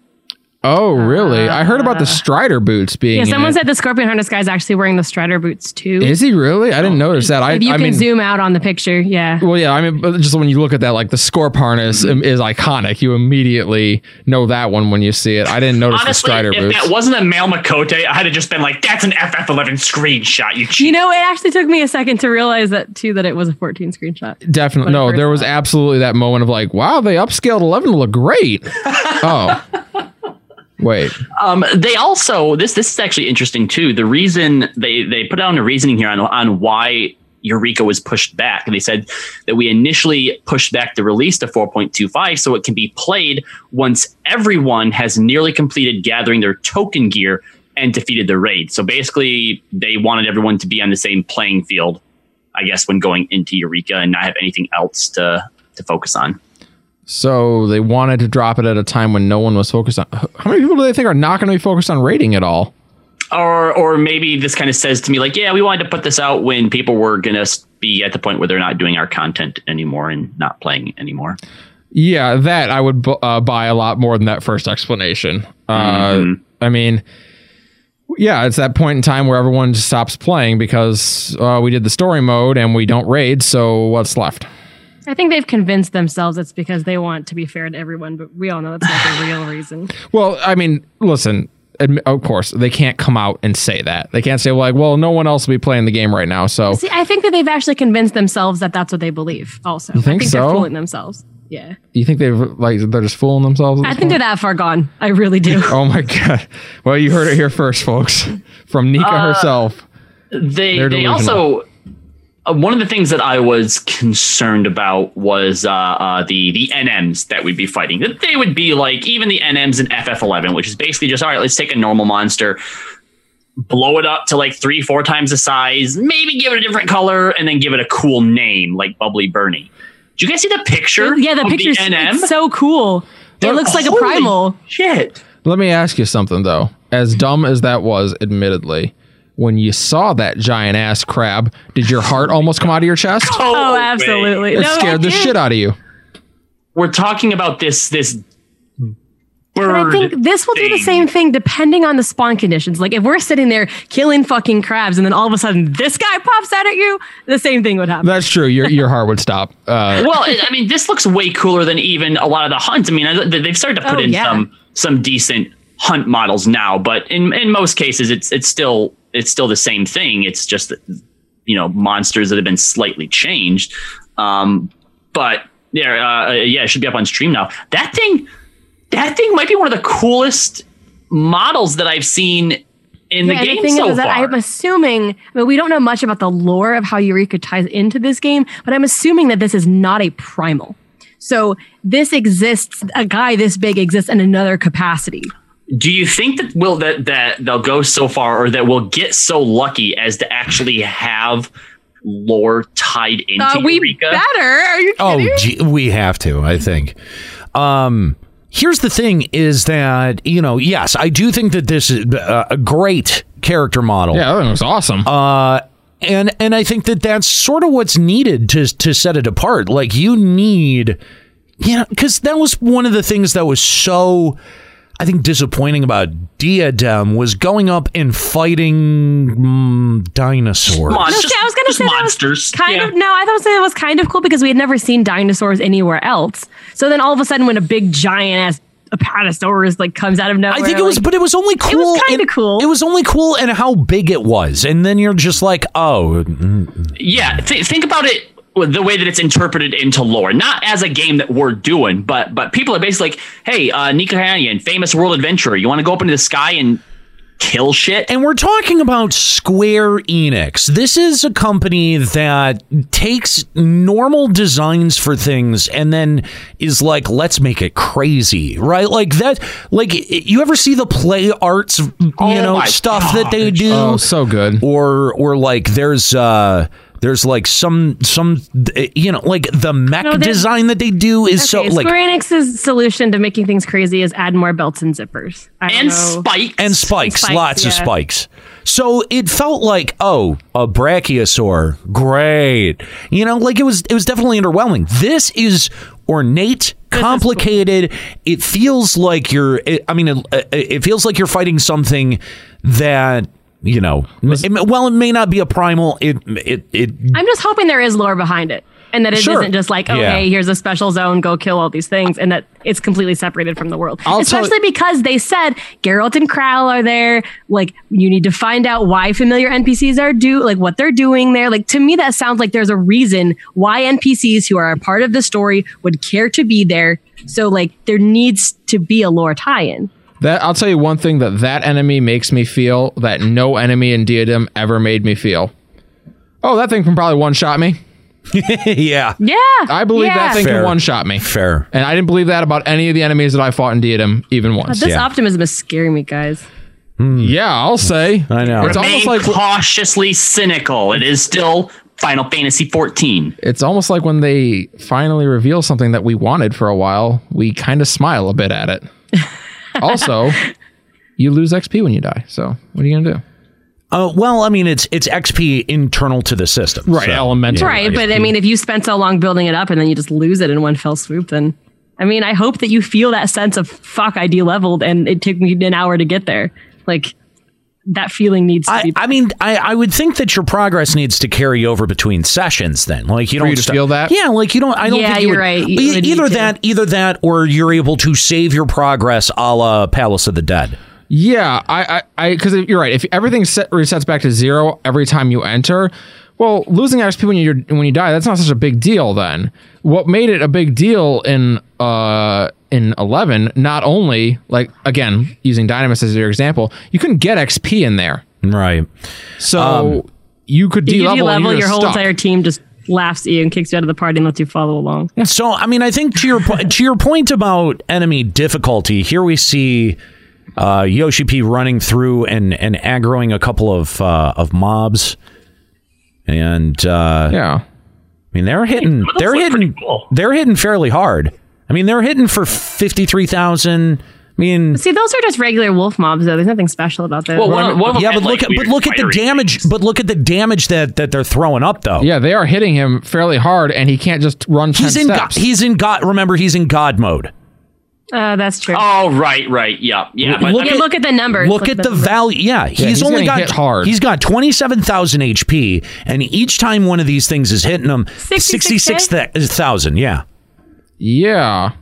S1: Oh, really? I heard about the Strider boots being.
S6: Ah. Yeah,
S1: in
S6: someone
S1: it.
S6: said the Scorpion Harness guy's actually wearing the Strider boots too.
S1: Is he really? I didn't notice that. I,
S6: Oh. If you
S1: I
S6: can
S1: mean,
S6: zoom out on the picture, yeah.
S1: Well, yeah, I mean, but just when you look at that, like the Scorp harness
S10: Mm-hmm.
S1: im- is iconic. You immediately know that one when you see it. I didn't notice the
S10: Honestly,
S1: Strider
S10: if
S1: boots.
S10: that wasn't a male Makote, I'd have just been like, "That's an FF11 screenshot." You cheat.
S6: You know, it actually took me a second to realize that too that it was a 14 screenshot.
S1: Definitely.
S6: When I
S1: No,
S6: first
S1: there was absolutely that moment of like, wow, they upscaled 11 to look great. oh. Wait.
S10: Um, they also this this is actually interesting too. The reason they they put down a reasoning here on on why Eureka was pushed back. And they said that we initially pushed back the release to 4.25 so it can be played once everyone has nearly completed gathering their token gear and defeated the raid. So basically, they wanted everyone to be on the same playing field, I guess, when going into Eureka and not have anything else to, to focus on.
S1: So they wanted to drop it at a time when no one was focused on. How many people do they think are not going to be focused on rating at all?
S10: or or maybe this kind of says to me like yeah we wanted to put this out when people were gonna s- be at the point where they're not doing our content anymore and not playing anymore
S1: Yeah, that I would bu- uh, buy a lot more than that first explanation. Uh, I mean, yeah, it's that point in time where everyone just stops playing because uh, we did the story mode and we don't raid, so what's left?
S6: I think they've convinced themselves it's because they want to be fair to everyone, but we all know that's not the real reason.
S1: Well, I mean, listen, admi- of course, they can't come out and say that. They can't say, like, well, no one else will be playing the game right now, so.
S6: See, I think that they've actually convinced themselves that that's what they believe. Also,
S1: You think
S6: I think they're
S1: so?
S6: fooling themselves. Yeah,
S1: You think they've like they're just fooling themselves? at
S6: I
S1: this
S6: think they're that far gone. I really do.
S1: Oh my god! Well, you heard it here first, folks, from Nika
S10: Uh,
S1: herself.
S10: they
S1: They're
S10: they
S1: delusional.
S10: also uh, one of the things that I was concerned about was uh, uh, the the NMs that we'd be fighting. That they would be like even the NMs in FF11, which is basically just all right. Let's take a normal monster, blow it up to like three, four times the size, maybe give it a different color, and then give it a cool name like Bubbly Bernie. Did you guys see the picture?
S6: Yeah, the
S10: of
S6: picture's
S10: NM?
S6: it's so cool.
S10: They're-
S6: it looks like a
S10: holy
S6: primal.
S10: Shit.
S1: Let me ask you something though. As dumb as that was, admittedly, when you saw that giant ass crab, did your heart almost come out of your chest?
S6: Oh, absolutely.
S1: It
S6: No,
S1: scared
S6: I
S1: the
S6: did.
S1: shit out of you.
S10: We're talking about this this
S6: But I
S10: bird.
S6: think this will do the same thing depending on the spawn conditions. Like if we're sitting there killing fucking crabs and then all of a sudden this guy pops out at you, the same thing would happen.
S1: That's true. Your your heart would stop. Uh,
S10: well, it- I mean, this looks way cooler than even a lot of the hunts. I mean, I- they've started to put
S6: Oh,
S10: in
S6: yeah.
S10: some some decent hunt models now, but in in most cases, it's it's still it's still the same thing. It's just that, you know monsters that have been slightly changed. Um, but there, uh, yeah, it should be up on stream now. That thing, that thing might be one of the coolest models that I've seen in
S6: Yeah,
S10: the game
S6: thing
S10: so
S6: is that
S10: far.
S6: I'm assuming, I mean, we don't know much about the lore of how Eureka ties into this game, but I'm assuming that this is not a primal. So this exists, a guy this big exists in another capacity.
S10: Do you think that will that that they'll go so far, or that we'll get so lucky as to actually have lore tied into
S6: Uh, we
S10: Eureka?
S6: better. Are you
S9: Oh,
S6: kidding?
S9: gee, we have to, I think. Um, here's the thing is that, you know, yes, I do think that this is uh, a great character model.
S1: Yeah, that was awesome.
S9: Uh, and and I think that that's sort of what's needed to to set it apart. Like you need yeah, cuz that was one of the things that was so I think disappointing about Diadem was going up and fighting mm, dinosaurs.
S6: No, see, I was gonna say that was kind of no. I thought it was kind of cool because we had never seen dinosaurs anywhere else. So then all of a sudden, when a big giant ass apatosaurus like comes out of nowhere,
S9: I think it was,
S6: like-
S9: but it was only cool.
S6: kinda
S9: in- It was only cool and how big it was, and then you're just like, oh, mm,
S10: yeah th- think about it with the way that it's interpreted into lore not as a game that we're doing but but people are basically like hey uh nico Hanyan, famous world adventurer you want to go up into the sky and kill shit
S9: and we're talking about Square Enix. This is a company that takes normal designs for things and then is like, let's make it crazy, right? Like that. Like you ever see the play arts, you know,
S1: my
S9: stuff that they do?
S1: Oh, so good.
S9: Or or like there's uh there's like some some you know like the mech
S6: No, they-
S9: design that they do is so
S6: Okay,
S9: like
S6: Square Enix's solution to making things crazy is add more belts and zippers I don't
S10: And
S6: know.
S10: spikes.
S9: and spikes,
S6: Spikes,
S9: lots of
S6: yeah.
S9: spikes. So it felt like, oh, a brachiosaur, great. You know, like it was it was definitely underwhelming. This is ornate, complicated. It feels like you're. It, I mean, it, it feels like you're fighting something that you know. it- well, it may not be a primal. It it it
S6: I'm just hoping there is lore behind it. And that it
S9: Sure.
S6: not just like, oh,
S9: Yeah.
S6: hey, here's a special zone, go kill all these things, and that it's completely separated from the world.
S1: I'll tell-
S6: Especially because they said Geralt and Prowl are there. Like, you need to find out why familiar NPCs are do, like what they're doing there. Like to me, that sounds like there's a reason why NPCs who are a part of the story would care to be there. So like, there needs to be a lore tie-in.
S1: That I'll tell you one thing that that enemy makes me feel that no enemy in Diadem ever made me feel. oh, that thing can probably one shot me.
S9: yeah.
S6: Yeah.
S1: I believe that thing
S9: Fair.
S1: can one shot me.
S9: Fair.
S1: And I didn't believe that about any of the enemies that I fought in Diadem, even
S6: God,
S1: once.
S6: Oh, this optimism is scaring me, guys.
S1: Yeah, I'll say.
S9: I know.
S1: It's almost
S10: Remain
S1: like
S10: cautiously cynical. It is still Final Fantasy 14.
S1: it's almost like when they finally reveal something that we wanted for a while, we kind of smile a bit at it. also, you lose XP when you die. So what are you gonna do?
S9: Uh, well, I mean, it's it's XP internal to the system,
S1: Right, elemental.
S6: right, but I mean, if you spent so long building it up and then you just lose it in one fell swoop, then I mean, I hope that you feel that sense of fuck, I de-leveled and it took me an hour to get there. Like that feeling needs to
S9: I,
S6: be.
S9: I mean, I, I would think that your progress needs to carry over between sessions. Then, like you
S1: For
S9: don't
S1: you to
S9: sta-
S1: feel that?
S9: Yeah, like you don't. I don't.
S6: Yeah,
S9: think you
S6: you're
S9: would-
S6: right. You
S9: e-
S6: would need
S9: either
S6: to.
S9: that, either that, or you're able to save your progress, a la Palace of the Dead.
S1: Yeah, I, I, I, because you're right. If everything set, resets back to zero every time you enter, well, losing XP when you when you die, that's not such a big deal. Then what made it a big deal in uh in eleven? Not only like again using Dynamis as your example, you couldn't get XP in there,
S9: Right.
S1: so
S9: Um,
S1: you could
S6: If you
S1: de-level, and
S6: de-level,
S1: you're
S6: your whole
S1: stuck.
S6: entire team just laughs at you and kicks you out of the party and lets you follow along.
S9: So, I mean, I think to your po- to your point about enemy difficulty, here we see uh, Yoshi P running through and and aggroing a couple of uh, of mobs, and uh,
S1: Yeah,
S9: I mean, they're hitting. They're hitting. They're hitting fairly hard. I mean, they're hitting for fifty three thousand. I mean,
S6: See, those are just regular wolf mobs, though. There's nothing special about those.
S10: Well, one, of- one of them
S9: yeah,
S10: had,
S9: but look
S10: like,
S9: at but
S10: weird
S9: look at the
S10: fiery
S9: damage.
S10: things.
S9: But look at the damage that that they're throwing up though.
S1: yeah, they are hitting him fairly hard, and he can't just run ten
S9: he's in. God,
S1: steps.
S9: he's in God. Remember, he's in God mode.
S6: uh, that's true.
S10: Oh, right, right. Yeah. Yeah. But,
S9: Look
S10: I
S6: yeah,
S10: mean,
S6: look at the numbers.
S9: Look at the value. Yeah, he's,
S1: he's
S9: only
S1: getting
S9: got
S1: hit hard.
S9: He's got twenty seven thousand HP, and each time one of these things is hitting him,
S6: 66K?
S9: sixty-six thousand. Yeah.
S1: yeah,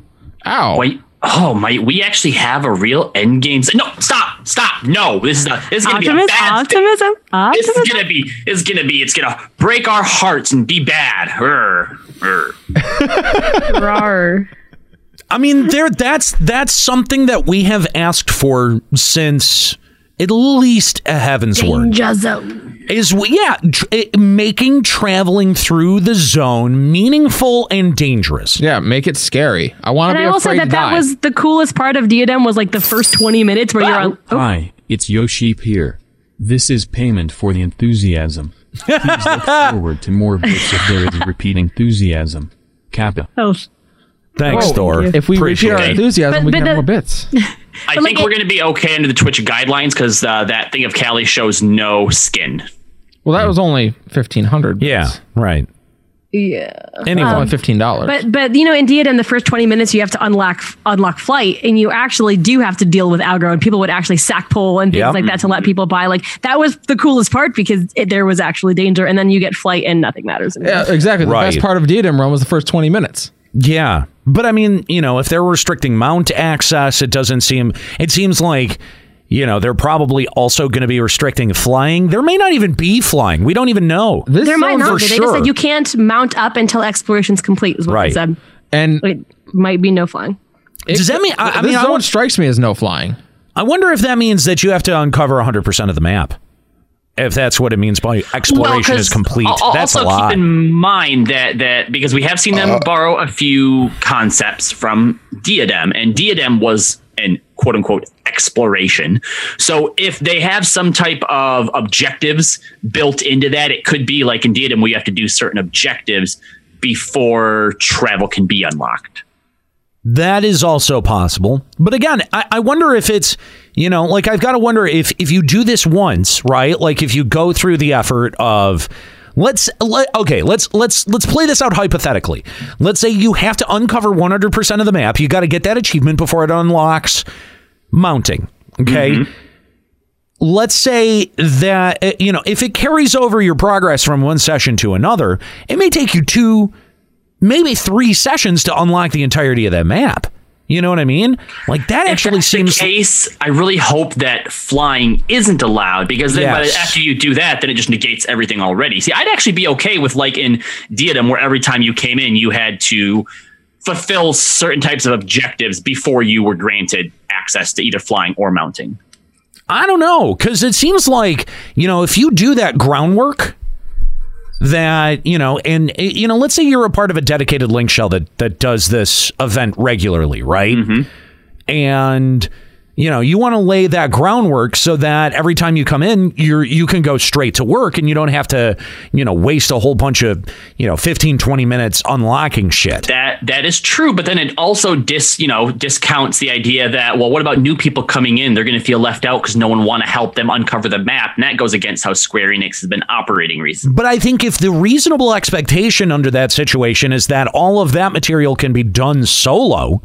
S1: ow.
S10: wait. Oh my! We actually have a real end game. se- No, stop, stop! No, this is not. This is gonna be a
S6: Optimism,
S10: bad. thing.
S6: optimism,
S10: This
S6: optimism.
S10: is gonna be. It's gonna be. It's gonna break our hearts and be bad. Err, err.
S6: Rawr.
S9: I mean, there that's that's something that we have asked for since at least a heaven's word
S6: Juzzo.
S9: is we, yeah, tr- it, making traveling through the zone meaningful and dangerous.
S1: Yeah, make it scary. I want
S6: And
S1: to be
S6: I will say
S1: afraid
S6: that
S1: to
S6: that
S1: die.
S6: was the coolest part of Diadem was like the first 20 minutes where you're on. Oh,
S14: Hi, it's Yoship here. This is payment for the enthusiasm. Please look forward to more bits if there is repeat enthusiasm. Kappa.
S6: health.
S9: Thanks,
S1: Oh,
S9: Thor.
S1: If we repeat
S9: appreciate
S1: our
S9: it.
S1: enthusiasm,
S6: But-
S1: we
S6: but
S1: can
S6: the-
S1: have more bits.
S10: I
S6: But,
S10: think
S6: like,
S10: we're gonna be okay under the Twitch guidelines because uh, that thing of Cali shows no skin.
S1: Well, that was only fifteen hundred.
S9: yeah, right.
S6: Yeah.
S1: anyway, only fifteen dollars.
S6: Um, But but you know, in Diadem, the first twenty minutes you have to unlock unlock flight, and you actually do have to deal with aggro, and people would actually sack pull and things
S9: Yep.
S6: like that to let people buy. Like that was the coolest part because it, there was actually danger, and then you get flight, and nothing matters. anymore.
S1: yeah, exactly. The best
S9: Right.
S1: part of Diadem Run was the first twenty minutes.
S9: Yeah. But I mean, you know, if they're restricting mount access, it doesn't seem it seems like you know, they're probably also going to be restricting flying. There may not even be flying. We don't even know.
S1: This
S6: There might
S1: zone
S6: not
S1: for
S6: be. They just
S1: sure.
S6: said you can't mount up until exploration's complete. Is what
S9: Right.
S6: they said.
S1: and
S6: It might be no flying.
S9: Does that mean? I, I
S1: this
S9: mean, I,
S1: zone
S9: won-
S1: strikes me as no flying.
S9: I wonder if that means that you have to uncover 100 percent of the map. If that's what it means by exploration is
S10: 'cause
S9: complete,
S10: al- al-
S9: that's a
S10: also
S9: lot.
S10: keep in mind that that because we have seen them borrow a few concepts from Diadem, and Diadem was an quote unquote exploration. So if they have some type of objectives built into that, it could be like in Diadem, we have to do certain objectives before travel can be unlocked.
S9: That is also possible. But again, I, I wonder if it's, you know, like I've got to wonder if if you do this once, right? Like if you go through the effort of let's let, okay, let's let's let's play this out hypothetically. Let's say you have to uncover 100% of the map. You got to get that achievement before it unlocks mounting, okay? let's say that uh, you know if it carries over your progress from one session to another it may take you two maybe three sessions to unlock the entirety of that map you know what i mean like that actually
S10: the
S9: seems
S10: case, I really hope that flying isn't allowed because then by the-
S9: Yes.
S10: after you do that, then it just negates everything already. See, I'd actually be okay with like in Diadem, where every time you came in, you had to fulfill certain types of objectives before you were granted access to either flying or mounting.
S9: i don't know because it seems like you know if you do that groundwork that you know and eh, you know let's say you're a part of a dedicated link shell that that does this event regularly right and you know you want to lay that groundwork so that every time you come in you're you can go straight to work and you don't have to you know waste a whole bunch of you know 15 20 minutes unlocking shit
S10: That that is true, but then it also dis you know discounts the idea that well, what about new people coming in? They're going to feel left out because no one want to help them uncover the map, and that goes against how Square Enix has been operating recently.
S9: But I think if the reasonable expectation under that situation is that all of that material can be done solo,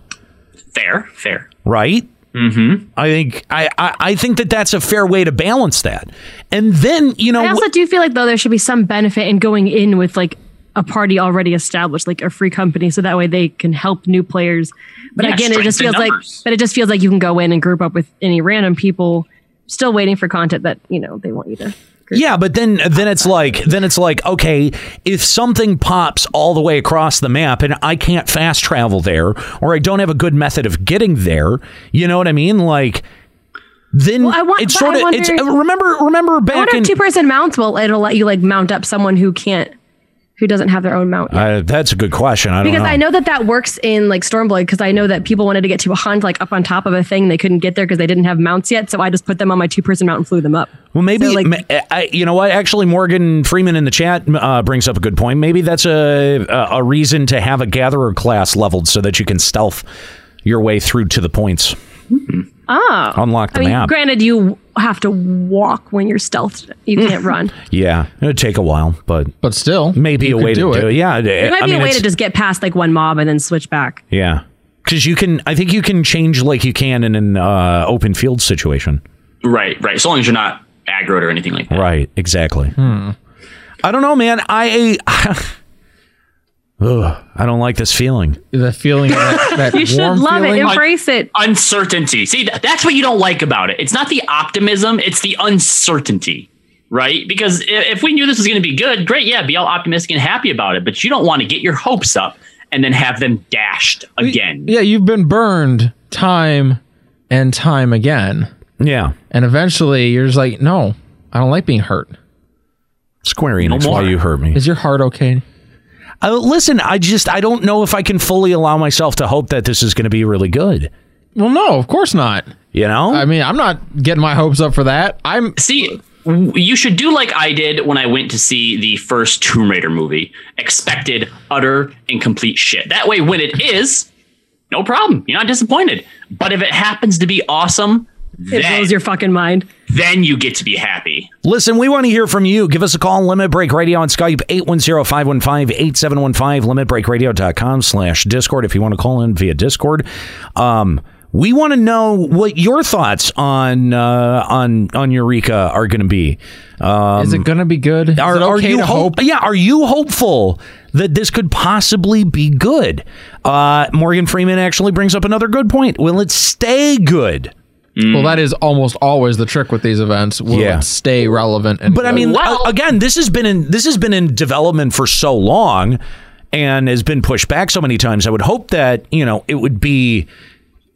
S10: Fair, fair.
S9: right? Mm-hmm. I think I, I I think that that's a fair way to balance that, and then you know
S6: I also do feel like though there should be some benefit in going in with like a party already established, like a free company, so that way they can help new players. But
S10: Yeah,
S6: again, it just
S10: strengthen
S6: feels
S10: numbers.
S6: like but it just feels like you can go in and group up with any random people, still waiting for content that you know they want you to.
S9: Yeah, but then then it's like then it's like okay, if something pops all the way across the map and I can't fast travel there or I don't have a good method of getting there, you know what I mean? Like then
S6: I want.
S9: it's
S6: but
S9: sort
S6: I
S9: of
S6: wonder-
S9: it's remember remember
S6: I
S9: back
S6: wonder
S9: in
S6: if two person mounts will it'll let you like mount up someone who can't, who doesn't have their own mount.
S9: Uh, that's a good question. I don't
S6: because
S9: know.
S6: I know that that works in like Stormblood because I know that people wanted to get to a hunt like up on top of a thing they couldn't get there because they didn't have mounts yet so I just put them on my two person mount and flew them up.
S9: Well, maybe
S6: So, like-
S9: ma- I, you know what? Actually, Morgan Freeman in the chat uh, brings up a good point. Maybe that's a a a reason to have a gatherer class leveled so that you can stealth your way through to the points.
S6: Oh,
S9: Unlock the
S6: I mean,
S9: map.
S6: Granted, you have to walk when you're stealthed. You can't run.
S9: Yeah, it'd take a while, but
S1: but still,
S9: maybe a
S1: could
S9: way
S1: do
S9: to
S1: it.
S9: do it. Yeah,
S6: It might
S9: I
S6: be
S9: mean,
S6: a way
S9: it's-
S6: to just get past like one mob and then switch back.
S9: yeah, because you can. I think you can change like you can in an uh, open field situation.
S10: Right, right. So long as you're not aggroed or anything like that.
S9: Right. Exactly.
S1: Hmm.
S9: I don't know, man. I. Ugh, I don't like this feeling.
S1: The feeling that, that
S6: You should
S1: warm
S6: love it.
S1: feeling.
S6: Embrace it.
S10: Uncertainty. See, th- that's what you don't like about it. It's not the optimism; it's the uncertainty. Right? Because i- if we knew this was going to be good, great, yeah, be all optimistic and happy about it. But you don't want to get your hopes up and then have them dashed again.
S1: Yeah, you've been burned time and time again.
S9: Yeah.
S1: And eventually you're just like, no, I don't like being hurt.
S9: Square Enix, why you hurt me?
S1: Is your heart okay?
S9: Uh, listen, I just I don't know if I can fully allow myself to hope that this is going to be really good.
S1: Well, no, of course not.
S9: You know?
S1: I mean, I'm not getting my hopes up for that. I'm
S10: See, w- you should do like I did when I went to see the first Tomb Raider movie. Expected utter and complete shit. That way, when it is, no problem. You're not disappointed. But if it happens to be awesome,
S6: It
S10: then,
S6: blows your fucking mind.
S10: then you get to be happy.
S9: Listen, we want to hear from you. Give us a call, Limit Break Radio on Skype, 810-515-8715, limitbreakradio.com slash Discord if you want to call in via Discord. Um, we want to know what your thoughts on uh, on on Eureka are going to be. Um,
S1: Is it gonna be good? Is
S9: are,
S1: it
S9: are
S1: okay
S9: you
S1: to
S9: hope- Yeah, are you hopeful that this could possibly be good? Uh, Morgan Freeman actually brings up another good point. Will it stay good?
S1: Well, that is almost always the trick with these events. Will
S9: Yeah.
S1: it stay relevant? And
S9: But I mean,
S10: Well-
S9: a- again, this has been in this has been in development for so long, and has been pushed back so many times. I would hope that you know it would be.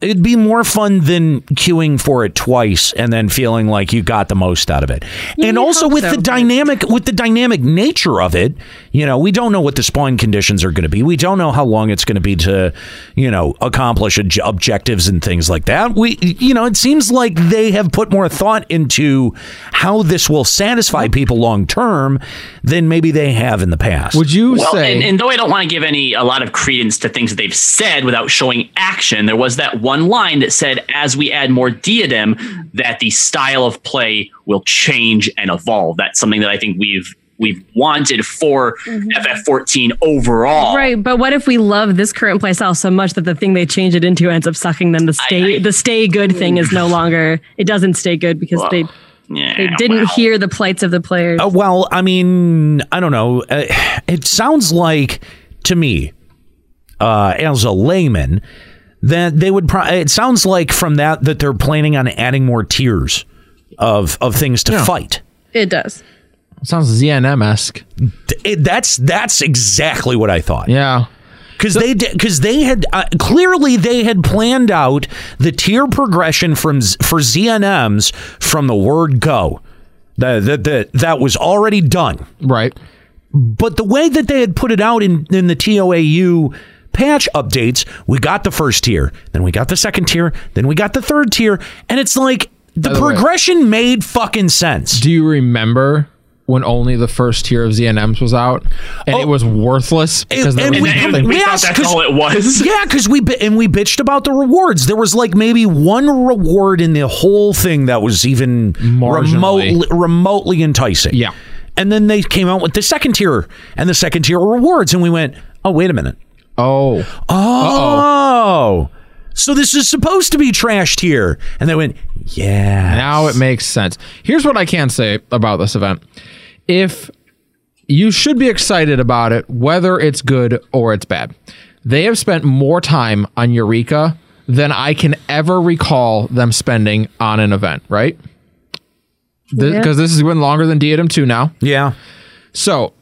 S9: It'd be more fun than queuing for it twice and then feeling like you got the most out of it. and
S15: you
S9: also
S15: hope
S9: with
S15: so,
S9: the
S15: but-
S9: dynamic with the dynamic nature of it, you know, we don't know what the spawn conditions are going to be. We don't know how long it's going to be to, you know, accomplish obj- objectives and things like that. We you know, it seems like they have put more thought into how this will satisfy people long term than maybe they have in the past.
S1: would you
S10: Well,
S1: say?
S10: and, and though I don't want to give any a lot of credence to things that they've said without showing action, there was that one line that said, "As we add more diadem, that the style of play will change and evolve." That's something that I think we've we've wanted for FF14 overall.
S6: Mm-hmm. Right, but what if we love this current playstyle so much that the thing they change it into ends up sucking? Then the stay the stay good thing is no longer. It doesn't stay good because they
S10: Yeah,
S6: they didn't
S10: well.
S6: hear the plights of the players.
S9: Uh, well, I mean, I don't know. Uh, it sounds like to me, uh, as a layman, that they would. Pro- it sounds like from that that they're planning on adding more tiers of of things to fight.
S6: It does.
S1: sounds ZNM esque.
S9: Th- it- that's that's exactly what I thought.
S1: Yeah.
S9: Because they because they had uh, clearly they had planned out the tier progression from Z- for ZNMs from the word go. The, the, the, that was already done.
S1: Right.
S9: But the way that they had put it out in, in the TOAU patch updates, we got the first tier, then we got the second tier, then we got the third tier, and it's like the,
S1: the way-
S9: progression made fucking sense.
S1: Do you remember when only the first tier of ZNMs was out and
S10: Oh.
S1: it was worthless because there was nothing?
S9: Yeah, because we bi- and we bitched about the rewards. There was like maybe one reward in the whole thing that was even remotely, remotely enticing. Yeah, and then they came out with the second tier and the second tier rewards, and we went, oh wait a minute,
S1: oh
S9: oh. So this is supposed to be trashed here, and they went, yeah.
S1: Now it makes sense. Here's what I can say about this event. If you should be excited about it, whether it's good or it's bad. They have spent more time on Eureka than I can ever recall them spending on an event, right? Because
S6: Yeah.
S1: this has been longer than Diadem 2 now.
S9: Yeah.
S1: So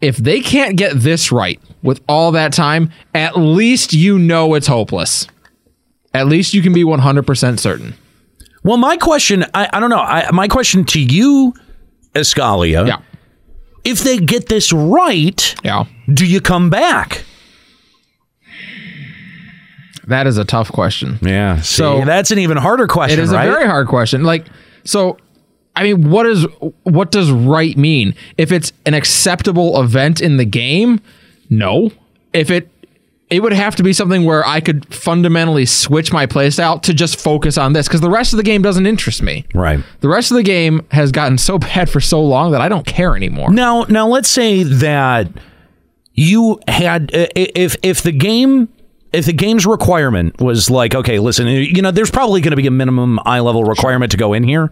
S1: if they can't get this right with all that time, at least you know it's hopeless. At least you can be 100% certain.
S9: Well, my question, I, I don't know. I, my question to you, Escalia. Yeah. If they get this right,
S1: yeah.
S9: do you come back?
S1: That is a tough question.
S9: Yeah. See, that's an even harder question,
S1: It is
S9: right?
S1: a very hard question. Like, so, I mean, what is what does right mean? If it's an acceptable event in the game, no. If it it would have to be something where I could fundamentally switch my playstyle to just focus on this because the rest of the game doesn't interest me.
S9: Right.
S1: The rest of the game has gotten so bad for so long that I don't care anymore.
S9: Now, now let's say that you had i- i- if if the game if the game's requirement was like, okay, listen, uh, you know, there's probably going to be a minimum eye level requirement to go in here.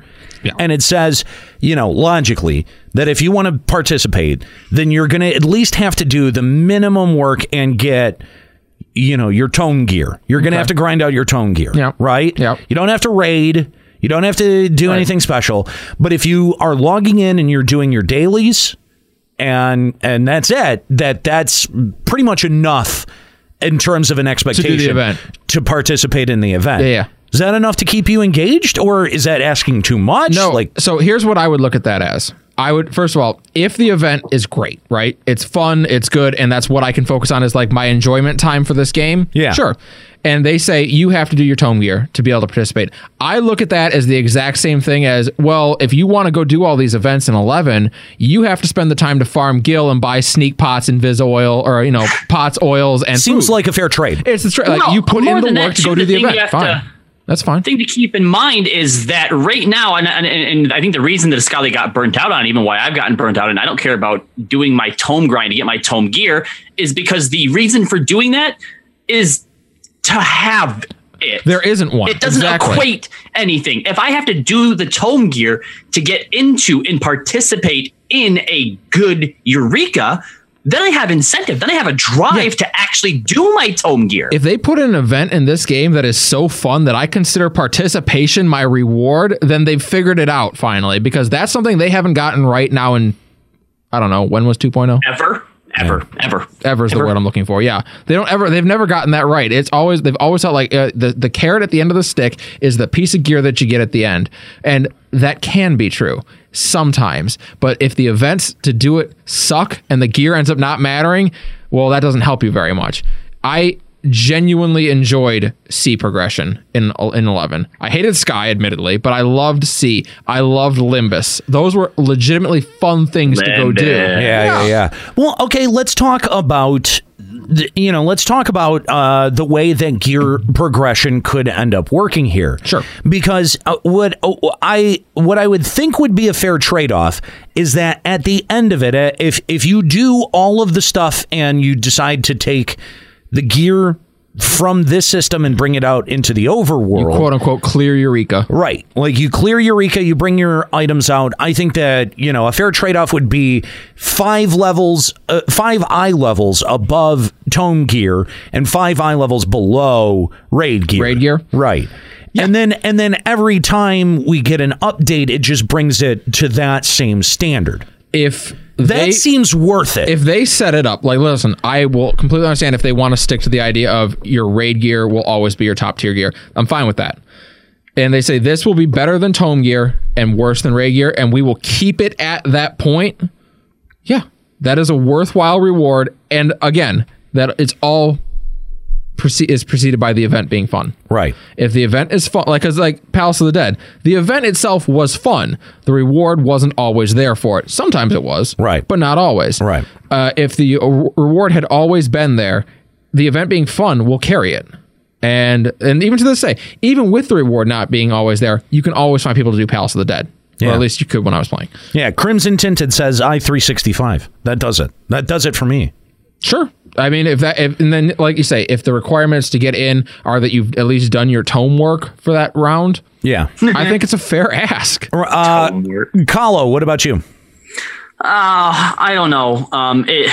S9: And it says, you know, logically that if you want to participate, then you're going to at least have to do the minimum work and get you know, your tone gear. You're going to have to grind out your tone gear, right? Yeah. You don't have to raid. You don't have to do anything special. But if you are logging in and you're doing your dailies and and that's it, that that's pretty much enough in terms of an expectation
S1: event.
S9: to participate in the event.
S1: Yeah, yeah.
S9: Is that enough to keep you engaged or is that asking too much?
S1: No. Like, so here's what I would look at that as. I would first of all, if the event is great, right? It's fun, it's good, and that's what I can focus on is like my enjoyment time for this game. Yeah, sure. And they say you have to do your tome gear to be able to participate. I look at that as the exact same thing as well. If you want to go do all these events in eleven, you have to spend the time to farm Gil and buy sneak pots and Viz oil or you know pots, oils, and
S9: Seems
S1: food.
S9: like a fair trade.
S1: It's the trade.
S10: Well,
S1: like you put
S10: more
S1: in the
S10: than that,
S1: work to
S10: too,
S1: go do
S10: the
S1: the
S10: thing you
S1: event.
S10: have
S1: Fine,
S10: to-
S1: that's fine.
S10: thing to keep in mind is that right now, and and, and I think the reason that Ascali got burnt out on, even why I've gotten burnt out, and I don't care about doing my tome grind to get my tome gear, is because the reason for doing that is to have it.
S1: There isn't one.
S10: It doesn't
S1: Exactly.
S10: equate anything. If I have to do the tome gear to get into and participate in a good Eureka, then I have incentive. Then I have a drive to actually do my tome gear.
S1: If they put an event in this game that is so fun that I consider participation my reward, then they've figured it out finally because that's something they haven't gotten right now in I don't know, when was oh? 2.0?
S10: Ever. Ever, ever,
S1: Ever is the word I'm looking for. Yeah, they don't ever. They've never gotten that right. It's always they've always felt like uh, the the carrot at the end of the stick is the piece of gear that you get at the end, and that can be true sometimes. But if the events to do it suck and the gear ends up not mattering, well, that doesn't help you very much. I genuinely enjoyed C progression in in 11. I hated Sky admittedly, but I loved C. I loved Limbus. Those were legitimately fun things to go do.
S9: Yeah, yeah, yeah. Well, okay, let's talk about th- you know, let's talk about uh, the way that gear progression could end up working here. Sure. Because uh, what uh, I what I would think would be a fair trade off is that at the end of it, uh, if if you do all of the stuff and you decide to take the gear from this system and bring it out into the overworld,
S1: quote unquote clear Eureka.
S9: Right. Like you clear Eureka, you bring your items out. I think that, you know, a fair trade off would be five levels, uh, five eye levels above tome gear and five eye levels below raid gear. Raid
S1: gear.
S9: Right. And then and then every time we get an update, it just brings it to that same standard.
S1: If
S9: that seems worth it.
S1: If they set it up, like, listen, I will completely understand if they want to stick to the idea of your raid gear will always be your top tier gear. I'm fine with that. And they say this will be better than tome gear and worse than raid gear, and we will keep it at that point. Yeah, That is a worthwhile reward, and again, that it's all proce- is preceded by the event being fun.
S9: Right.
S1: If the event is fun, like because like Palace of the Dead, the event itself was fun. The reward wasn't always there for it. Sometimes it was. Right. But not always. Right. Uh, if the uh, reward had always been there, the event being fun will carry it. And and even to this day, even with the reward not being always there, you can always find people to do Palace of the Dead. Or
S9: Yeah.
S1: at least you could when I was playing.
S9: Yeah, Crimson Tinted says i365. That does it. That does it for me.
S1: Sure. I mean, if that, if, and then like you say, if the requirements to get in are that you've at least done your tome work for that round,
S9: yeah,
S1: I think it's a fair ask.
S9: Uh, Kahlo, what about you?
S10: Uh, I don't know. Um, it,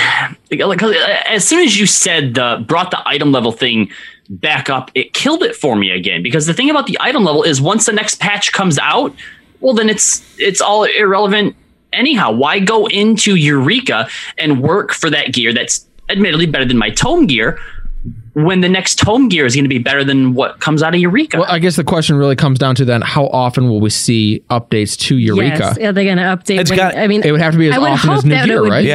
S10: like, 'cause uh, as soon as you said the brought the item level thing back up, it killed it for me again. Because the thing about the item level is once the next patch comes out, well, then it's it's all irrelevant anyhow. Why go into Eureka and work for that gear that's admittedly better than my tome gear when the next tome gear is going to be better than what comes out of Eureka?
S1: Well, I guess the question really comes down to then how often will we see updates to Eureka?
S6: Yes. Are they going to update? when- I mean,
S1: it would have to be as
S6: I would
S1: often
S6: hope
S1: as New
S6: that it
S1: Year,
S6: would
S1: right?
S6: be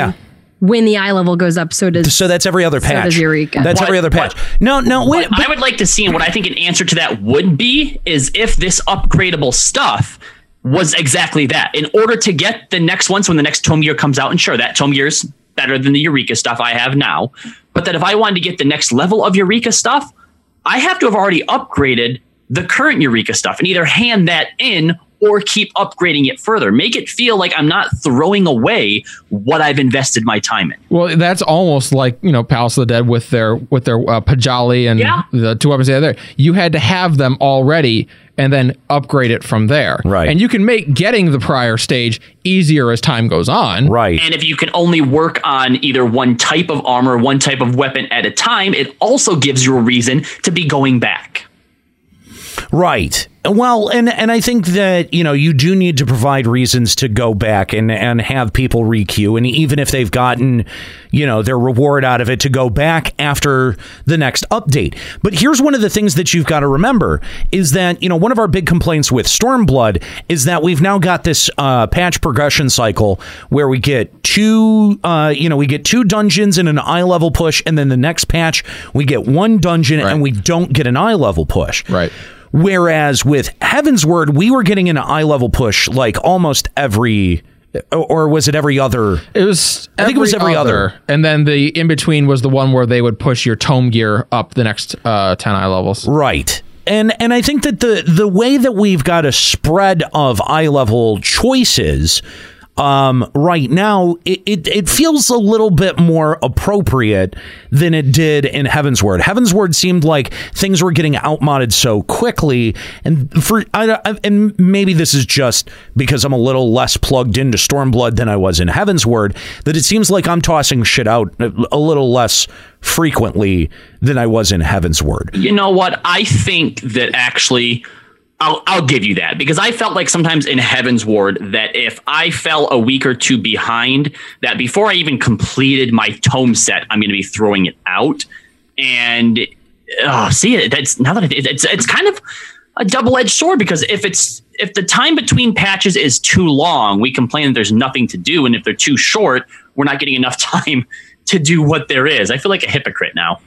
S6: When the eye level goes up, so does
S9: so that's every other
S6: So
S9: patch.
S6: does Eureka.
S9: That's every other patch. No, no. Wait,
S10: I would like to see, and what I think an answer to that would be, is if this upgradable stuff was exactly that. In order to get the next ones when the next Tome Gear comes out, and sure, that Tome Gear's better than the Eureka stuff I have now, but that if I wanted to get the next level of Eureka stuff, I have to have already upgraded the current Eureka stuff and either hand that in or keep upgrading it further. Make it feel like I'm not throwing away what I've invested my time in.
S1: Well, that's almost like you know Palace of the Dead with their with their uh, Pajali and
S10: Yeah.
S1: the two weapons they had there. You had to have them already and then upgrade it from there. Right. And you can make getting the prior stage easier as time goes on.
S9: Right.
S10: And if you can only work on either one type of armor, one type of weapon at a time, it also gives you a reason to be going back.
S9: Right. Well, and and I think that you know you do need to provide reasons to go back and and have people requeue, and even if they've gotten you know their reward out of it, to go back after the next update. But here's one of the things that you've got to remember is that you know one of our big complaints with Stormblood is that we've now got this uh, patch progression cycle where we get two uh, you know we get two dungeons and an eye level push, and then the next patch we get one dungeon and we don't get an eye level push. Right. Whereas with Heaven's Word, we were getting an eye level push like almost every, or was it every other?
S1: It was.
S9: I think it was every other.
S1: And then the in between was the one where they would push your tome gear up the next uh, 10 eye levels.
S9: Right. And and I think that the the way that we've got a spread of eye level choices um, right now, it, it it feels a little bit more appropriate than it did in Heaven's Word. Heaven's Word seemed like things were getting outmoded so quickly, and for I, I, and maybe this is just because I'm a little less plugged into Stormblood than I was in Heaven's Word that it seems like I'm tossing shit out a a little less frequently than I was in Heaven's Word.
S10: You know what? I think that actually I'll I'll give you that because I felt like sometimes in Heaven's Ward that if I fell a week or two behind, that before I even completed my tome set, I'm going to be throwing it out. And oh, see, that's now that it, it's it's kind of a double edged sword because if it's if the time between patches is too long, we complain that there's nothing to do, and if they're too short, we're not getting enough time to do what there is. I feel like a hypocrite now.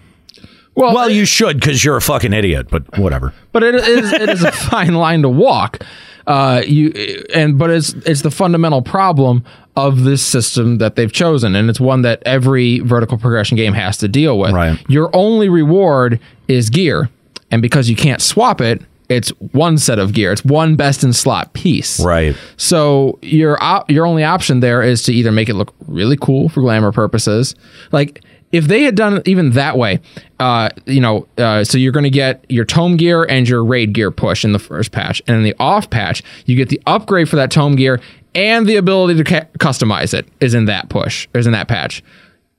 S9: Well, you should because you're a fucking idiot, but whatever.
S1: but it is it is a fine line to walk. Uh, you and but it's it's the fundamental problem of this system that they've chosen, and it's one that every vertical progression game has to deal with. Right. Your only reward is gear, and because you can't swap it, it's one set of gear. It's one best in slot piece.
S9: Right.
S1: So your op- your only option there is to either make it look really cool for glamour purposes, like if they had done it even that way, uh, you know, uh, so you're going to get your tome gear and your raid gear push in the first patch, and in the off patch, you get the upgrade for that tome gear and the ability to ca- customize it is in that push, is in that patch.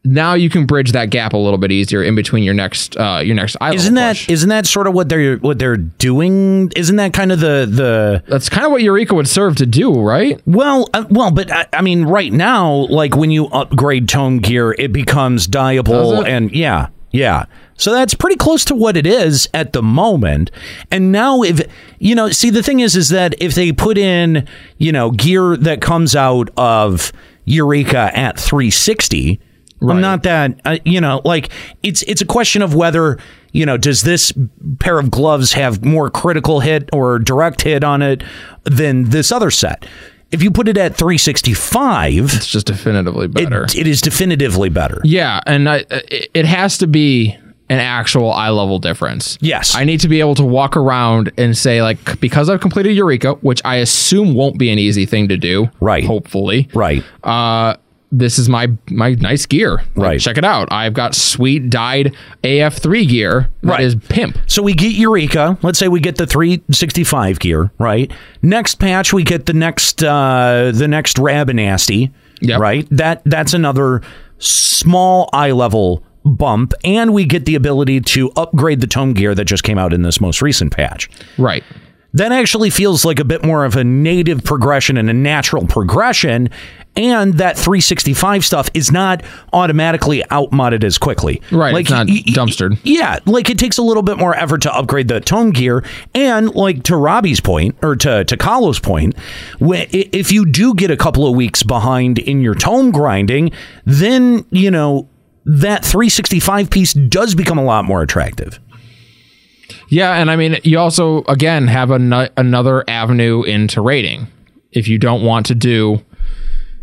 S1: Now you can bridge that gap a little bit easier in between your next uh, your next island.
S9: Isn't that not that sort of what they're what they're doing? Isn't that kind of the the
S1: That's kind of what Eureka would serve to do, right?
S9: Well, uh, well, but I, I mean, right now, like when you upgrade tome gear, it becomes dieable, and yeah, yeah. So that's pretty close to what it is at the moment. And now, if you know, see, the thing is, is that if they put in, you know, gear that comes out of Eureka at 360. I'm not that uh, you know like it's it's a question of whether you know does this pair of gloves have more critical hit or direct hit on it than this other set. If you put it at 365, it's
S1: just definitively
S9: better. it is definitively better.
S1: Yeah, and I, uh, it it has to be an actual eye level difference.
S9: Yes.
S1: I need to be able to walk around and say like because I've completed Eureka, which I assume won't be an easy thing to do. Right. Hopefully.
S9: Right.
S1: Uh this is my my nice gear. right. Check it out. I've got sweet dyed AF3 gear that
S9: Right.
S1: is pimp.
S9: So we get Eureka. Let's say we get the 365 gear, right? Next patch we get the next uh the next Rabinasty, right? That that's another small eye level bump and we get the ability to upgrade the tome gear that just came out in this most recent patch.
S1: Right.
S9: That actually feels like a bit more of a native progression and a natural progression. And that 365 stuff is not automatically outmodded as quickly.
S1: Right. it's not dumpstered.
S9: Yeah, like it takes a little bit more effort to upgrade the tone gear, and like to Robbie's point or to to Kahlo's point, when, i- if you do get a couple of weeks behind in your tome grinding, then you know that 365 piece does become a lot more attractive.
S1: Yeah, and I mean, you also again have an- another avenue into rating. If you don't want to do,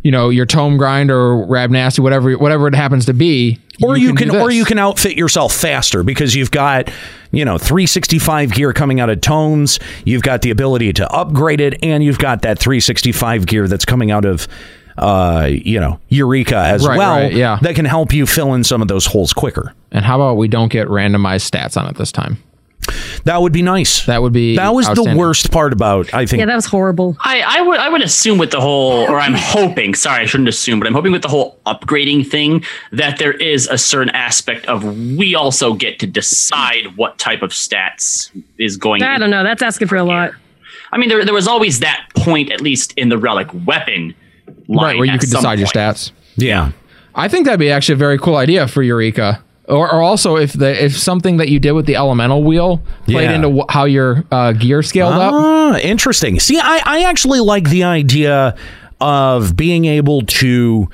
S1: you know, your tome grind or rab nasty, whatever, whatever it happens to be,
S9: Or you, can,
S1: do
S9: or
S1: this.
S9: you can outfit yourself faster because you've got you know 365 gear coming out of tomes, you've got the ability to upgrade it, and you've got that 365 gear that's coming out of uh you know Eureka as
S1: Right,
S9: well.
S1: right, yeah.
S9: that can help you fill in some of those holes quicker.
S1: And how about we don't get randomized stats on it this time?
S9: That would be nice.
S1: That would be.
S9: That was the
S1: outstanding.
S9: worst part about I think.
S6: Yeah, that was horrible.
S10: I, I would I would assume with the whole or I'm hoping sorry I shouldn't assume but I'm hoping with the whole upgrading thing that there is a certain aspect of we also get to decide what type of stats is going.
S6: I don't know. That's asking for a lot.
S10: I mean there there was always that point at least in the relic weapon line
S1: right where you
S10: at
S1: could
S10: some
S1: decide your
S10: point.
S1: stats.
S9: Yeah,
S1: I think that'd be actually a very cool idea for Eureka. Or, or also if the if something that you did with the elemental wheel played
S9: Yeah.
S1: into wh- how your uh, gear scaled up.
S9: Ah, interesting. See, I, I actually like the idea of being able to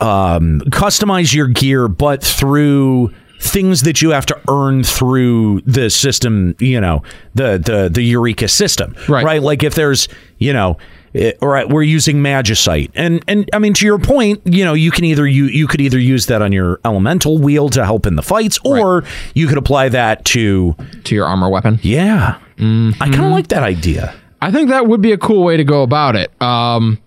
S9: um, customize your gear, but through things that you have to earn through the system, you know, the the the Eureka system, right? Right. Like if there's, you know. It, all right, we're using magicite, and and I mean to your point, you know, you can either you you could either use that on your elemental wheel to help in the fights, or you could apply that to
S1: to your armor weapon.
S9: Yeah, I kind of like that idea.
S1: I think that would be a cool way to go about it. Um,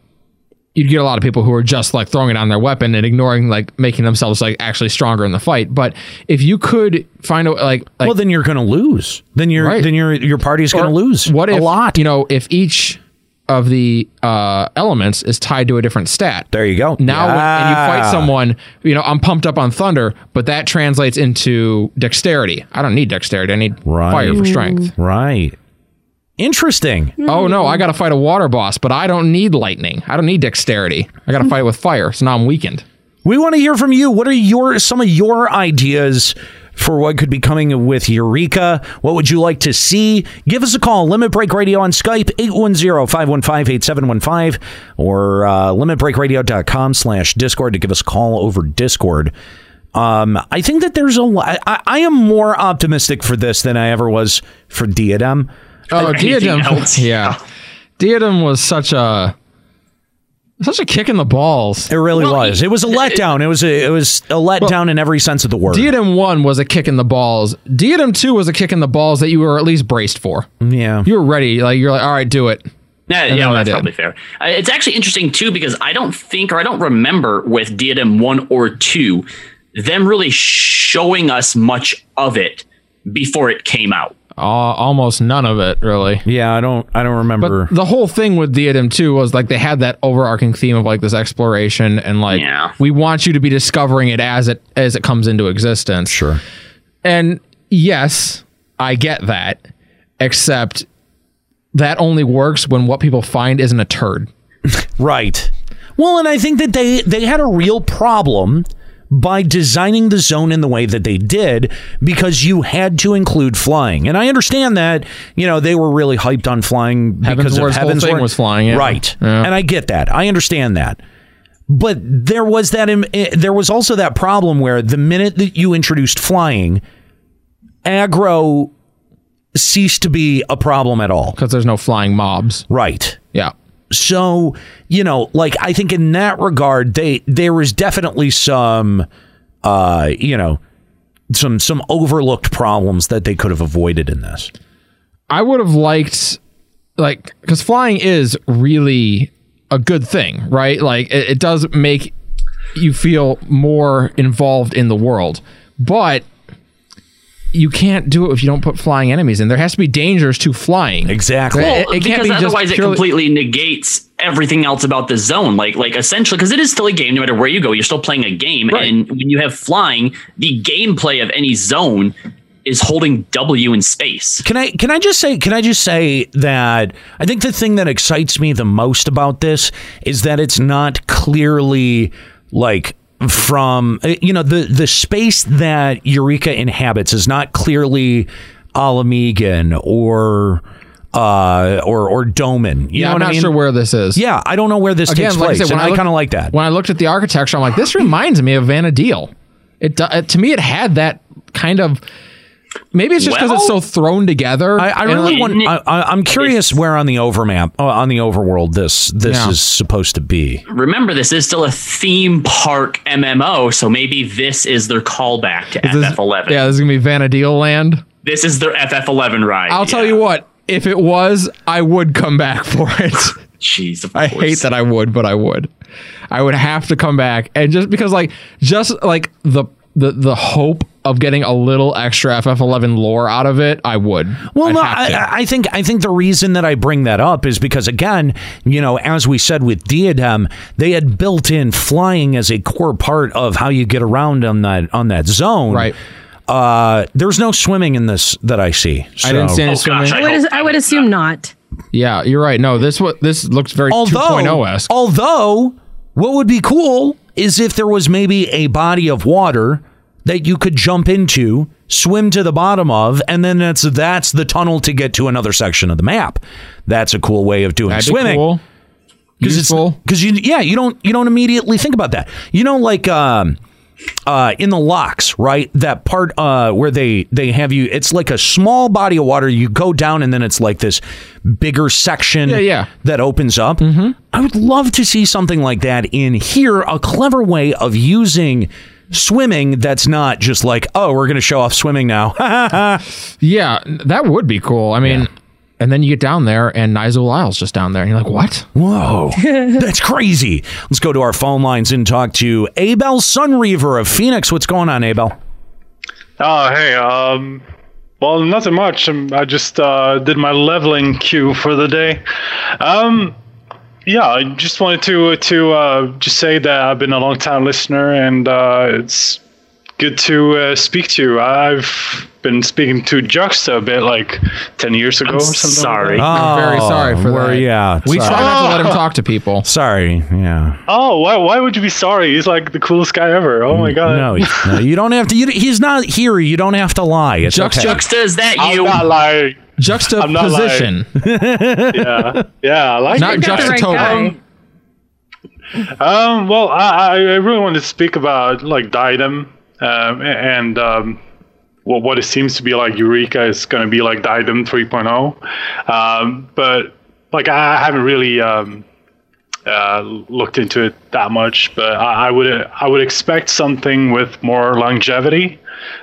S1: you'd get a lot of people who are just like throwing it on their weapon and ignoring like making themselves like actually stronger in the fight. But if you could find a like, like
S9: well, then you're going to lose. Then you're
S1: Right.
S9: then your your party's going to lose.
S1: what
S9: a
S1: if,
S9: lot?
S1: You know, if each of the uh, elements is tied to a different stat.
S9: There you go. Ah,
S1: Now, when, and you
S9: Yeah.
S1: fight someone, you know, I'm pumped up on thunder, but that translates into dexterity. I don't need dexterity. I need fire for strength.
S9: Right. Interesting.
S1: Oh no, I got to fight a water boss, but I don't need lightning. I don't need dexterity. I got to fight with fire, so now I'm weakened.
S9: We want to hear from you. What are your some of your ideas for what could be coming with Eureka? What would you like to see? Give us a call. Limit Break Radio on Skype, 810-515-8715 or uh, limitbreakradio.com slash Discord to give us a call over Discord. Um, I think that there's a lot. I, I am more optimistic for this than I ever was for Diadem.
S1: Oh, Diadem.
S9: else?
S1: Yeah. Diadem was such a such a kick in the balls.
S9: It really was. It was a letdown. It was a, it was a letdown in every sense of the word.
S1: Diadem 1 was a kick in the balls. Diadem 2 was a kick in the balls that you were at least braced for.
S9: Yeah.
S1: You were ready. Like you're like, "All right, do it."
S10: Yeah,
S1: And
S10: yeah,
S1: then
S10: well,
S1: I
S10: that's
S1: did.
S10: probably fair. Uh, It's actually interesting too because I don't think or I don't remember with Diadem one or two them really showing us much of it before it came out.
S1: Uh, almost none of it, really.
S9: Yeah, I don't I don't remember.
S1: But the whole thing with Diadem 2 was like they had that overarching theme of like this exploration and like we want you to be discovering it as it as it comes into existence.
S9: Sure.
S1: And yes, I get that. Except that only works when what people find isn't a turd.
S9: Right. Well, and I think that they they had a real problem by designing the zone in the way that they did because you had to include flying. And I understand that, you know, they were really hyped on flying
S1: Heaven's
S9: because
S1: Ward's
S9: of
S1: whole
S9: Heaven's
S1: thing
S9: Ward.
S1: was flying, yeah.
S9: Right. And I get that. I understand that. But there was that. im- eh, There was also that problem where the minute that you introduced flying, aggro ceased to be a problem at all because
S1: there's no flying mobs.
S9: Right.
S1: Yeah.
S9: So you know, like I think in that regard, they there was definitely some, uh, you know, some some overlooked problems that they could have avoided in this.
S1: I would have liked like because flying is really a good thing, right? Like it, it does make you feel more involved in the world, but you can't do it if you don't put flying enemies in. There has to be dangers to flying.
S9: Exactly.
S16: Well, because otherwise it completely negates everything else about the zone. Like, like essentially, because it is still a game. No matter where you go, you're still playing a game. And when you have flying, the gameplay of any zone is holding W in space.
S9: Can I can I just say can I just say that I think the thing that excites me the most about this is that it's not clearly like from eh, you know the the space that Eureka inhabits is not clearly Alamegan or uh or or Doman. You
S1: yeah,
S9: know
S1: I'm
S9: what
S1: not
S9: I mean?
S1: sure where this is.
S9: Yeah, I don't know where this takes
S1: like
S9: place.
S1: said,
S9: and I,
S1: look-
S9: kind of like that.
S1: When I looked at the architecture, I'm like, this reminds me of Vanadil. It do- uh, to me, it had that kind of. Maybe it's just because it's so
S9: Well-
S1: thrown together.
S9: I, I really want. I, I- I'm curious where on the overmap, uh, on the overworld, this this
S16: Yeah.
S9: is supposed to be.
S16: Remember, this is still a theme park MMO, so maybe this is their callback to
S1: Is this-
S16: FF11.
S1: Yeah, this is gonna be Vanadil land.
S16: This is their FF11 ride.
S1: I'll tell you what, if it was, I would come back for it.
S16: Jeez, of
S1: I hate that I would, but I would. I would have to come back, and just because, like, just like the the the hope of getting a little extra FF11 lore out of it, I would.
S9: Well, no, I, I- I think I think the reason that I bring that up is because again, you know, as we said with Diadem, they had built in flying as a core part of how you get around on that on that zone. Right. Uh, there's no swimming in this that I see.
S1: I didn't see any Oh, gosh, swimming.
S6: I would, I would assume not.
S1: Yeah, you're right. No, this what this looks very
S9: Although-
S1: 2.0 esque.
S9: Although, what would be cool is if there was maybe a body of water that you could jump into, swim to the bottom of, and then that's that's the tunnel to get to another section of the map. That's a cool way of doing
S1: That'd be
S9: swimming.
S1: cool.
S9: Because it's because you yeah you don't you don't immediately think about that. You know like um uh in the locks right that part uh where they they have you it's like a small body of water you go down and then it's like this bigger section
S1: Yeah, yeah. Mm-hmm.
S9: that opens up. I would love to see something like that in here. A clever way of using swimming that's not just like oh we're gonna show off swimming now.
S1: yeah, that would be cool. I mean, and then you get down there, and Nigel Lyle's just down there, and you're like, what?
S9: Whoa, that's crazy. Let's go to our phone lines and talk to Abel Sunreaver of Phoenix. What's going on, Abel?
S10: Oh, hey, um, well, nothing much. Um, I just uh, did my leveling queue for the day. Um, yeah, I just wanted to to uh, just say that I've been a long time listener, and uh, it's good to uh, speak to you. I've been speaking to Juxta a bit, like ten years ago or something.
S16: Sorry,
S1: I'm very sorry for
S9: we're-
S1: that.
S9: Oh, yeah,
S1: we
S9: sorry.
S1: try not to let
S6: Oh.
S1: him talk to people.
S9: Sorry, yeah.
S10: Oh, why why would you be sorry? He's like the coolest guy ever. Oh my
S1: Uh,
S10: god.
S9: No, no, you don't have to. You, he's not here. You don't have to lie. It's
S1: Juxta-
S9: okay.
S16: Juxta, is that
S10: I'm
S16: you?
S10: not lying. I'm not lying.
S1: Juxtaposition.
S10: yeah, yeah, I like
S1: Not
S10: it.
S1: juxtatober.
S10: Um, well, I, I I really wanted to speak about like Diadem, um, and um, what what it seems to be like Eureka is going to be like Diadem 3.0, um, but like I I haven't really um, uh, looked into it that much, but I, I would I would expect something with more longevity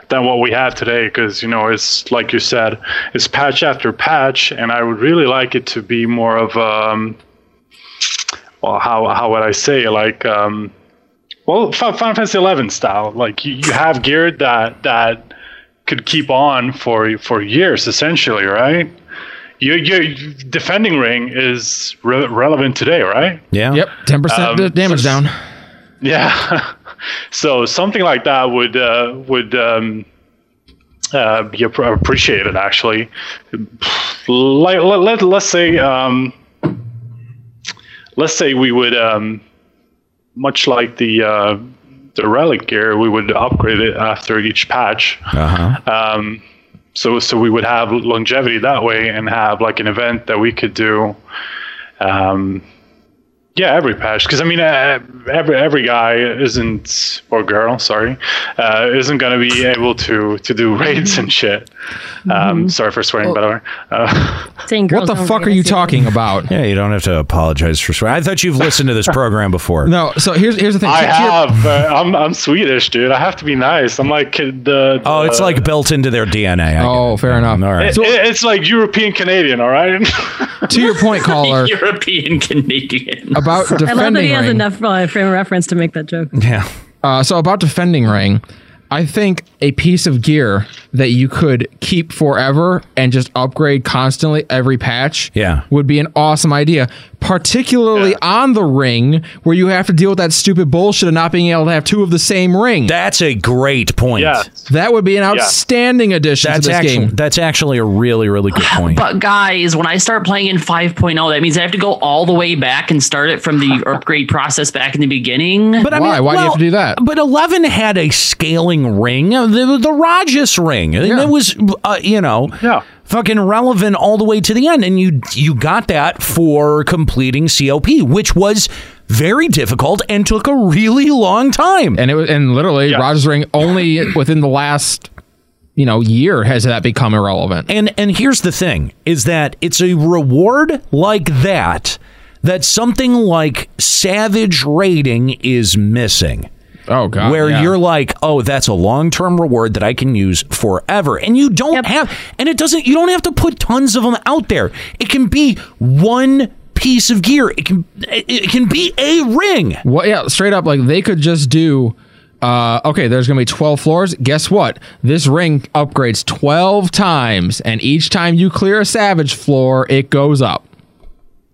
S10: than what we have today, because you know it's like you said, it's patch after patch, and I would really like it to be more of um, well, how how would I say like um, well, Fi- Final Fantasy Eleven style. Like you, you have gear that that could keep on for for years, essentially, right? Your your defending ring is re- relevant today, right?
S9: Yeah.
S1: Yep. Ten percent
S10: Um,
S1: damage down.
S10: Yeah. so something like that would uh, would um, uh, be app- appreciated, actually. Like let, let let's say um, let's say we would um, much like the uh, the relic gear, we would upgrade it after each patch.
S9: Uh-huh.
S1: Uh,
S10: Um, so so we would have longevity that way, and have like an event that we could do. Um,
S17: Yeah, every patch. Because I mean, uh, every every guy isn't or girl, sorry, uh, isn't going to be able to to do raids and shit. Um, Sorry for swearing, by the way. Uh,
S6: Saying
S1: What the fuck are you talking about?
S9: Yeah, you don't have to apologize for swearing. I thought you've listened to this program before.
S1: No, so here's here's the thing.
S17: I
S1: To your-
S17: have. Uh, I'm I'm Swedish, dude. I have to be nice. I'm like the. the
S9: Oh, it's like built into their DNA. Oh, fair enough. All right.
S17: It- it- it's like European Canadian. All right.
S1: to your point, caller.
S3: European Canadian.
S1: About
S6: I love that he
S1: defending
S6: has
S1: ring.
S6: enough uh, frame of reference to make that joke.
S9: Yeah.
S1: Uh, so about defending ring, I think a piece of gear that you could keep forever and just upgrade constantly every patch
S9: yeah.
S1: would be an awesome idea, particularly on the ring where you have to deal with that stupid bullshit of not being able to have two of the same ring.
S9: That's a great point.
S1: That would be an outstanding addition
S9: That's
S1: to this
S9: actually
S1: game.
S9: that's actually a really really good point.
S3: But guys, when I start playing in 5.0, that means I have to go all the way back and start it from the upgrade process back in the beginning.
S9: But I mean, well, But Eleven had a scaling ring, uh, the, the Rajas ring, and it was, uh, you know, fucking relevant all the way to the end. And you you got that for completing COP, which was very difficult and took a really long time.
S1: And it was and literally Rogers ring only within the last you know year has that become irrelevant.
S9: And and here's the thing is that it's a reward like that that something like savage raiding is missing.
S1: Oh god.
S9: Where
S1: yeah.
S9: you're like, "Oh, that's a long-term reward that I can use forever." And you don't have and it doesn't you don't have to put tons of them out there. It can be one piece of gear. It can it, it can be a ring.
S1: Well, yeah, straight up, like they could just do. Uh, okay, there's gonna be 12 floors. Guess what? This ring upgrades 12 times, and each time you clear a savage floor, it goes up.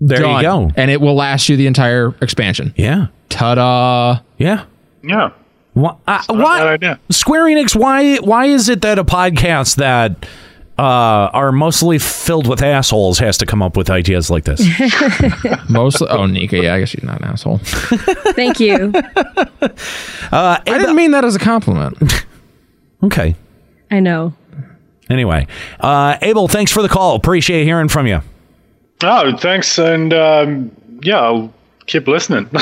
S9: There you
S1: Done.
S9: go.
S1: and it will last you the entire expansion.
S9: Yeah.
S1: Ta-da!
S9: Yeah.
S17: Yeah.
S9: Why, uh, why Square Enix? Why why is it that a podcast that uh, are mostly filled with assholes has to come up with ideas like this?
S1: Mostly. Oh, Nika. Yeah, I guess she's not an asshole.
S6: Thank you.
S9: Uh,
S1: I didn't mean that as a compliment.
S9: okay.
S6: I know.
S9: Anyway, uh, Abel, thanks for the call. Appreciate hearing from you.
S17: Oh, thanks, and um, yeah, I'll keep listening.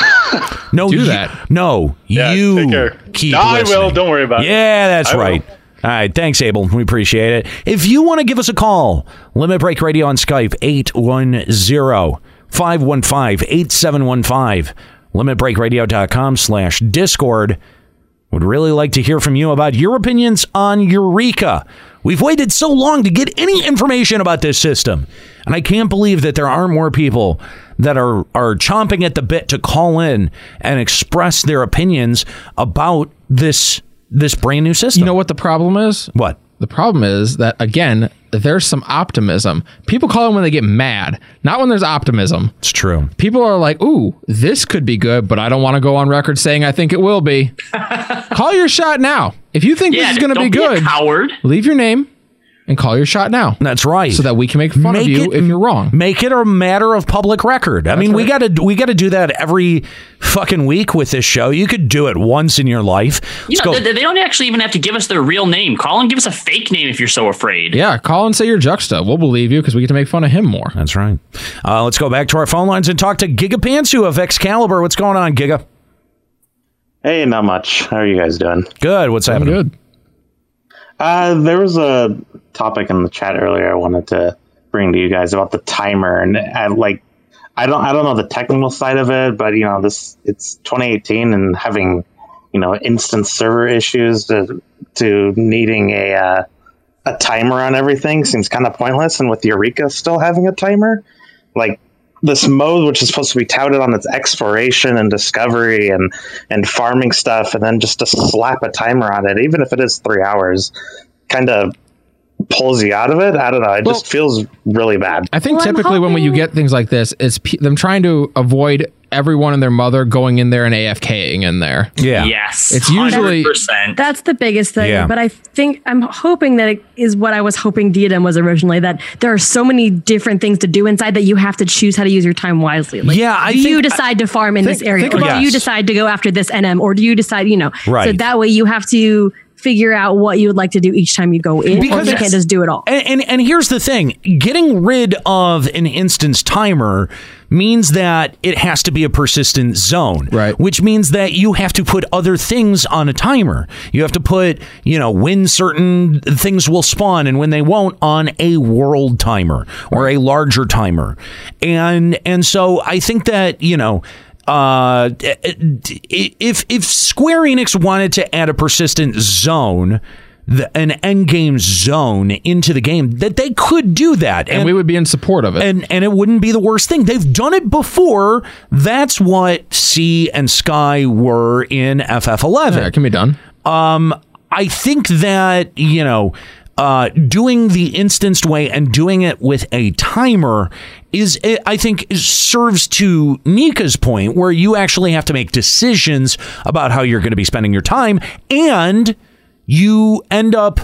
S9: No,
S1: Do
S9: you-
S1: that.
S9: No, you keep.
S17: No, I will.
S9: listening.
S17: Don't worry about it.
S9: Yeah, that's
S17: I will.
S9: right. All right. Thanks, Abel. We appreciate it. If you want to give us a call, Limit Break Radio on Skype, 810 515 8715. LimitBreakRadio.com slash Discord. Would really like to hear from you about your opinions on Eureka. We've waited so long to get any information about this system. And I can't believe that there aren't more people that are, are chomping at the bit to call in and express their opinions about this this brand new system.
S1: You know what the problem is?
S9: What?
S1: The problem is that again, there's some optimism. People call them when they get mad, not when there's optimism.
S9: It's true.
S1: People are like, "Ooh, this could be good," but I don't want to go on record saying I think it will be. call your shot now. If you think
S3: Yeah,
S1: this is going to
S3: don't
S1: be
S3: be a
S1: good,
S3: coward.
S1: leave your name and call your shot now.
S9: That's right.
S1: So that we can make fun of you if you're wrong.
S9: Make it a matter of public record. I mean, we got to we got to do that every fucking week with this show. You could do it once in your life.
S3: You
S9: Let's
S3: know,
S9: go.
S3: they, they don't actually even have to give us their real name. Call and give us a fake name if you're so afraid.
S1: Yeah, call and say you're Juxta. We'll believe you because we get to make fun of him more.
S9: That's right. Uh, let's go back to our phone lines and talk to Giga Pantsu of Excalibur. What's going on, Giga?
S10: Hey, not much. How are you guys doing?
S9: Good. What's happening?
S1: Good.
S10: Uh, there was a topic in the chat earlier I wanted to bring to you guys about the timer and uh, like I don't I don't know the technical side of it, but you know this it's 2018 and having you know instant server issues to to needing a uh, a timer on everything seems kind of pointless. And with Eureka still having a timer, like this mode which is supposed to be touted on its exploration and discovery and and farming stuff and then just to slap a timer on it even if it is three hours kind of pulls you out of it i don't know it just feels really bad
S1: I think typically when you get things like this, it's pe- them trying to avoid everyone and their mother going in there and AFKing in there.
S9: Yeah.
S3: Yes.
S1: It's usually
S3: 100%.
S6: That's the biggest thing.
S1: Yeah.
S6: But I think I'm hoping that it is what I was hoping Diadem was originally. That there are so many different things to do inside that you have to choose how to use your time wisely. Like,
S9: Yeah, I
S6: do you
S9: think-
S6: decide to farm in
S9: think-
S6: this area,
S9: think
S6: or
S9: about-
S6: do you
S9: Yes.
S6: decide to go after this NM, or do you decide, you know, so
S9: Right.
S6: that way you have to figure out what you would like to do each time you go in, because or you can't just do it all.
S9: And, and and here's the thing: getting rid of an instance timer means that it has to be a persistent zone, right? Which means that you have to put other things on a timer. You have to put, you know, when certain things will spawn and when they won't on a world timer or a larger timer, and and so I think that you know. Uh, if if Square Enix wanted to add a persistent zone, the, an endgame zone into the game, that they could do that, and,
S1: we would be in support of it,
S9: and and it wouldn't be the worst thing. They've done it before. That's what Sea and Sky were in FF11.
S1: Yeah, it can be done.
S9: Um, I think that you know. Uh, doing the instanced way and doing it with a timer is, eh, I think, serves to Nika's point where you actually have to make decisions about how you're going to be spending your time, and you end up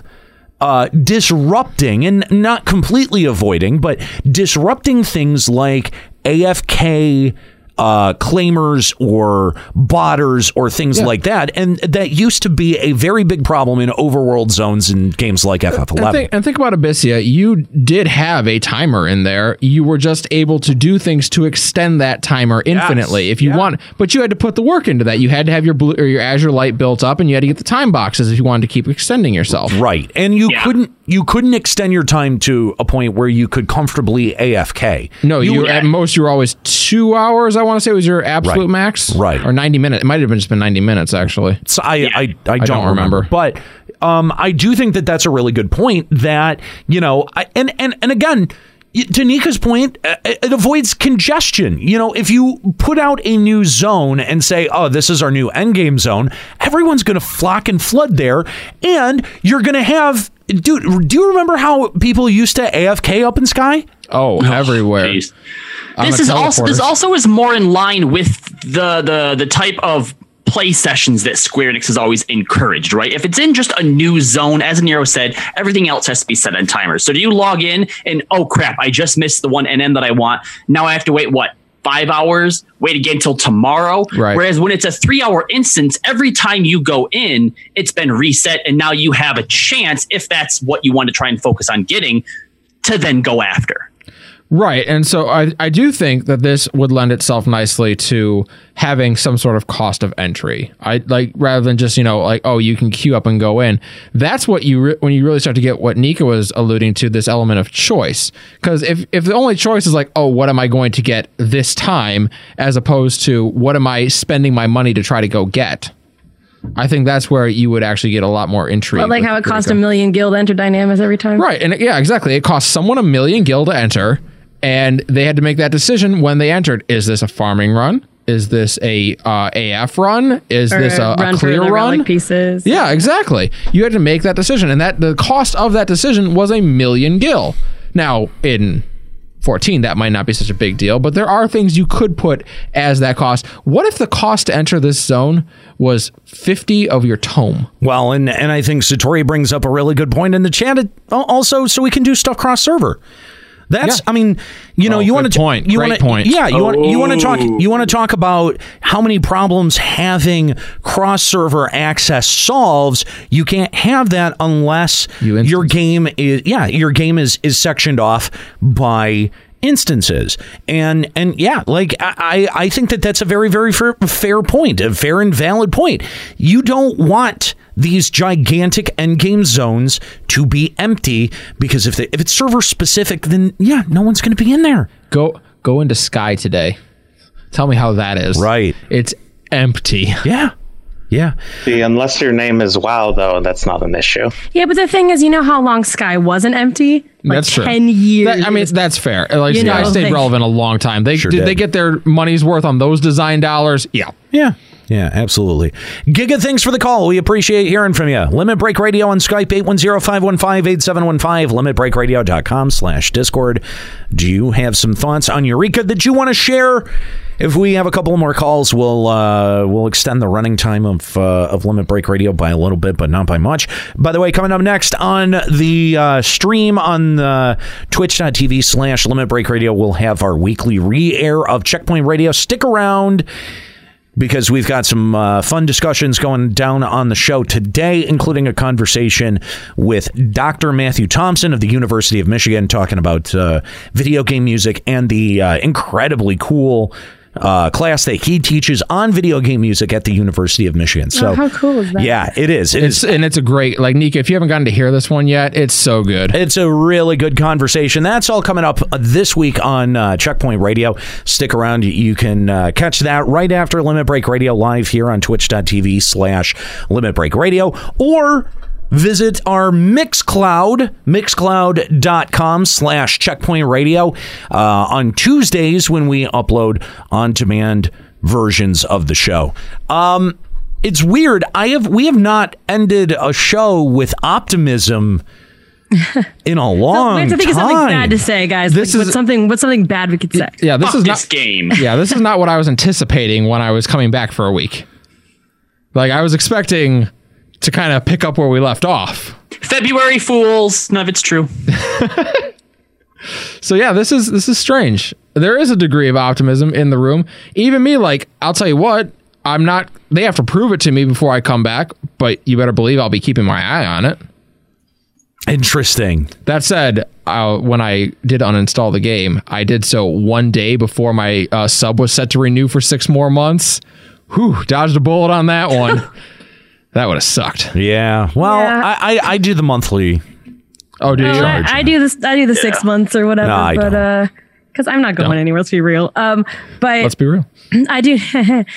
S9: uh, disrupting and not completely avoiding, but disrupting things like AFK uh, claimers or botters or things like that. And that used to be a very big problem in overworld zones in games like FF11.
S1: And think, and think about Abyssia. You did have a timer in there. You were just able to do things to extend that timer infinitely if you want. But you had to put the work into that. You had to have your blue or your Azure Light built up, and you had to get the time boxes if you wanted to keep extending yourself.
S9: Right. And you couldn't you couldn't extend your time to a point where you could comfortably AFK.
S1: No, you, at most you were always two hours. I want to say was your absolute
S9: Right.
S1: max,
S9: Right.
S1: Or ninety minutes. It might have been just been ninety minutes actually.
S9: So I, I, I, don't, remember. But um, I do think that that's a really good point. That you know, I, and and and again, y- to Nika's point, uh, it avoids congestion. You know, if you put out a new zone and say, "Oh, this is our new endgame zone," everyone's going to flock and flood there, and you're going to have. Dude, do you remember how people used to AFK up in Sky?
S1: Oh, everywhere. I'm
S3: this
S1: a
S3: is also
S1: teleporter.
S3: this also is more in line with the the the type of play sessions that Square Enix has always encouraged, right? If it's in just a new zone, as Nero said, everything else has to be set on timers. So do you log in and oh crap, I just missed the one NN that I want. Now I have to wait what? Five hours, wait again till tomorrow.
S1: Right.
S3: Whereas when it's a three hour instance, every time you go in, it's been reset. And now you have a chance, if that's what you want to try and focus on getting, to then go after.
S1: Right. And so I, I do think that this would lend itself nicely to having some sort of cost of entry. I like rather than just, you know, like, oh, you can queue up and go in. That's what you, re- when you really start to get what Nika was alluding to, this element of choice. Because if, if the only choice is like, oh, what am I going to get this time, as opposed to what am I spending my money to try to go get, I think that's where you would actually get a lot more intrigue.
S6: But like
S1: with
S6: how it
S1: where to
S6: cost
S1: go.
S6: a million guild enter dynamics every time.
S1: Right. And it- yeah, exactly. It cost someone a million gil to enter, and they had to make that decision when they entered. Is this a farming run? Is this a uh, AF run? Is
S6: Or
S1: this a, a
S6: run through
S1: clear
S6: the
S1: run?
S6: relic pieces.
S1: Yeah, exactly. You had to make that decision, and that the cost of that decision was a million gil. Now in 14 that might not be such a big deal but there are things you could put as that cost what if the cost to enter this zone was 50 of your tome
S9: Well, and and I think Satori brings up a really good point in the chat uh, also, so we can do stuff cross server. That's, I mean, you know, you want to
S1: Oh, point.
S9: you
S1: Great
S9: want
S1: point.
S9: yeah, you want you want to talk,
S1: Oh.
S9: you want to talk about how many problems having cross server access solves. You can't have that unless your game is yeah, your game is is sectioned off by instances and and yeah like i i I think that that's a very very fair, fair point a fair and valid point you don't want these gigantic endgame zones to be empty because if they, if it's server specific then yeah no one's going to be in there
S1: go go into sky today tell me how that is
S9: right
S1: it's empty
S9: yeah yeah
S10: See, unless your name is WoW, though, that's not an issue.
S6: Yeah, but the thing is, you know how long Sky wasn't empty? Like
S1: that's true.
S6: 10 years.
S1: That- I mean, that's fair. Like,
S6: You
S1: Sky
S6: know,
S1: stayed
S6: they-
S1: relevant a long time. They did,
S9: did.
S1: they get their money's worth on those design dollars. Yeah.
S9: Yeah. Yeah, absolutely. Giga, thanks for the call. We appreciate hearing from you. Limit Break Radio on Skype, 810-515-8715, limitbreakradio.com slash Discord. Do you have some thoughts on Eureka that you want to share? If we have a couple more calls, we'll uh, we'll extend the running time of uh, of Limit Break Radio by a little bit, but not by much. By the way, coming up next on the uh, stream on uh, the twitch.tv slash Limit Break Radio, we'll have our weekly re-air of Checkpoint Radio. Stick around. because we've got some uh, fun discussions going down on the show today, including a conversation with Dr. Matthew Thompson of the University of Michigan, talking about uh, video game music and the uh, incredibly cool uh, class that he teaches on video game music at the University of Michigan. So,
S1: Oh, how cool is that?
S9: Yeah, it is. It
S1: it's and it's a great like Nika. If you haven't gotten to hear this one yet, it's so good.
S9: It's a really good conversation. That's all coming up uh, this week on uh, Checkpoint Radio. Stick around. You- You can uh, catch that right after Limit Break Radio live here on twitch.tv slash Limit Break Radio or visit our Mixcloud, mixcloud.com slash Checkpoint Radio uh, on Tuesdays when we upload on-demand versions of the show. Um, it's weird. I have we have not ended a show with optimism in a long
S6: we have to think
S9: time.
S6: of something bad to say, guys. This is something. What's something bad we could say?
S1: Yeah, this
S6: Fuck
S1: is not
S6: this game.
S1: Yeah, this is not what I was anticipating when I was coming back for a week. Like I was expecting to kind of pick up where we left off.
S3: February Fools. None of it's true.
S1: So yeah, this is this is strange. There is a degree of optimism in the room. Even me, like I'll tell you what, I'm not. They have to prove it to me before I come back. But you better believe I'll be keeping my eye on it.
S9: Interesting.
S1: That said, uh, when I did uninstall the game, I did so one day before my uh, sub was set to renew for six more months. Whew, dodged a bullet on that one. that would have sucked.
S9: Yeah. Well, I, I I do the monthly.
S1: Oh,
S6: No, I, I do this. I do the six months or whatever.
S9: No, I
S6: but
S9: don't.
S6: uh, because I'm not going anywhere. Let's be real. Um, but
S1: Let's be real.
S6: I do,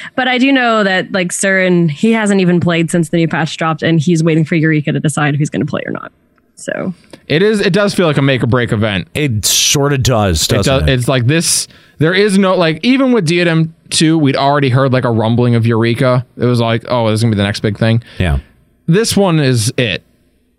S6: but I do know that like Surin, he hasn't even played since the new patch dropped, and he's waiting for Eureka to decide who's going to play or not. So
S1: It is. It does feel like a make or break event.
S9: It sort of does. doesn't it?
S1: It's like this. There is no like. Even with Diadem two, we'd already heard like a rumbling of Eureka. It was like, oh, this is gonna be the next big thing.
S9: Yeah.
S1: This one is it.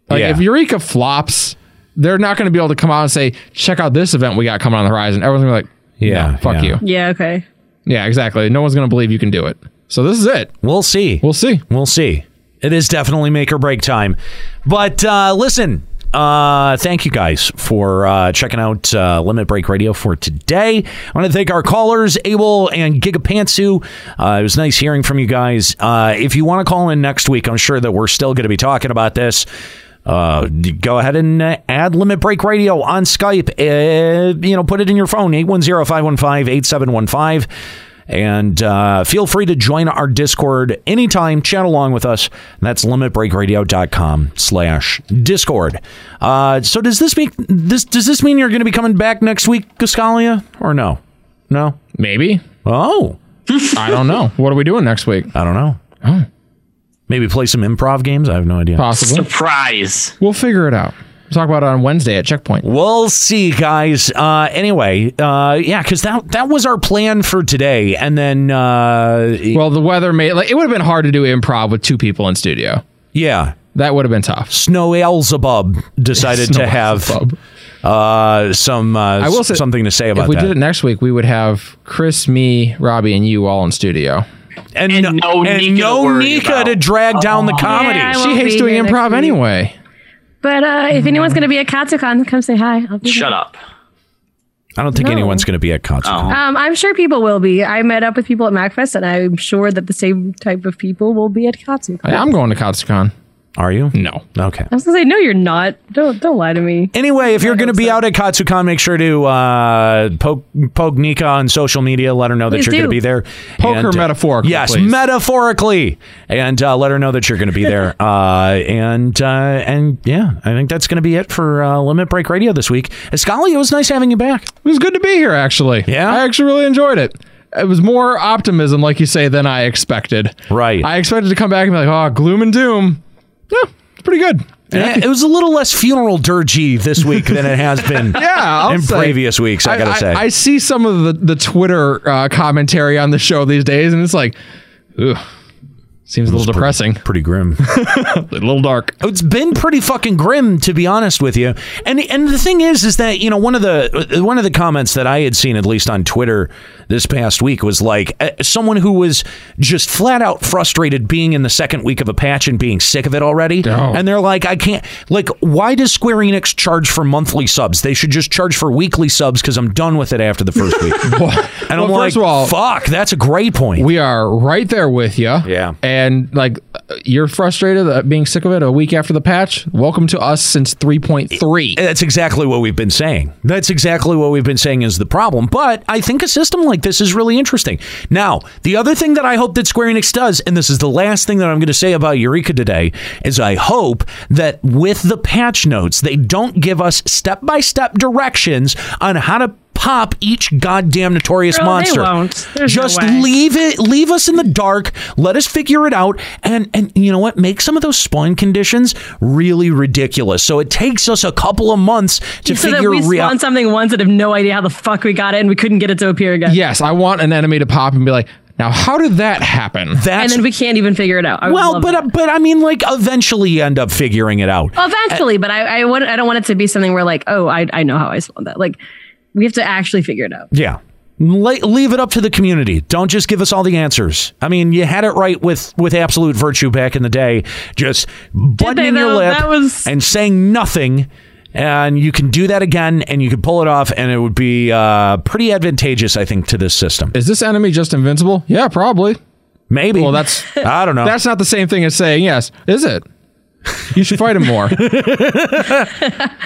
S1: Like
S9: Yeah.
S1: if Eureka flops, they're not gonna be able to come out and say, check out this event we got coming on the horizon. Everyone's gonna be like, yeah, fuck you.
S6: yeah, okay.
S1: Yeah, exactly. No one's gonna believe you can do it. So this is it.
S9: We'll see.
S1: We'll see.
S9: We'll see. It is definitely make or break time. But uh, listen, uh, thank you guys for uh, checking out uh, Limit Break Radio for today. I want to thank our callers, Abel and Gigapantsu. Uh, it was nice hearing from you guys. Uh, if you want to call in next week, I'm sure that we're still going to be talking about this. Uh, d- go ahead and uh, add Limit Break Radio on Skype. Uh, you know, put it in your phone, 810 515 8715. And uh, feel free to join our Discord anytime. Chat along with us. That's limitbreakradio.com slash Discord. Uh, so does this mean this does this mean you're gonna be coming back next week, Gascalia? Or no? No?
S1: Maybe.
S9: Oh.
S1: I don't know. What are we doing next week?
S9: I don't know.
S1: Oh.
S9: Maybe play some improv games? I have no idea.
S1: Possibly.
S3: Surprise.
S1: We'll figure it out. We'll talk about it on Wednesday at Checkpoint.
S9: We'll see, guys. Uh, anyway, uh, yeah, because that that was our plan for today, and then uh,
S1: Well, the weather made like it would have been hard to do improv with two people in studio.
S9: yeah,
S1: That would have been tough.
S9: Snow Elzebub decided
S1: Snow
S9: to have
S1: Elzebub.
S9: uh, some uh,
S1: I will say-
S9: something to say about
S1: if we
S9: that.
S1: did it next week, we would have Chris, me, Robbie, and you all in studio.
S9: and, no,
S3: Nika
S9: and
S3: to
S9: no
S3: worry
S9: Nika
S3: about.
S9: to Oh, drag down the comedy.
S6: Yeah, I
S1: she
S6: won't
S1: hates
S6: be
S1: doing
S6: here next
S1: improv
S6: week.
S1: anyway.
S18: But uh, if anyone's going to be at Katsucon, come say hi. I'll be
S3: Shut
S18: there.
S3: up.
S9: I don't think anyone's going to be at concert.
S18: Um, I'm sure people will be. I met up with people at MacFest, and I'm sure that the same type of people will be at Katsucon.
S1: I- I'm going to Katsucon.
S9: Are you?
S1: No.
S9: Okay.
S6: I was gonna say, no, you're not. Don't don't lie to me.
S9: Anyway, if you're going to be out at Katsucon, make sure to uh, poke, poke Nika on social media. Let her know that
S1: Please
S9: you're going to
S1: do.
S9: be there. uh,
S1: Poke her metaphorically,
S9: Yes,
S1: please.
S9: metaphorically, and uh, let her know that you're going to be there. uh, and uh, and yeah, I think that's going to be it for uh, Limit Break Radio this week. Escali, it was nice having you back.
S1: It was good to be here, actually. Yeah. I actually really enjoyed it. It was more optimism, like you say, than I expected.
S9: Right.
S1: I expected to come back and be like, oh, gloom and doom. Yeah, it's pretty good.
S9: Yeah, it was a little less funeral dirgy this week than it has been
S1: yeah, I'll
S9: in
S1: say.
S9: previous weeks, I, gotta say.
S1: I see some of the, the Twitter uh, commentary on the show these days, and it's like, ugh, Seems a little depressing.
S9: Pretty grim.
S1: a little dark.
S9: It's been pretty fucking grim to be honest with you. And and the thing is is that you know one of the one of the comments that I had seen at least on Twitter this past week was like uh, someone who was just flat out frustrated being in the second week of a patch and being sick of it already. And they're like I can't like why does Square Enix charge for monthly subs? They should just charge for weekly subs cuz I'm done with it after the first week. and I'm
S1: Well,
S9: like
S1: first of all-
S9: fuck, that's a great point.
S1: We are right there with you. Yeah. And like, you're frustrated at being sick of it a week after the patch. Welcome to us since 3.3.
S9: That's exactly what we've been saying. That's exactly what we've been saying is the problem. But I think a system like this is really interesting. Now, the other thing that I hope that Square Enix does, and this is the last thing that I'm going to say about Eureka today, is I hope that with the patch notes, they don't give us step by step directions on how to pop each goddamn notorious
S6: Girl, they
S9: monster.
S6: won't. There's no
S9: Just
S6: way.
S9: leave it leave us in the dark let us figure it out and and you know what make some of those spawn conditions really ridiculous so it takes us a couple of months to
S6: so that
S9: figure
S6: we
S9: rea-
S6: spawn something once and have no idea how the fuck we got it and we couldn't get it to appear again.
S1: Yes, I want an enemy to pop and be like, now how did that happen?
S6: and then we can't even figure it out. I would
S9: well
S6: love
S9: but but i mean like eventually you end up figuring it out
S6: Well, Eventually, but I I, would, I don't want it to be something where like, oh, I, I know how I spelled that. Like, we have to actually figure it out.
S9: yeah Le- leave it up to the community don't just give us all the answers i mean you had it right with with absolute virtue back in the day just buttoning your
S6: though?
S9: lip
S6: That was-
S9: and saying nothing and you can do that again and you can pull it off and it would be uh, pretty advantageous i think to this system
S1: Is this enemy just invincible? Yeah, probably.
S9: Maybe.
S1: Well, that's
S9: I don't know.
S1: That's not the same thing as saying yes, is it? You should fight him more.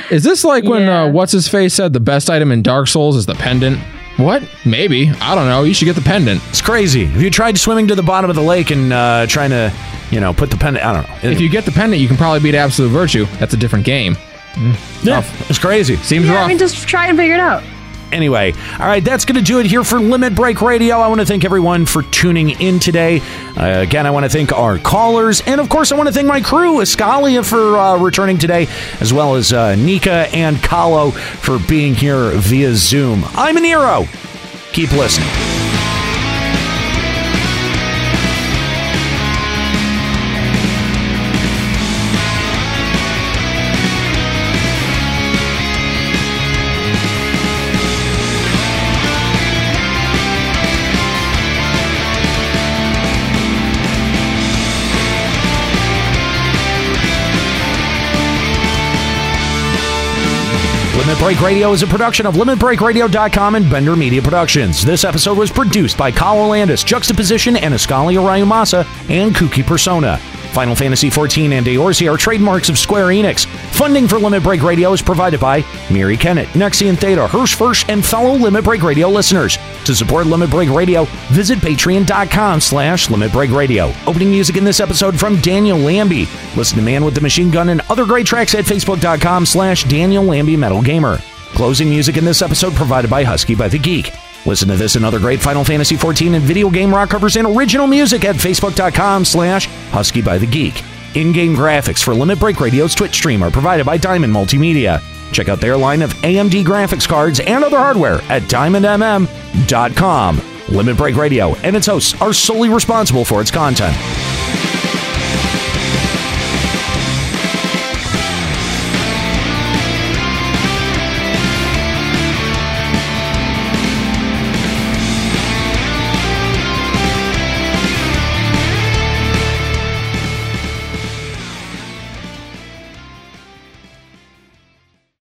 S1: is this like when uh, what's his face said the best item in Dark Souls is the pendant? What? Maybe. I don't know. You should get the pendant.
S9: It's crazy. If you tried swimming to the bottom of the lake and uh, trying to, you know, put the pendant, I don't know.
S1: If you get the pendant, you can probably beat Absolute Virtue. That's a different game.
S9: Yeah, it's crazy.
S1: Seems
S6: Yeah,
S1: rough.
S6: I mean, just try and figure it out.
S9: Anyway, all right, that's going to do it here for Limit Break Radio. I want to thank everyone for tuning in today. Uh, again, I want to thank our callers. And of course, I want to thank my crew, Escalia, for uh, returning today, as well as uh, Nika and Kahlo for being here via Zoom. I'm an hero. Keep listening. Limit Break Radio is a production of LimitBreakRadio.com and Bender Media Productions. This episode was produced by Kyle Landis, Juxtaposition, and Escalia Rayumasa, and Kooky Persona. Final Fantasy XIV and Eorzea are trademarks of Square Enix. Funding for Limit Break Radio is provided by Mary Kennett, Nexian Theta, Hirsch Firsch, and fellow Limit Break Radio listeners. To support Limit Break Radio, visit patreon.com slash Limit Break Radio. Opening music in this episode from Daniel Lambie. Listen to Man with the Machine Gun and other great tracks at facebook.com slash Daniel Lambie Metal Gamer. Closing music in this episode provided by Husky by the Geek. Listen to this and other great Final Fantasy XIV and video game rock covers and original music at facebook.com slash Husky by the Geek. In-game graphics for Limit Break Radio's Twitch stream are provided by Diamond Multimedia. Check out their line of AMD graphics cards and other hardware at diamondmm.com. Limit Break Radio and its hosts are solely responsible for its content.